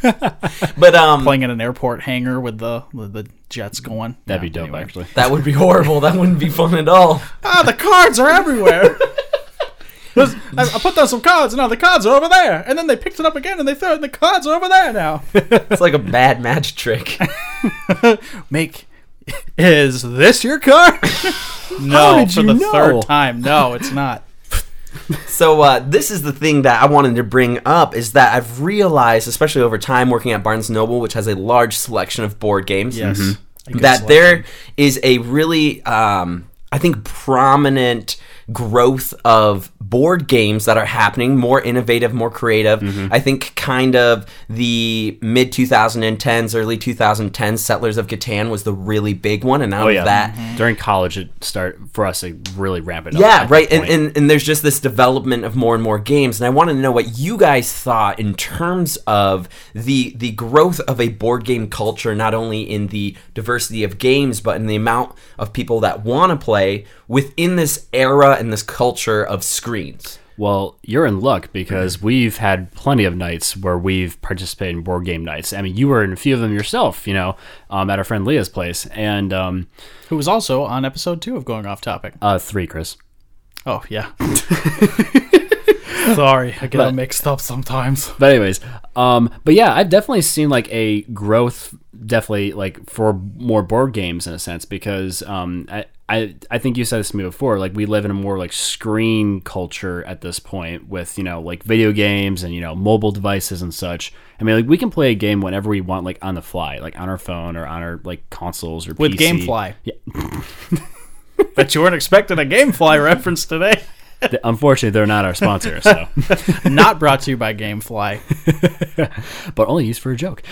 wow! But um, playing in an airport hangar with the with the jets going. That'd be Yeah, dope, anyway. actually. that would be horrible. That wouldn't be fun at all. Ah, the cards are everywhere. There's- I, I put down some cards, and now the cards are over there. And then they picked it up again, and they threw it, and the cards are over there now. It's like a bad magic trick. Make is this your card? no, did for you the know? third time. No, it's not. So uh, this is the thing that I wanted to bring up is that I've realized, especially over time working at Barnes Noble, which has a large selection of board games, Yes, that there is a really, um, I think, prominent growth of board games that are happening, more innovative, more creative. Mm-hmm. I think kind of the mid 2010s, early 2010s, Settlers of Catan was the really big one, and out Oh of yeah, that, during college it start for us it really ramped it up. Mm-hmm. yeah, at right. that And, point. and and there's just this development of more and more games, and I wanted to know what you guys thought in terms of the the growth of a board game culture, not only in the diversity of games, but in the amount of people that want to play within this era and this culture of screens. Well, you're in luck because we've had plenty of nights where we've participated in board game nights. I mean, you were in a few of them yourself, you know, um, at our friend Leah's place, and um, Who was also on episode two of Going Off Topic. uh, three, Chris. Oh, yeah. Sorry, I get all mixed up sometimes. But anyways, um, but yeah, I've definitely seen like a growth, definitely like for more board games in a sense because um, I, I I think you said this to me before. Like we live in a more like screen culture at this point with you know like video games and you know mobile devices and such. I mean, like we can play a game whenever we want, like on the fly, like on our phone or on our like consoles or With PC. Gamefly. Bet you weren't expecting a Gamefly reference today. Th- Unfortunately, they're not our sponsor, so Not brought to you by Gamefly. but only used for a joke.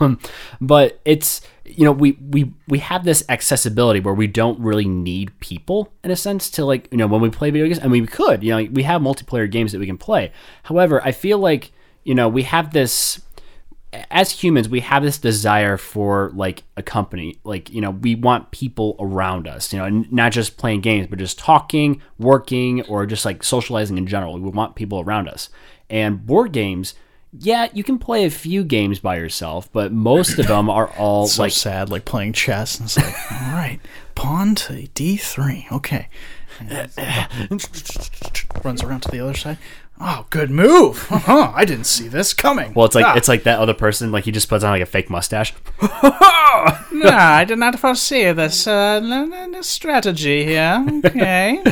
um, but it's you know we we we have this accessibility where we don't really need people in a sense to like you know when we play video games. I mean, we could you know we have multiplayer games that we can play. However, I feel like you know we have this as humans we have this desire for like a company like you know we want people around us you know and not just playing games but just talking working or just like socializing in general we want people around us and board games yeah you can play a few games by yourself but most of them are all So like sad, like playing chess. And it's like, all right, pawn to d3. Okay. Runs around to the other side. Oh, good move. Uh-huh, I didn't see this coming. well it's like Ah. it's like that other person like he just puts on like a fake mustache No, I did not foresee this uh, n- n- n- strategy here. Okay.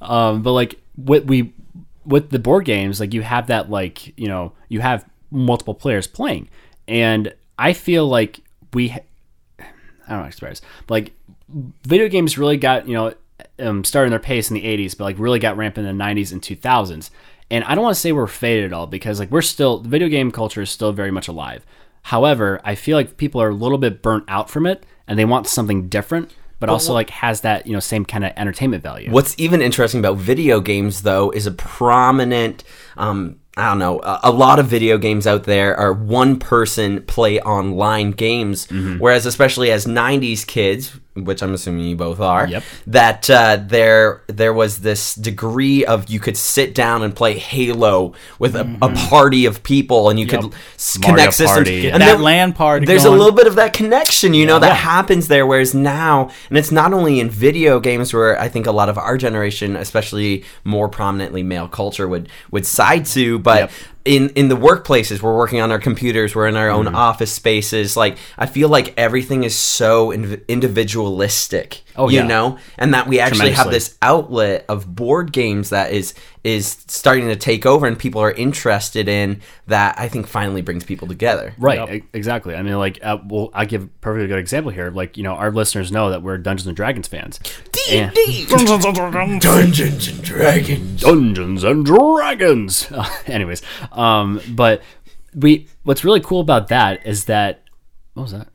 Um, but like what we with the board games, like you have that like you know you have multiple players playing, and I feel like we ha- I don't know how to express this. like video games really got you know um, started their pace in the 80s, but like really got rampant in the 90s and 2000s. And I don't want to say we're faded at all because like we're still the video game culture is still very much alive. However, I feel like people are a little bit burnt out from it, and they want something different, but also like has that you know same kind of entertainment value. What's even interesting about video games, though, is a prominent. Um, I don't know. A, a lot of video games out there are one person play online games, Mm-hmm. whereas especially as '90s kids, which I'm assuming you both are, Yep. that uh, there there was this degree of you could sit down and play Halo with a, a party of people, and you could s- Mm-hmm. Mario connect systems. Party, And that there- land party. there's going. a little bit of that connection, you know, that Yeah. happens there. Whereas now, and it's not only in video games where I think a lot of our generation, especially more prominently male culture, would would side to, but. In, in the workplaces, we're working on our computers, we're in our Mm-hmm. own office spaces. Like, I feel like everything is so inv- individualistic, Oh, you yeah. know, and that we actually have Tremendously. this outlet of board games that is is starting to take over, and people are interested in that. I think finally brings people together. Right, e- exactly. I mean, like, uh, well, I give a perfectly good example here. Like, you know, our listeners know that we're Dungeons and Dragons fans. And- Dungeons and Dragons. Dungeons and Dragons. anyways, um, but we, what's really cool about that is that what was that?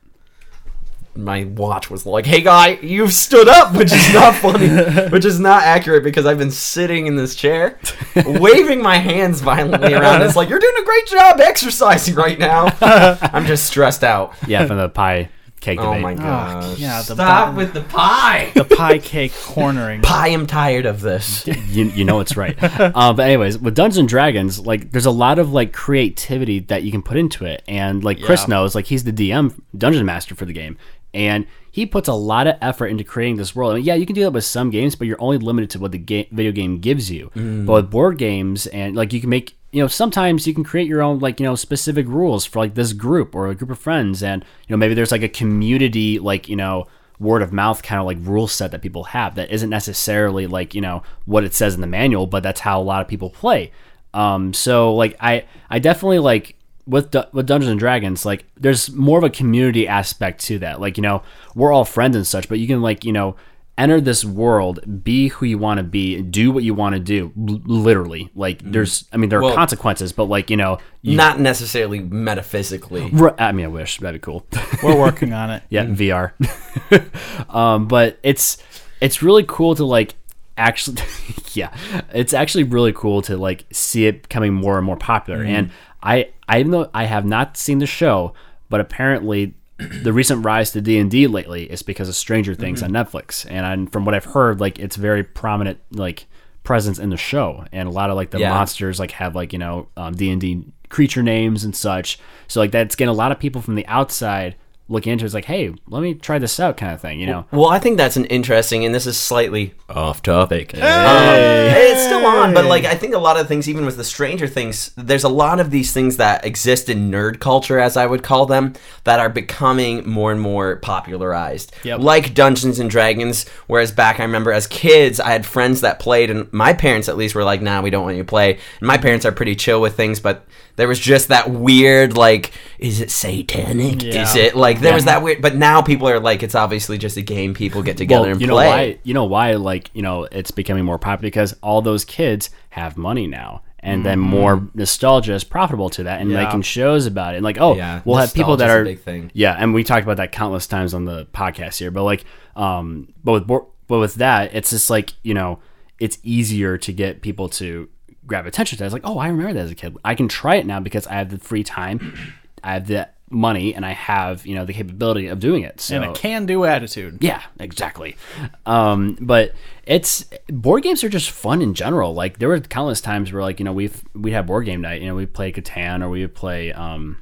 My watch was like, "Hey guy, you've stood up," which is not funny, which is not accurate because I've been sitting in this chair, waving my hands violently around. It's like you're doing a great job exercising right now. I'm just stressed out. Yeah, from the pie cake Oh debate. my gosh! yeah, the Stop bottom- with the pie. The pie cake cornering. pie. I'm tired of this. you, you know it's right. uh, but anyways, with Dungeons and Dragons, like there's a lot of like creativity that you can put into it, and like Chris knows, like he's the DM dungeon master for the game, and he puts a lot of effort into creating this world. I mean, yeah, you can do that with some games, but you're only limited to what the game, video game gives you. But with board games, and like you can make you know sometimes you can create your own like you know specific rules for like this group or a group of friends and you know maybe there's like a community like you know word of mouth kind of like rule set that people have that isn't necessarily like you know what it says in the manual but that's how a lot of people play um so like i i definitely like with Du- with Dungeons and Dragons, like there's more of a community aspect to that. Like you know, we're all friends and such, but you can like you know enter this world, be who you want to be, do what you want to do, l- literally. Like there's, I mean, there are Well- consequences, but like you know, you, Not necessarily metaphysically. r- I mean, I wish that'd be cool. We're working on it. yeah, VR. um, but it's it's really cool to like actually, yeah, it's actually really cool to like see it becoming more and more popular. Mm-hmm. And I, I even though I have not seen the show, but apparently. The recent rise to D and D lately is because of Stranger Things Mm-hmm. on Netflix, and i from what I've heard, like it's very prominent, like presence in the show, and a lot of like the Yeah. monsters like have like you know um, D and D creature names and such. So like that's getting a lot of people from the outside looking into. it. It's like, hey, let me try this out, kind of thing, you know? Well, I think that's an interesting, and this is slightly off topic. Um, it's still on, but like I think a lot of things, even with the Stranger Things, there's a lot of these things that exist in nerd culture, as I would call them, that are becoming more and more popularized. Yep. Like Dungeons and Dragons, whereas back I remember as kids, I had friends that played, and my parents at least were like, "Nah, we don't want you to play." And my parents are pretty chill with things, but there was just that weird like, is it satanic? Is Yeah. it like there was that weird? But now people are like, it's obviously just a game people get together Well, and you know play. why? You know why? Like, you know, it's becoming more popular because all those kids have money now, and then Mm-hmm. more nostalgia is profitable to that, and Yeah. making shows about it. And like, oh, Yeah, we'll have people that nostalgia's a are big thing. Yeah, and we talked about that countless times on the podcast here. But like, um, but with Bor- but with that, it's just like you know, it's easier to get people to grab attention to. that. It's like, oh, I remember that as a kid. I can try it now because I have the free time, I have the money, and I have you know the capability of doing it. So And a can-do attitude. yeah, exactly. Um, but it's board games are just fun in general. Like there were countless times where like you know we've we'd have board game night. You know we play Catan or we would play um,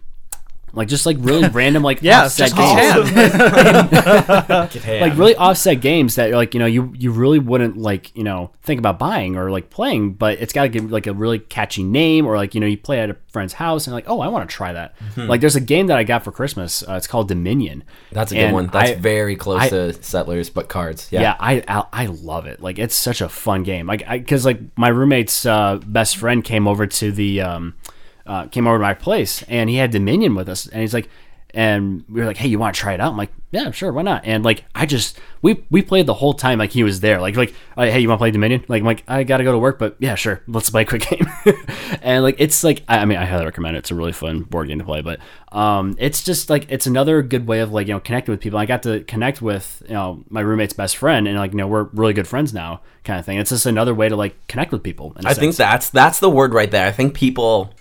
like just like really random like Yeah, it's offset just games. Catan. like really offset games that like you know you you really wouldn't like you know think about buying or like playing, but it's got to give like a really catchy name or like you know you play at a friend's house and like oh I want to try that. Mm-hmm. Like there's a game that I got for Christmas. Uh, it's called Dominion. That's a good And one. That's I- very close I- to settlers, but cards. Yeah. yeah, I, I I love it. Like it's such a fun game. Like because like my roommate's uh, best friend came over to the um, uh, came over to my place and he had Dominion with us and he's like and we were like hey you want to try it out I'm like yeah sure why not and like I just we we played the whole time like he was there like like "All right, hey you want to play Dominion like I'm like I gotta go to work but yeah sure let's play a quick game and like it's like I, I mean I highly recommend it it's a really fun board game to play but um it's just like it's another good way of like you know connecting with people I got to connect with you know my roommate's best friend and like you know we're really good friends now kind of thing it's just another way to like connect with people in a I think sense. that's that's the word right there. I think people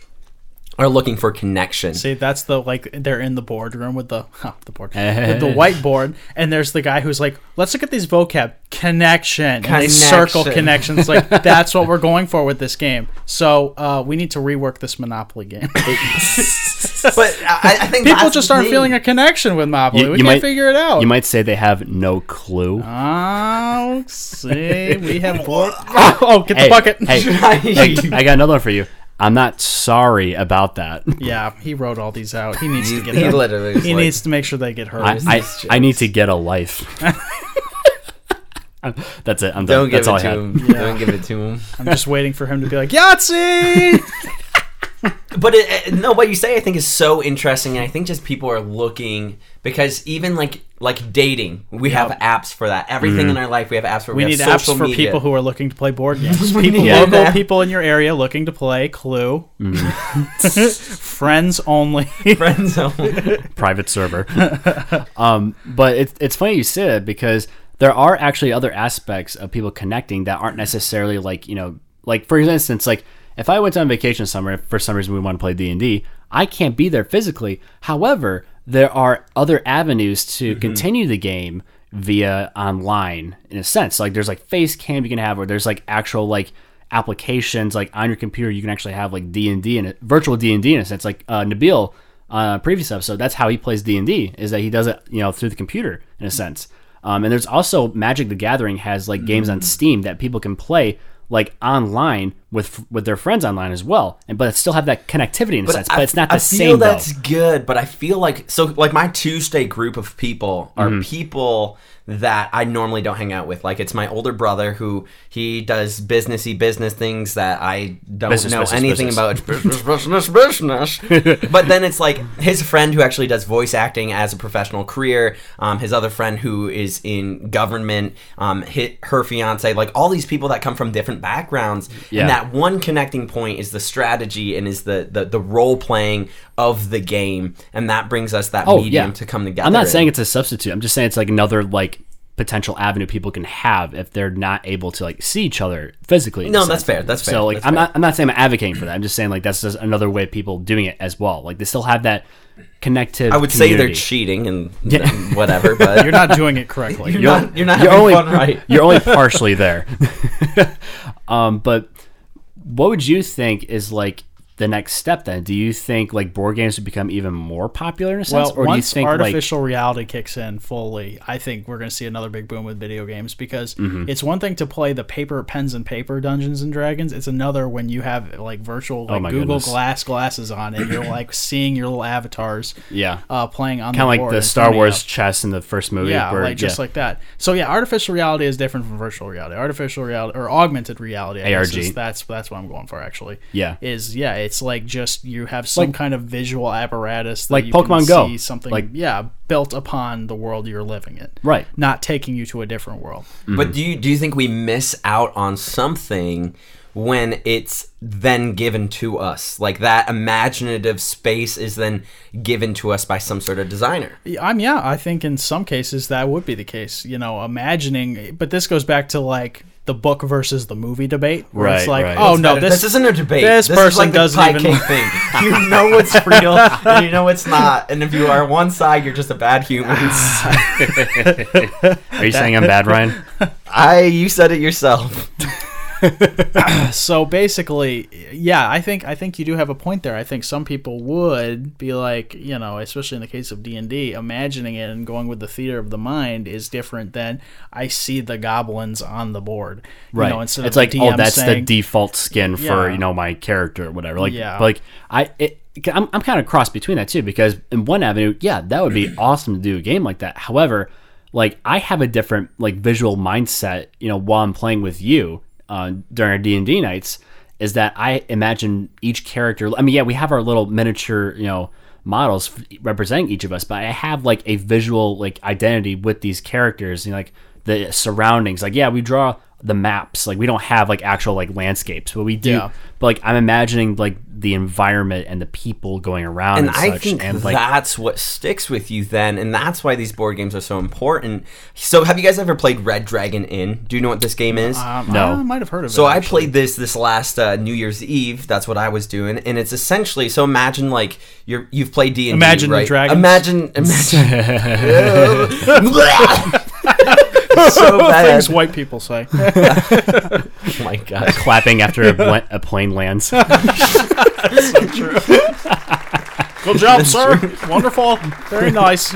are looking for connection. See, that's the like they're in the boardroom with the huh, the board with the whiteboard, and there's the guy who's like, "Let's look at these vocab connection." And they circle Connection. connections. Like that's what we're going for with this game. So uh, we need to rework this Monopoly game. but I, I think People that's just the aren't thing. feeling a connection with Monopoly. we can't figure it out. You might say they have no clue. Uh, Oh, see, we have board. Oh, get Hey, the bucket. hey, hey, I got another one for you. I'm not sorry about that. Yeah, he wrote all these out. He needs to get. He them. literally. was He like- needs to make sure they get heard. I, I, Business I need to get a life. That's it. I'm done. Don't give That's all it I to had. him. Don't give it to him. I'm just waiting for him to be like Yahtzee. but it, it- no, what you say I think is so interesting, and I think just people are looking because even like like dating, we have apps for that. Everything in our life, we have apps for. Mm. We have need social apps for media. people who are looking to play board games. We people, need local that. people in your area looking to play Clue. Mm. Friends only. friends only. private server. um, but it's it's funny you say that because there are actually other aspects of people connecting that aren't necessarily like you know, like for instance, like if I went on vacation somewhere for some reason we want to play D and I can't be there physically. However, there are other avenues to continue the game via online in a sense. Like there's like face cam you can have, or there's like actual like applications like on your computer you can actually have like D&D and virtual D&D in a sense like uh, Nabil uh, previous episode. That's how he plays D and D. Is that he does it, you know, through the computer in a sense. Um, Mm. and there's also Magic the Gathering has like games on Steam that people can play like online with with their friends online as well, and but still have that connectivity in a sense. I- but it's not the I same Feel though. that's good, but I feel like so like my Tuesday group of people are Mm-hmm. people that I normally don't hang out with. Like it's my older brother who he does businessy business things that I don't Business, know business, anything business. about. It's business, business, business. but then it's like his friend who actually does voice acting as a professional career. Um, his other friend who is in government. Um, hit her fiance. Like all these people that come from different backgrounds. Yeah. And that one connecting point is the strategy and is the the, the role playing of the game and that brings us that medium to come together Oh, I'm not saying in. it's a substitute. I'm just saying it's like another like potential avenue people can have if they're not able to like see each other physically. in a no sense. that's fair that's fair So like that's I'm fair. not I'm not saying I'm advocating for that. I'm just saying like that's just another way of people doing it as well. Like they still have that connective. i would say they're cheating and, and whatever but You're not doing it correctly. you're not you're not having only fun right you're only partially there. um, but what would you think is like the next step then? Do you think like board games would become even more popular in a sense, Well, or do you once think like artificial reality kicks in fully, I think we're going to see another big boom with video games because Mm-hmm. it's one thing to play the paper pens and paper Dungeons and Dragons. It's another when you have like virtual like Oh my Google goodness. Glass glasses on and you're like seeing your little avatars. Yeah. uh, playing on kind of like board the in Star front of you. Wars chess in the first movie? Yeah, where- like just like that. So yeah, artificial reality is different from virtual reality. Artificial reality or augmented reality. I guess, ARG. is- that's that's what I'm going for actually. Yeah. Is yeah, it's like just you have some kind of visual apparatus that like you can Pokemon Go. see something Like- yeah, built upon the world you're living in. Right. Not taking you to a different world. But do you do you think we miss out on something when it's then given to us? Like that imaginative space is then given to us by some sort of designer. I'm yeah, I think in some cases that would be the case. You know, imagining but this goes back to like the book versus the movie debate. Where It's Right, like, right. oh It's no, Better- this, this isn't a debate. this is person like the doesn't pie even- cake thing. You know what's real and you know what's not. And if you are one side, you're just a bad human. Are you saying I'm bad, Ryan? I you said it yourself. so basically yeah i think i think you do have a point there i think some people would be like you know especially in the case of d&d imagining it and going with the theater of the mind is different than i see the goblins on the board right. you know, instead it's of like, the oh, DM that's saying, the default skin for Yeah. you know my character or whatever. Like, Yeah. but, like I, it, I'm, I'm kind of cross between that too because in one avenue, yeah, that would be awesome to do a game like that. However, like I have a different like visual mindset, you know, while I'm playing with you uh, during our D and D nights, is that I imagine each character. I mean, yeah, we have our little miniature, you know models f- representing each of us but i have like a visual like identity with these characters you know, like the surroundings like yeah we draw the maps like we don't have like actual like landscapes but we do Yeah. but like i'm imagining like the environment and the people going around and, And I such think and like that's what sticks with you then, and that's why these board games are so important. So have you guys ever played Red Dragon Inn? Do you know what this game is? um, No. i might have heard of So it I played this this last uh, New Year's Eve. That's what I was doing, and it's essentially so. Imagine like you're you've played D and Imagine the right? dragons. Imagine imagine. so bad. things white people say Oh my god. uh, clapping after a, bl- a plane lands good job sir wonderful very nice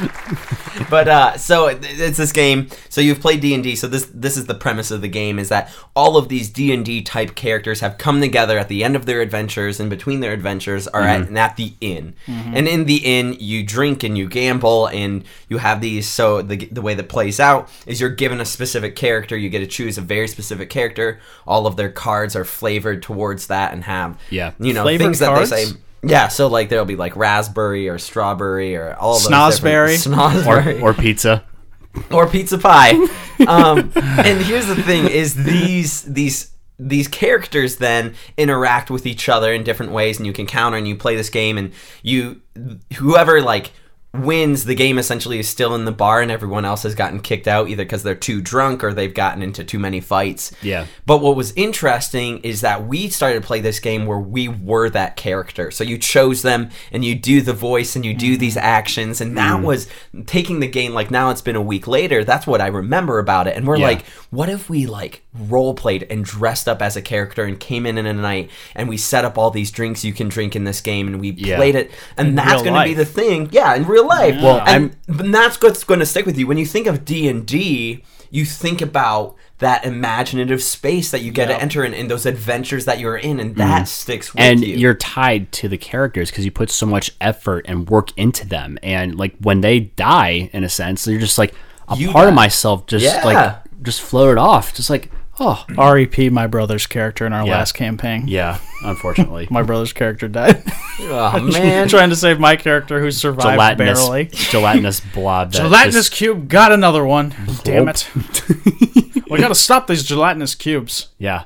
but uh, so it- it's this game. So you've played D and D. So this this is the premise of the game is that all of these D and D type characters have come together at the end of their adventures and between their adventures are at, and at the inn. And in the inn, you drink and you gamble and you have these. So the the way that plays out is you're given a specific character. You get to choose a very specific character. All of their cards are flavored towards that and have Yeah. you know Flavored things cards? that they say. Yeah, so like there'll be like raspberry or strawberry or all those Snosberry? different- Snosberry or pizza or pizza pie. Um, and here's the thing: is these these these characters then interact with each other in different ways, and you can counter and you play this game, and you whoever like wins the game essentially is still in the bar and everyone else has gotten kicked out either because they're too drunk or they've gotten into too many fights Yeah. but what was interesting is that we started to play this game where we were that character. So you chose them and you do the voice and you do these actions. And that was taking the game, like now it's been a week later. That's what I remember about it. And we're like, what if we like role played and dressed up as a character and came in in a night and we set up all these drinks you can drink in this game and we played it. And that's real going life. to be the thing. Yeah, in real life. Well, and, and that's what's going to stick with you. When you think of D&D, you think about that imaginative space that you get to enter in and those adventures that you're in, Mm-hmm. and that sticks with and you. you. are tied to the characters because you put so much effort and work into them and like when they die in a sense you're just like a You part of die. myself just Yeah. like just floated off just like oh R.E.P. E My brother's character in our last campaign. yeah unfortunately My brother's character died. oh man, Trying to save my character who survived barely. gelatinous gelatinous blob that Gelatinous just- cube got another one. Damn it. we gotta stop these gelatinous cubes. yeah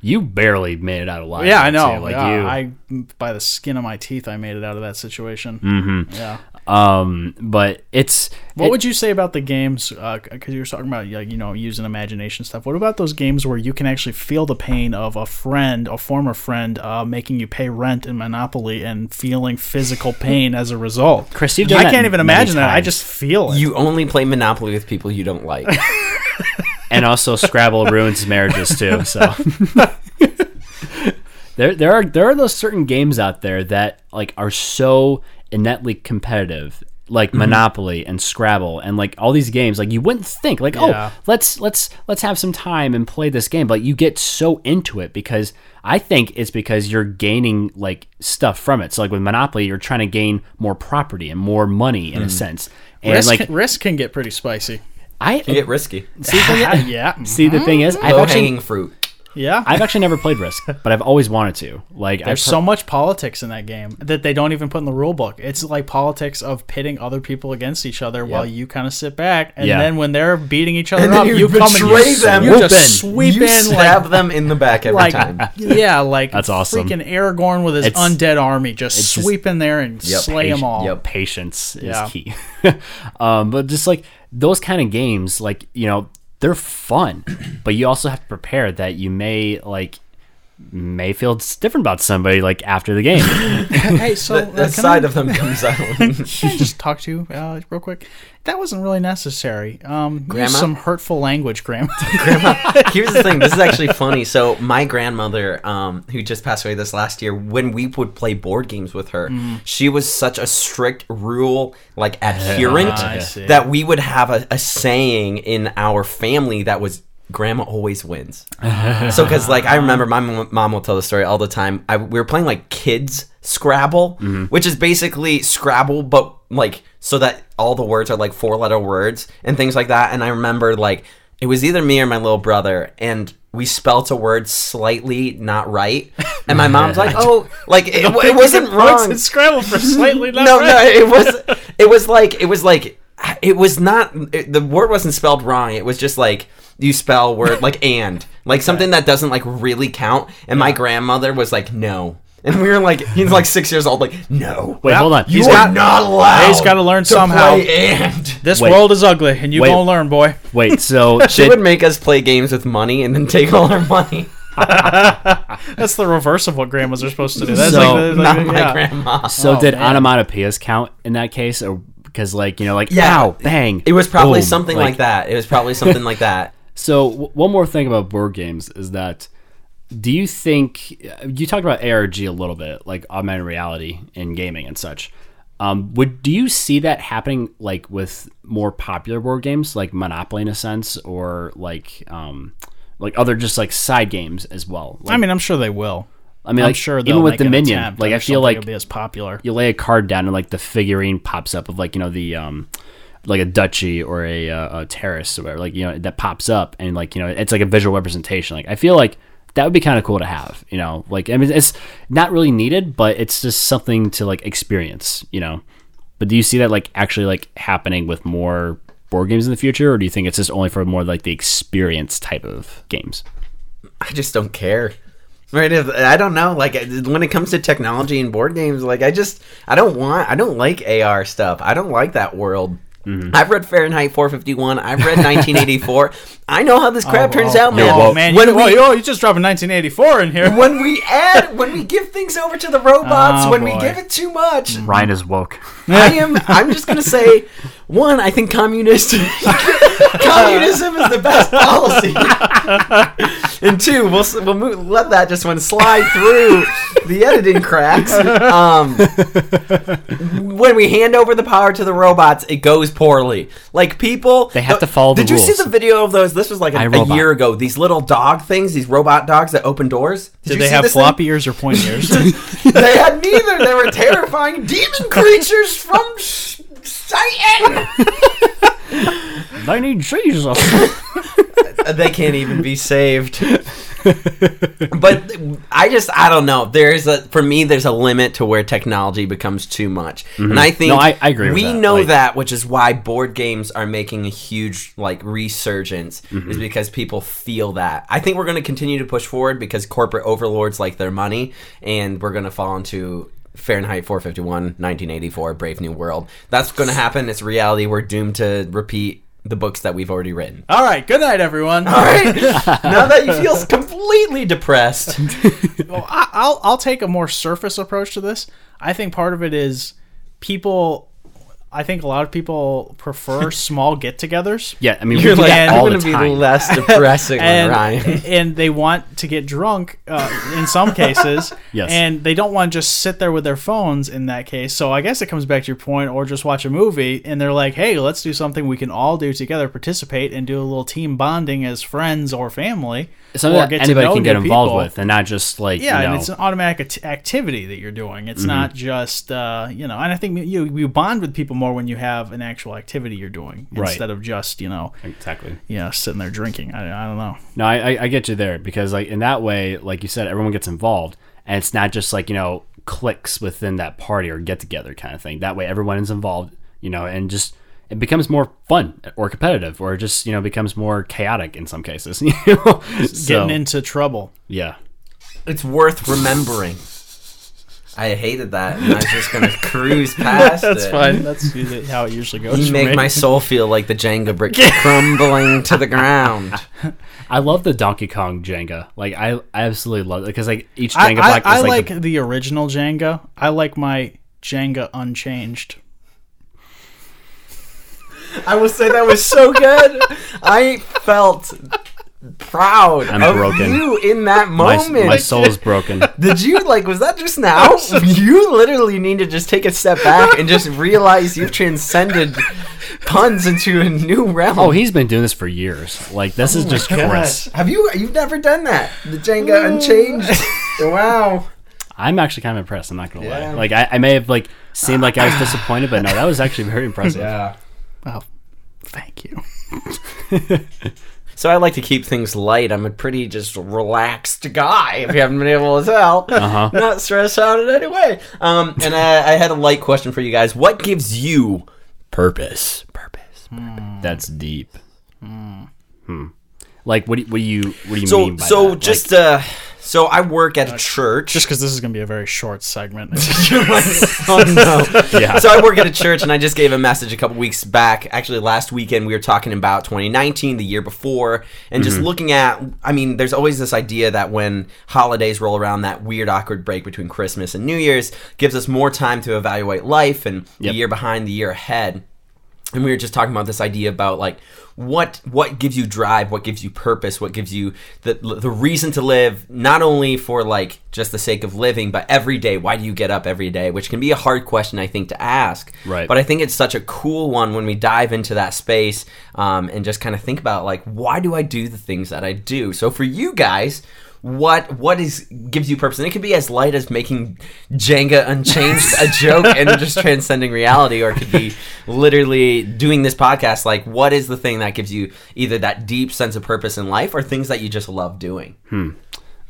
you barely made it out alive Yeah, I'd I know. say. like Yeah, you Mm. I by the skin of my teeth I made it out of that situation. Yeah. um but it's What would you say about the games? Because you were talking about like, you know using imagination stuff. What about those games where you can actually feel the pain of a friend, a former friend, uh, making you pay rent in Monopoly and feeling physical pain as a result? Chris, you've done I that can't even many imagine that. I times. just feel it. you only play Monopoly with people you don't like. and also Scrabble ruins marriages too. So there, there are there are those certain games out there that like are so ineptly competitive, like Monopoly and Scrabble, and like all these games. Like you wouldn't think, like Yeah. oh, let's let's let's have some time and play this game. But you get so into it because I think it's because you're gaining like stuff from it. So like with Monopoly, you're trying to gain more property and more money in a sense. And risk, like risk can get pretty spicy. I You get risky. see, the thing- Yeah. see the thing is, I've Low actually hanging fruit. Yeah. I've actually never played Risk, but I've always wanted to. Like, I've There's heard- so much politics in that game that they don't even put in the rule book. It's like politics of pitting other people against each other while you kind of sit back, and Yeah. then when they're beating each other And then up, you you come and betray you, them. you Whoop just in. sweep you in stab them in in the back every like, time. like yeah, like That's awesome. Freaking Aragorn with his It's- undead army just just- sweep in there and Yep. slay them all. Yep. patience Yeah. is key. um, but just like those kind of games, like you know, they're fun, but you also have to prepare that you may like may feel s- different about somebody like after the game. Hey, so uh, That can side I, of them comes out. can I just talk to you uh, real quick? That wasn't really necessary. Um, Grandma? use some hurtful language, Graham. Here's the thing. This is actually funny. So my grandmother, um, who just passed away this last year, when we would play board games with her, Mm. she was such a strict rule like adherent Ah, I see. that we would have a, a saying in our family that was grandma always wins so because like i remember my mom, mom will tell the story all the time I, we were playing like kids scrabble which is basically scrabble but like so that all the words are like four letter words and things like that and i remember like it was either me or my little brother and we spelt a word slightly not right and my mom's like oh like it, it wasn't Points wrong in Scrabble for slightly not no, right. no, it was, it was like, it was like, it was not. It, the word wasn't spelled wrong. It was just like you spell word like and, like something that doesn't like really count. And my grandmother was like, no, and we were like, he's like six years old, like no, Wait, hold on. you He's are got- not allowed. He's gotta learn to somehow. play and. This Wait. world is ugly, and you Wait. gonna learn, boy. Wait, so She did- would make us play games with money and then take all our money. That's the reverse of what grandmas are supposed to do. That's So, like, the, like Not my yeah. grandma. so Oh, did man. onomatopoeias count in that case, or because like you know, like Yeah. ow, bang, It was probably boom, something like that. It was probably something like that. So w- one more thing about board games is that do you think you talked about ARG a little bit, like augmented reality in gaming and such? Um, would do you see that happening like with more popular board games, like Monopoly in a sense, or like um, like other just like side games as well? Like, I mean, I'm sure they will. I mean, I'm like, sure they'll even with make the an minion, attempt. like I just feel don't think like it'll be as popular. you lay a card down and like the figurine pops up of like you know the um like a duchy or a, uh, a terrace or whatever like you know that pops up and like you know it's like a visual representation like i feel like that would be kind of cool to have you know like i mean it's not really needed but it's just something to like experience you know but do you see that like actually like happening with more board games in the future or do you think it's just only for more like the experience type of games I just don't care. Right? If, I don't know. Like when it comes to technology and board games, like I just I don't want I don't like AR stuff. I don't like that world. Mm-hmm. I've read Fahrenheit 451. I've read 1984. I know how this crap turns out, man. Oh, well, man, when you, we oh, you just dropped a 1984 in here. when we add when we give things over to the robots, Oh, when we boy. give it too much, ryan is woke I am. I'm just gonna say, one. I think communist communism is the best policy. and two, we'll s- we'll move, let that just one slide through the editing cracks. Um, when we hand over the power to the robots, it goes poorly. Like people, They have to follow the Did you see rules. the video of those? This was like a, a iRobot. year ago. These little dog things, these robot dogs that open doors. Did Did you they see have this thing? floppy ears or pointy ears? they had neither. They were terrifying demon creatures from s- Satan. They need Jesus. they can't even be saved. but I just I don't know. There's a for me there's a limit to where technology becomes too much. And I think Mm-hmm. No, I- I agree with we that. know Like- that, which is why board games are making a huge like resurgence Mm-hmm. is because people feel that. I think we're going to continue to push forward because corporate overlords like their money and we're going to fall into Fahrenheit 451, 1984, Brave New World. That's going to happen. It's reality. We're doomed to repeat the books that we've already written. All right, good night, everyone. All right. now that you feel completely depressed. Well, I, I'll I'll take a more surface approach to this. I think part of it is people. I think a lot of people prefer small get-togethers. yeah, I mean, You're we do like, that "I'm all gonna the time. less depressing, and and they want to get drunk uh, in some cases. Yes. And they don't want to just sit there with their phones in that case. So I guess it comes back to your point, or just watch a movie and they're like, hey, let's do something we can all do together, participate, and do a little team bonding as friends or family. Something or that to anybody know can get new involved people. with, and not just like Yeah, you know, Mm-hmm. and it's an automatic act- activity that you're doing. It's not just uh, you know. And I think you you bond with people more when you have an actual activity you're doing Right. instead of just you know exactly. you know sitting there drinking. I, I don't know. No, I, I, I get you there because like in that way, like you said, everyone gets involved, and it's not just like you know cliques within that party or get together kind of thing. That way, everyone is involved, you know, and just it becomes more fun or competitive or just you know becomes more chaotic in some cases. You know, so, Getting into trouble. yeah. It's worth remembering. I hated that, and I was just gonna cruise past it. That's usually how it usually goes. You for make me. my soul feel like the Jenga brick crumbling to the ground. I love the Donkey Kong Jenga. Like I, I absolutely love it because like each I, Jenga I, block I is like, like the- the, original Jenga. I like my Jenga unchanged. I will say that was so good. I felt proud I'm of broken. you in that my, moment. my soul's broken. Did you like? Was that just now? you literally need to just take a step back and just realize you've transcended puns into a new realm. Oh, he's been doing this for years. Like this Oh is just Chris. Have you? You've never done that. The Mm. Jenga Unchanged. wow. I'm actually kind of impressed. I'm not gonna Yeah. lie. Like I, I may have like seemed like I was disappointed, but no, that was actually very impressive. Yeah. Oh, thank you. So I like to keep things light. I'm a pretty just relaxed guy, if you haven't been able to tell. Uh-huh. Not stressed out in any way. Um, and I, I had a light question for you guys. What gives you purpose? Purpose. That's deep. Hmm. Like what? Do, what do you? What do you So, mean by so that? just uh, so I work at a church. Just because this is going to be a very short segment. oh no! Yeah. So I work at a church, and I just gave a message a couple weeks back. Actually, last weekend we were talking about 2019, the year before, and just Mm-hmm. looking at. I mean, there's always this idea that when holidays roll around, that weird, awkward break between Christmas and New Year's gives us more time to evaluate life and Yep. the year behind, the year ahead and we were just talking about this idea about like what what gives you drive what gives you purpose what gives you the the reason to live not only for like just the sake of living but every day why do you get up every day which can be a hard question i think to ask Right. but i think it's such a cool one when we dive into that space um, and just kind of think about like why do i do the things that i do so for you guys what what is gives you purpose and it could be as light as making jenga unchanged a joke and just transcending reality or it could be literally doing this podcast like what is the thing that gives you either that deep sense of purpose in life or things that you just love doing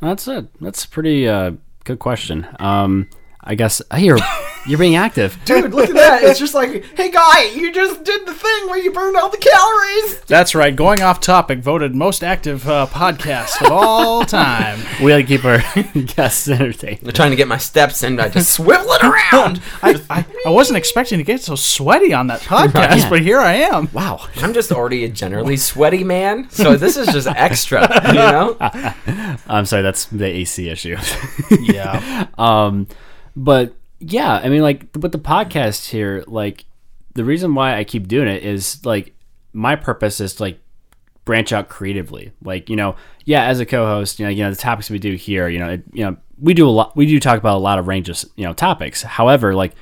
that's a that's a pretty uh, good question. Um, I guess hey, you're you're being active. dude look at that it's just like hey guy you just did the thing where you burned all the calories That's right. Going off topic, voted most active uh, podcast of all time. We gotta keep our guests entertained. i'm trying to get my steps in i just swivel it around I, I, I wasn't expecting to get so sweaty on that podcast, Right. but here I am. Wow. i'm just already a generally sweaty man so this is just extra you know Uh-huh. I'm sorry. That's the AC issue. Yeah. um but yeah i mean like with the podcast here like the reason why i keep doing it is like my purpose is like branch out creatively. Like, you know, yeah, as a co-host, you know, you know the topics we do here, you know, it, you know, we do a lot we do talk about a lot of range of, you know, topics. However, like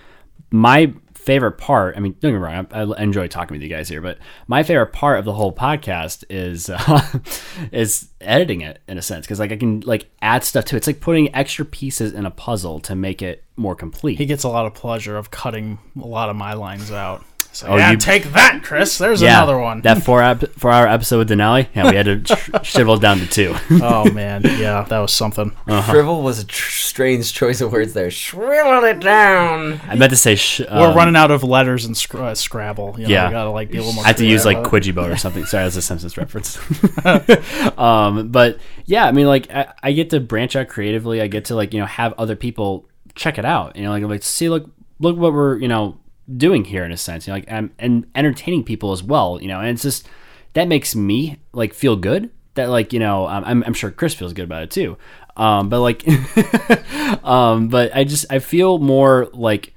my favorite part, I mean, don't get me wrong, I, I enjoy talking with you guys here, but my favorite part of the whole podcast is uh, is editing it in a sense cuz like I can like add stuff to it. It's like putting extra pieces in a puzzle to make it more complete. He gets a lot of pleasure of cutting a lot of my lines out. So, Oh, yeah, you- take that, Chris. There's another one. That four ep- four hour episode with Denali. Yeah, we had to sh- shrivel it down to two. oh man, yeah, that was something. Shrivel was a tr- strange choice of words there. Shrivel it down. I meant to say sh- We're um, running out of letters in scr- uh, Scrabble. You know, Yeah. we gotta like be a little more. I have to use like creative. Quidgibone or something. Sorry, that's a Simpsons reference. um, but yeah, I mean, like I, I get to branch out creatively. I get to like you know have other people check it out. You know, like like see look look what we're you know doing here in a sense. You know, like and, and entertaining people as well. You know, and it's just that makes me like feel good. That like you know um, I'm I'm sure Chris feels good about it too. Um, but like, um, but I just I feel more like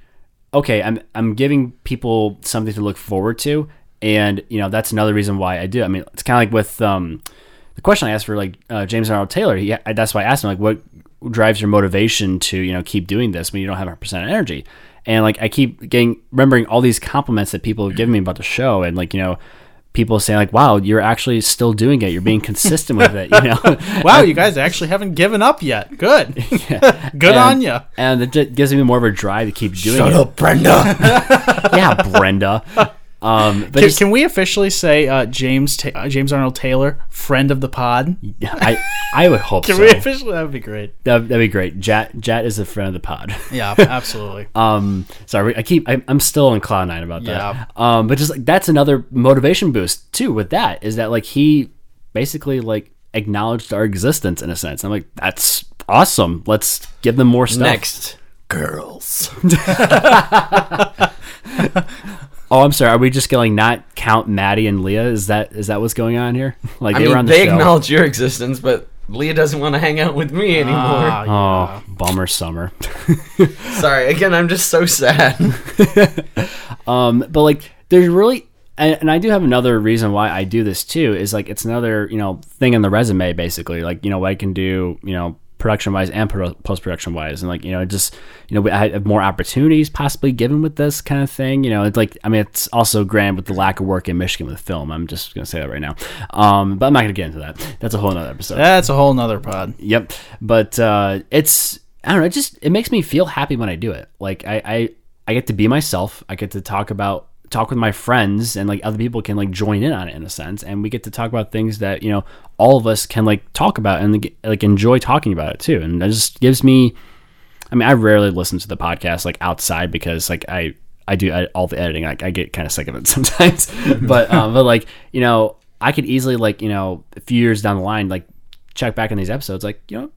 okay, I'm I'm giving people something to look forward to, and you know that's another reason why I do. I mean, it's kind of like with um, the question I asked for like uh, James Arnold Taylor. He, I, that's why I asked him like, what drives your motivation to you know keep doing this when you don't have 100 percent energy? And like I keep getting remembering all these compliments that people have given me about the show, and like you know. People saying like, "Wow, you're actually still doing it. You're being consistent with it." You know, Wow, you guys actually haven't given up yet. Good. Good on And- you. And it ju- gives me more of a drive to keep doing Shut it. up, Brenda. Yeah, Brenda. Um, but Can, it's- can we officially say uh, James Ta- uh, James Arnold Taylor, friend of the pod? I I would hope Can so. we officially? That would be great. That'd, that'd be great. Jat Jat is a friend of the pod. Yeah, absolutely. Um, sorry, I keep I, I'm still on cloud nine about that. Yeah. Um, but just like that's another motivation boost too. With that is that like he basically like acknowledged our existence in a sense. I'm like that's awesome. Let's give them more stuff. Next, girls. Oh, I'm sorry. Are we just going not count Maddie and Leah? Is that is that what's going on here? Like I they were on mean, the they show. acknowledge your existence, but Leah doesn't want to hang out with me anymore. Ah, yeah. Oh, bummer summer. Sorry, again, I'm just so sad. Um, but like there's really and, and i do have another reason why i do this too is like it's another you know thing in the resume basically like you know what i can do you know production wise and post production wise and like you know it just you know i have more opportunities possibly given with this kind of thing you know it's like i mean it's also grand with the lack of work in michigan with film i'm just gonna say that right now um but i'm not gonna get into that that's a whole nother episode That's a whole nother pod. Yep. But uh, it's I don't know. It just it makes me feel happy when I do it. Like I, I I get to be myself. I get to talk about talk with my friends and like other people can like join in on it in a sense and we get to talk about things that you know all of us can like talk about and like, like enjoy talking about it too and that just gives me i mean i rarely listen to the podcast like outside because like i i do I, all the editing like i get kind of sick of it sometimes but um but like you know i could easily like you know a few years down the line like check back on these episodes, like you know,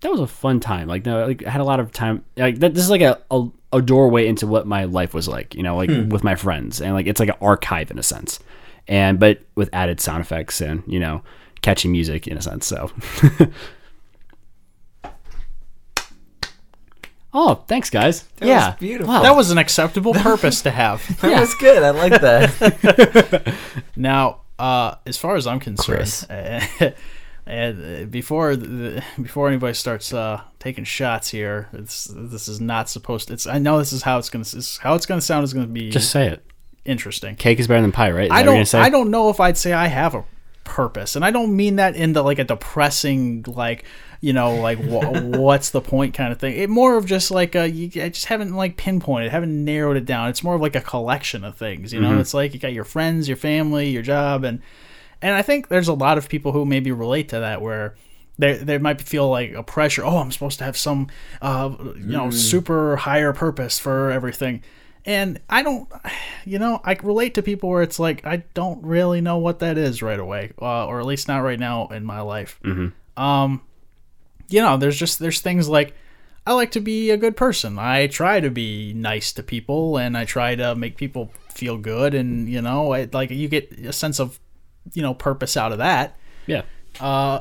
that was a fun time. Like, no, like I had a lot of time. Like, that, this is like a, a a doorway into what my life was like. You know, like Hmm. with my friends, and like it's like an archive in a sense, and but with added sound effects and you know, catchy music in a sense. So, oh, thanks guys. yeah, was beautiful. Wow. That was an acceptable purpose to have. That was good. I like that. Now, uh, as far as I'm concerned, Chris. and uh, before the, before anybody starts uh, taking shots here, it's, this is not supposed. To, it's I know this is how it's gonna this is how it's gonna sound is gonna be just say it. interesting. Cake is better than pie, right? Is that I what you're gonna don't say? I don't know if I'd say I have a purpose, and I don't mean that in the like a depressing like you know like wha what's the point kind of thing. It more of just like uh you, I just haven't like pinpointed, haven't narrowed it down. It's more of like a collection of things. You Mm-hmm. know, it's like you got your friends, your family, your job, and and I think there's a lot of people who maybe relate to that where they, they might feel like a pressure. Oh, I'm supposed to have some, uh, you Mm. know, super higher purpose for everything. And I don't, you know, I relate to people where it's like I don't really know what that is right away, uh, or at least not right now in my life. Um, you know, there's just there's things like I like to be a good person. I try to be nice to people, and I try to make people feel good. And you know, I, like you get a sense of you know purpose out of that yeah. uh,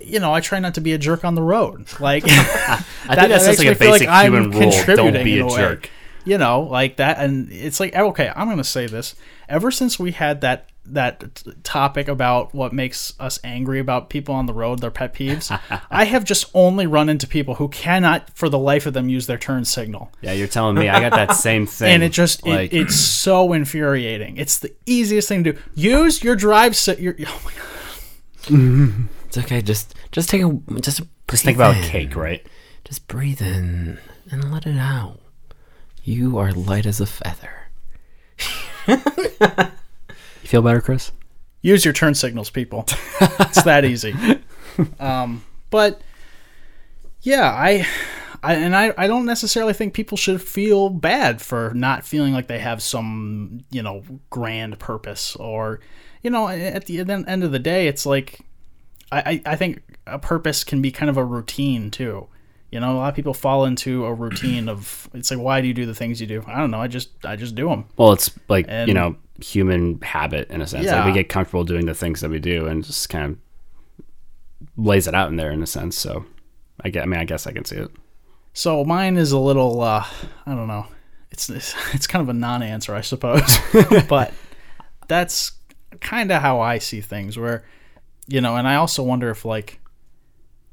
you know, I try not to be a jerk on the road. Like that, I think that's just like a basic human rule. Don't be a jerk. oh, You know, like that, and it's like okay, I'm gonna say this. Ever since we had that that t- topic about what makes us angry about people on the road, their pet peeves, I have just only run into people who cannot, for the life of them, use their turn signal. Yeah, you're telling me I got that same thing. And it just it- like it's so infuriating. It's the easiest thing to do. Use your drive. Si- your, oh my god. It's okay. Just just take a just just think about cake, right? Just breathe in and let it out. You are light as a feather. You feel better, Chris? Use your turn signals, people. it's that easy. Um, but yeah, I, I and I, I don't necessarily think people should feel bad for not feeling like they have some you know grand purpose or you know at the end- end of the day it's like I, I I think a purpose can be kind of a routine too. You know, a lot of people fall into a routine of it's like why do you do the things you do? I don't know. I just I just do them. Well, it's like And- you know human habit in a sense. Like Yeah. we get comfortable doing the things that we do, and just kind of lays it out in there in a sense. So I get. I mean, I guess I can see it. So mine is a little uh I don't know. It's it's, it's kind of a non-answer, I suppose. but that's kind of how I see things where you know, and I also wonder if like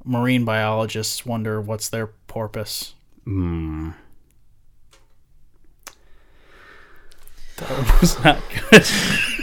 marine biologists wonder what's their purpose. That was not good.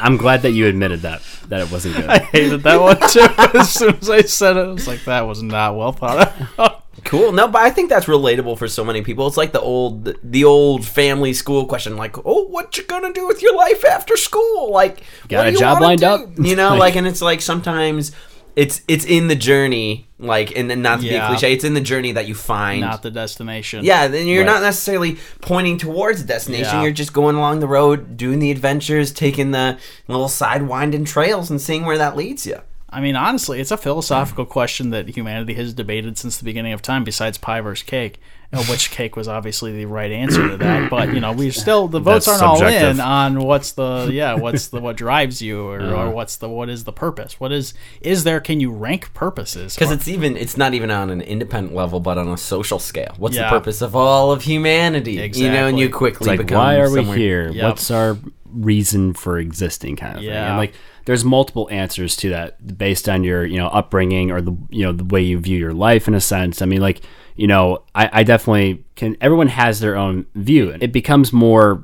I'm glad that you admitted that that it wasn't good. I hated that one too. As soon as I said it, I was like, "That was not well thought out." Cool. No, but I think that's relatable for so many people. It's like the old the old family school question, like, oh, what you gonna do with your life after school? Like, Got what a do you job wanna lined do? up? You know, Like- like, and it's like sometimes it's it's in the journey, like, and then not to Yeah. be a cliche, it's in the journey that you find Not the destination. Yeah, then you're Right. not necessarily pointing towards a destination. Yeah. You're just going along the road, doing the adventures, taking the little side winding trails, and seeing where that leads you. I mean, honestly, it's a philosophical question that humanity has debated since the beginning of time. Besides pie versus cake, uh, which cake was obviously the right answer to that. But you know, we still the votes That's aren't all in subjective. on what's the yeah, what's the what drives you, or, Uh-huh. or what's the what is the purpose? What is is there? Can you rank purposes? Because it's even it's not even on an independent level, but on a social scale. What's Yeah. the purpose of all of humanity? You know, and Exactly. you quickly It's like, become why are we somewhere- here? Yep. What's our reason for existing? Kind of thing. Yeah. And like, there's multiple answers to that based on your, you know, upbringing or the, you know, the way you view your life in a sense. I mean, like, you know, I, I definitely can. Everyone has their own view, and it becomes more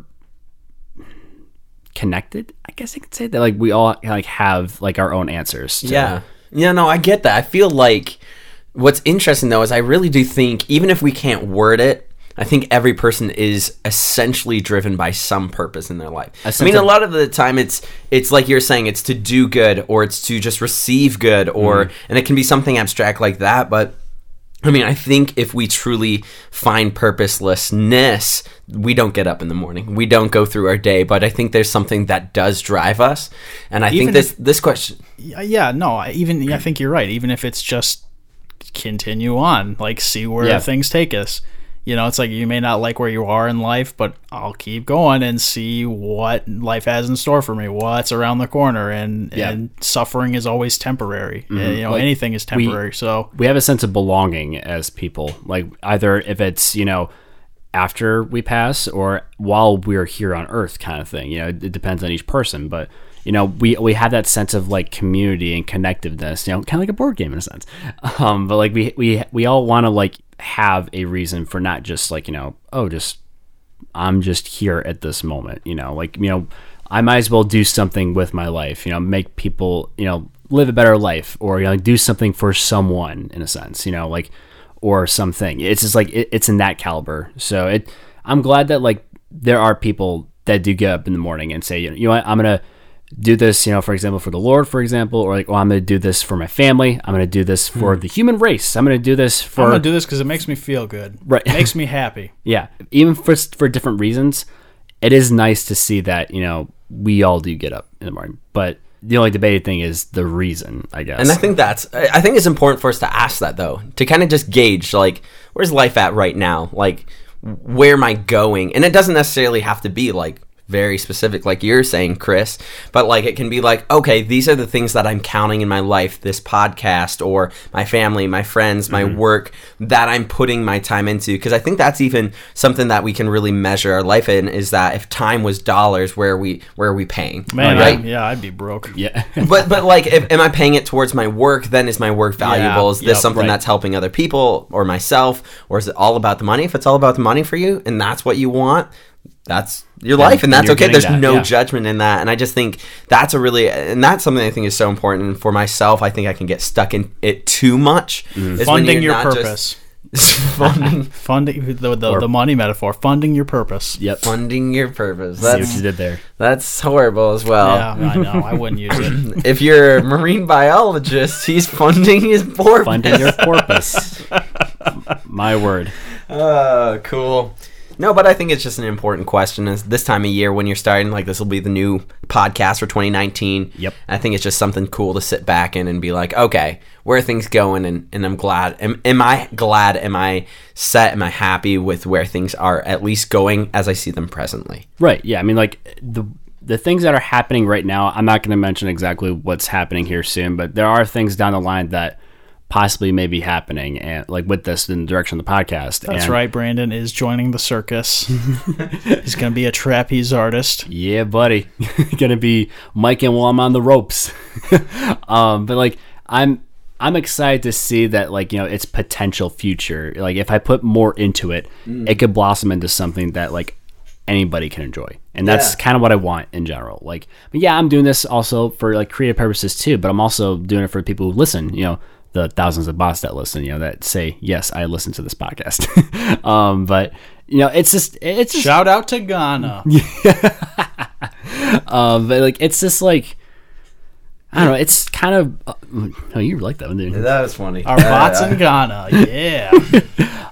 connected. I guess I could say that. Like, we all like have like our own answers. to- Yeah. Yeah, no, I get that. I feel like what's interesting though is I really do think even if we can't word it, I think every person is essentially driven by some purpose in their life. I sense mean, a of- lot of the time it's it's like you're saying it's to do good or it's to just receive good or Mm-hmm. and it can be something abstract like that, but I mean, I think if we truly find purposelessness, we don't get up in the morning. We don't go through our day, but I think there's something that does drive us. And I Even think this this question Yeah, Uh, yeah, no, I even I think you're right. Even if it's just continue on, like see where Yeah. things take us. You know, it's like you may not like where you are in life, but I'll keep going and see what life has in store for me, what's around the corner, and Yeah. Mm-hmm. and suffering is always temporary. And, you know, Like, anything is temporary. so we have a sense of belonging as people like either if it's you know after we pass or while we're here on earth kind of thing you know it, it depends on each person but you know we we have that sense of like community and connectiveness you know kind of like a board game in a sense um but like we we we all want to like have a reason for not just like you know oh just I'm just here at this moment, you know, like, you know, I might as well do something with my life, you know, make people, you know, live a better life or, you know, do something for someone in a sense, you know, like, or something. It's just like, it, it's in that caliber. So it, I'm glad that like there are people that do get up in the morning and say, you know, you know what, I'm going to do this, you know, for example, for the Lord, for example, or like, oh, I'm going to do this for my family. I'm going to do this for the human race. I'm going to do this Hmm. I'm for gonna do this because it makes me feel good. Right. it makes me happy. yeah even for for different reasons it is nice to see that you know we all do get up in the morning but the only debated thing is the reason i guess And I think that's I I think it's important for us to ask that though, to kind of just gauge like where's life at right now? Like where am I going? And it doesn't necessarily have to be like very specific, like you're saying, Chris. But like it can be like, okay, these are the things that I'm counting in my life this podcast or my family, my friends, my Mm-hmm. work that I'm putting my time into. Because I think that's even something that we can really measure our life in is that if time was dollars, where are we where are we paying? Man, right? I, yeah, I'd be broke. Yeah. but but like if, am i paying it towards my work then is my work valuable Yeah, is this yep, something right. that's helping other people or myself or is it all about the money if it's all about the money for you and that's what you want that's your life and, and that's you're okay getting that, there's no yeah. judgment in that and i just think that's a really and that's something i think is so important for myself i think i can get stuck in it too much Mm. is when Funding you're your not just- purpose. funding Funding the, the, the money metaphor. Funding your purpose. Yep. See funding your purpose what you that's did there. that's horrible as well Yeah, I know. I wouldn't use it. if you're a marine biologist he's funding his purpose Finding your porpoise. My word. Oh, cool. No, but I think it's just an important question. Is this time of year when you're starting, like this will be the new podcast for 2019. Yep. I think it's just something cool to sit back in and be like, okay, where are things going? And, and I'm glad. Am, am I glad? Am I set? Am I happy with where things are at least going as I see them presently? Right. Yeah. I mean, like the the things that are happening right now. I'm not going to mention exactly what's happening here soon, but there are things down the line that possibly may be happening, and like with this in the direction of the podcast. That's right. Brandon is joining the circus. He's going to be a trapeze artist. Yeah, buddy. Gonna be Mike and while I'm on the ropes. um, but like I'm I'm excited to see that like, you know, its potential future. Like if I put more into it, it could blossom into something that like anybody can enjoy. And that's kind of what I want in general. Like but yeah, I'm doing this also for like creative purposes too, but I'm also doing it for people who listen, you know, the thousands of bots that listen, you know, that say, Yes, I listen to this podcast. um, but you know, it's just it's just Shout out to Ghana. Um, but like it's just like I don't know. It's kind of uh, no, you like that one, didn't you? That was funny. Our bots in Ghana. Yeah.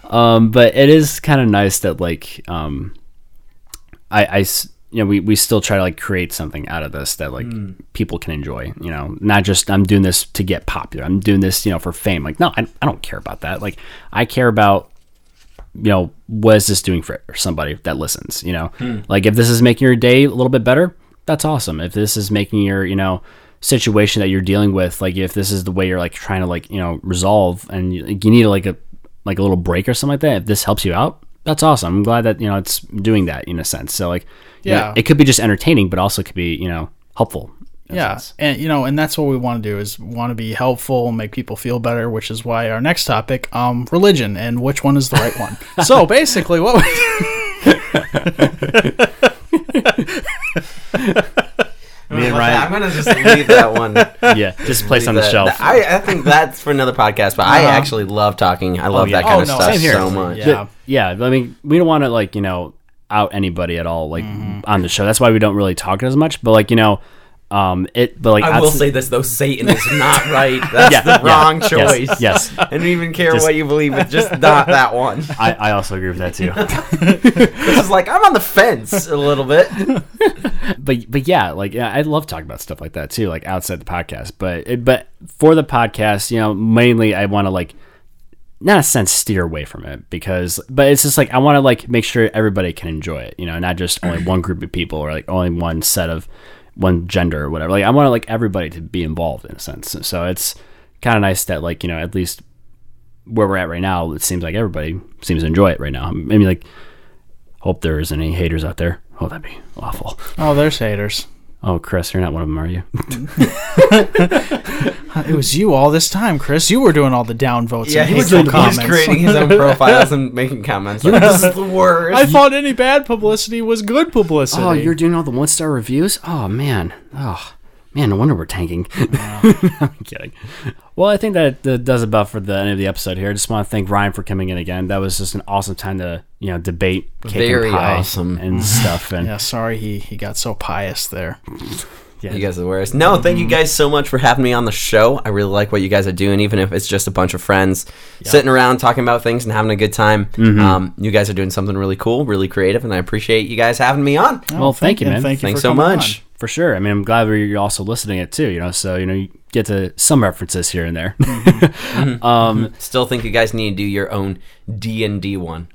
Um, but it is kind of nice that like um, I, I s- you know we, we still try to like create something out of this that like people can enjoy. You know, not just I'm doing this to get popular. I'm doing this you know for fame. Like no, I, I don't care about that. Like I care about you know what is this doing for somebody that listens you know like if this is making your day a little bit better that's awesome if this is making your you know situation that you're dealing with like if this is the way you're like trying to like you know resolve and you, you need like a like a little break or something like that if this helps you out that's awesome i'm glad that you know it's doing that in a sense so like you know, Yeah. it could be just entertaining but also could be you know helpful in a yeah sense. and you know and that's what we want to do is want to be helpful and make people feel better which is why our next topic um religion and which one is the right one so basically what we, Me and Ryan. I'm gonna just leave that one. yeah just place on the That- shelf that- I, I think that's for another podcast. But I actually love talking. I love yeah. that kind Oh, of no, stuff same here. so much. Yeah. But, yeah. I mean, we don't want to like you know out anybody at all like Mm-hmm. on the show. That's why we don't really talk as much. But like you know, um, it. But like I will outs- say this though: Satan is not right. That's Yeah, the yeah, wrong choice. yes, yes. I don't even care what you believe in, just not that one. I, I also agree with that too. This is like I'm on the fence a little bit. but but yeah, like yeah, I love talking about stuff like that too, like outside the podcast. But it, but for the podcast, you know, mainly I want to like not a sense steer away from it because but it's just like I want to like make sure everybody can enjoy it, you know, not just only one group of people or like only one set of one gender or whatever. Like I want to like everybody to be involved in a sense. So it's kind of nice that like, you know, at least where we're at right now, it seems like everybody seems to enjoy it right now. Maybe like hope there isn't any haters out there. Oh, that'd be awful. oh there's haters Oh, Chris, you're not one of them, are you? it was you all this time chris you were doing all the down votes Yeah, and he's, hateful doing, he's comments. creating his own profiles and making comments. Like, this is the worst. i thought any bad publicity was good publicity oh, you're doing all the one star reviews? Oh, man. Oh, man, no wonder we're tanking. I'm kidding. Well, I think that, that does about for the end of the episode here. I just want to thank Ryan for coming in again. That was just an awesome time to, you know, debate cake Very and pie awesome. and stuff. And yeah sorry he he got so pious there You guys are the worst. No, thank you guys so much for having me on the show. I really like what you guys are doing, even if it's just a bunch of friends sitting around talking about things and having a good time. Um, you guys are doing something really cool, really creative, and I appreciate you guys having me on. well, thank, you, man. thank you Thanks for so coming much. on. for sure. I mean, I'm glad you're also listening it too, you know, so, you know, you get to some references here and there. Still think you guys need to do your own D and D one.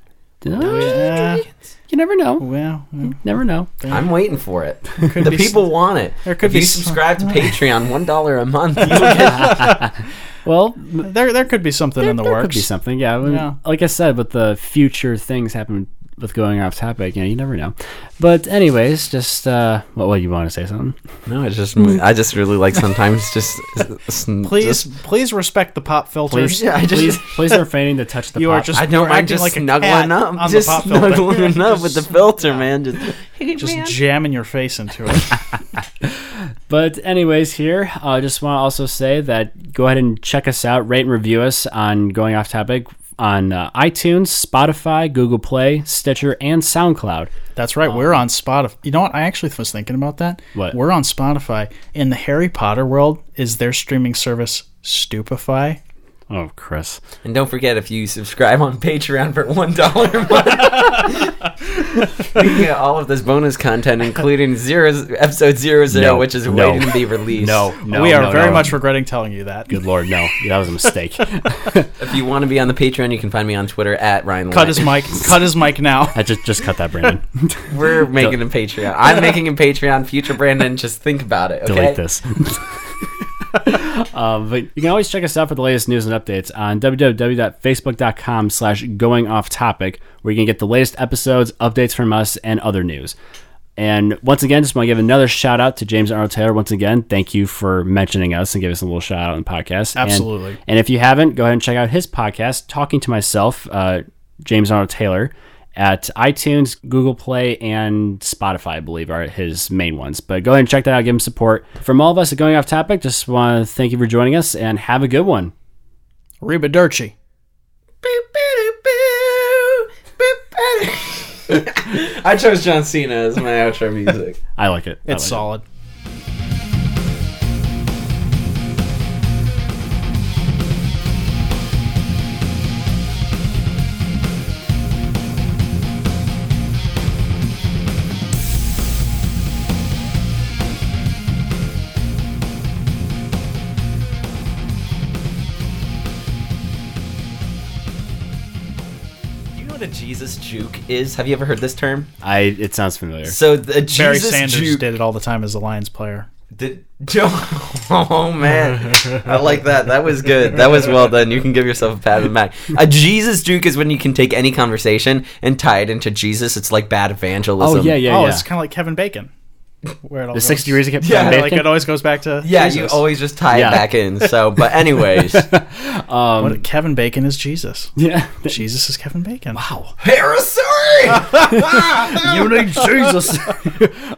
Yeah. Mm-hmm. You never know. Well, yeah. Never know. I'm waiting for it. the be people want it. there could if be you some- subscribe to Patreon, one dollar a month, you will get Well, there there could be something in the there works. could be something. Yeah, I mean, Yeah. Like I said, with the future things happen with going off topic, you know, you never know. But anyways, just uh, what? What you want to say something? No, I just I just really like sometimes just Please, please respect the pop filters. Please, yeah, I just Please, please refrain to touch the. You pop. are just I don't you're like acting just like a snuggling cat up, on the just pop filter. snuggling up with the filter, man. Just Just jamming your face into it. But anyways, here I uh, just want to also say that go ahead and check us out, rate and review us on Going Off Topic on uh, iTunes, Spotify, Google Play, Stitcher, and SoundCloud. That's right. we're on Spotify. You know what? I actually was thinking about that. What? We're on Spotify. In the Harry Potter world, is their streaming service Stupefy? Oh, Chris. and don't forget if you subscribe on Patreon for one dollar a month, you can get all of this bonus content, including zero episode zero zero, No, which is no, waiting to be released. no, we are no, very no. much regretting telling you that. Good lord, no, that was a mistake. If you want to be on the Patreon, you can find me on Twitter at Ryan. Cut Lyon. his mic. Cut his mic now. I just just cut that, Brandon. We're making a Patreon. I'm making a Patreon. Future Brandon, just think about it. Okay? Delete this. um, but you can always check us out for the latest news and updates on www.facebook.com slash going off topic where you can get the latest episodes updates from us and other news and once again just want to give another shout out to james arnold taylor once again thank you for mentioning us and giving us a little shout out on the podcast And- Absolutely. and if you haven't, go ahead and check out his podcast, Talking to Myself, uh, James Arnold Taylor, at iTunes, Google Play, and Spotify, I believe, are his main ones. But go ahead and check that out. Give him support. From all of us at Going Off Topic, just want to thank you for joining us and have a good one. Reba Durchi. I chose John Cena as my outro music. I like it. I It's like it. solid. Do you know what a Jesus juke is? Have you ever heard this term? I, it sounds familiar. So the Jesus Barry Sanders juke. did it all the time as a Lions player. Did, oh man, I like that. That was good. That was well done. You can give yourself a pat on the back. A Jesus juke is when you can take any conversation and tie it into Jesus. It's like bad evangelism. oh, yeah, yeah, oh, yeah. it's kind of like Kevin Bacon. Where it all the goes. 60 degrees of Kevin Yeah, Yeah, like Bacon? it always goes back to Yeah, you Jesus. always just tie Yeah. it back in. So, but anyways, Um, What- Kevin Bacon is Jesus. yeah. Jesus is Kevin Bacon. Wow. heresy. you need Jesus.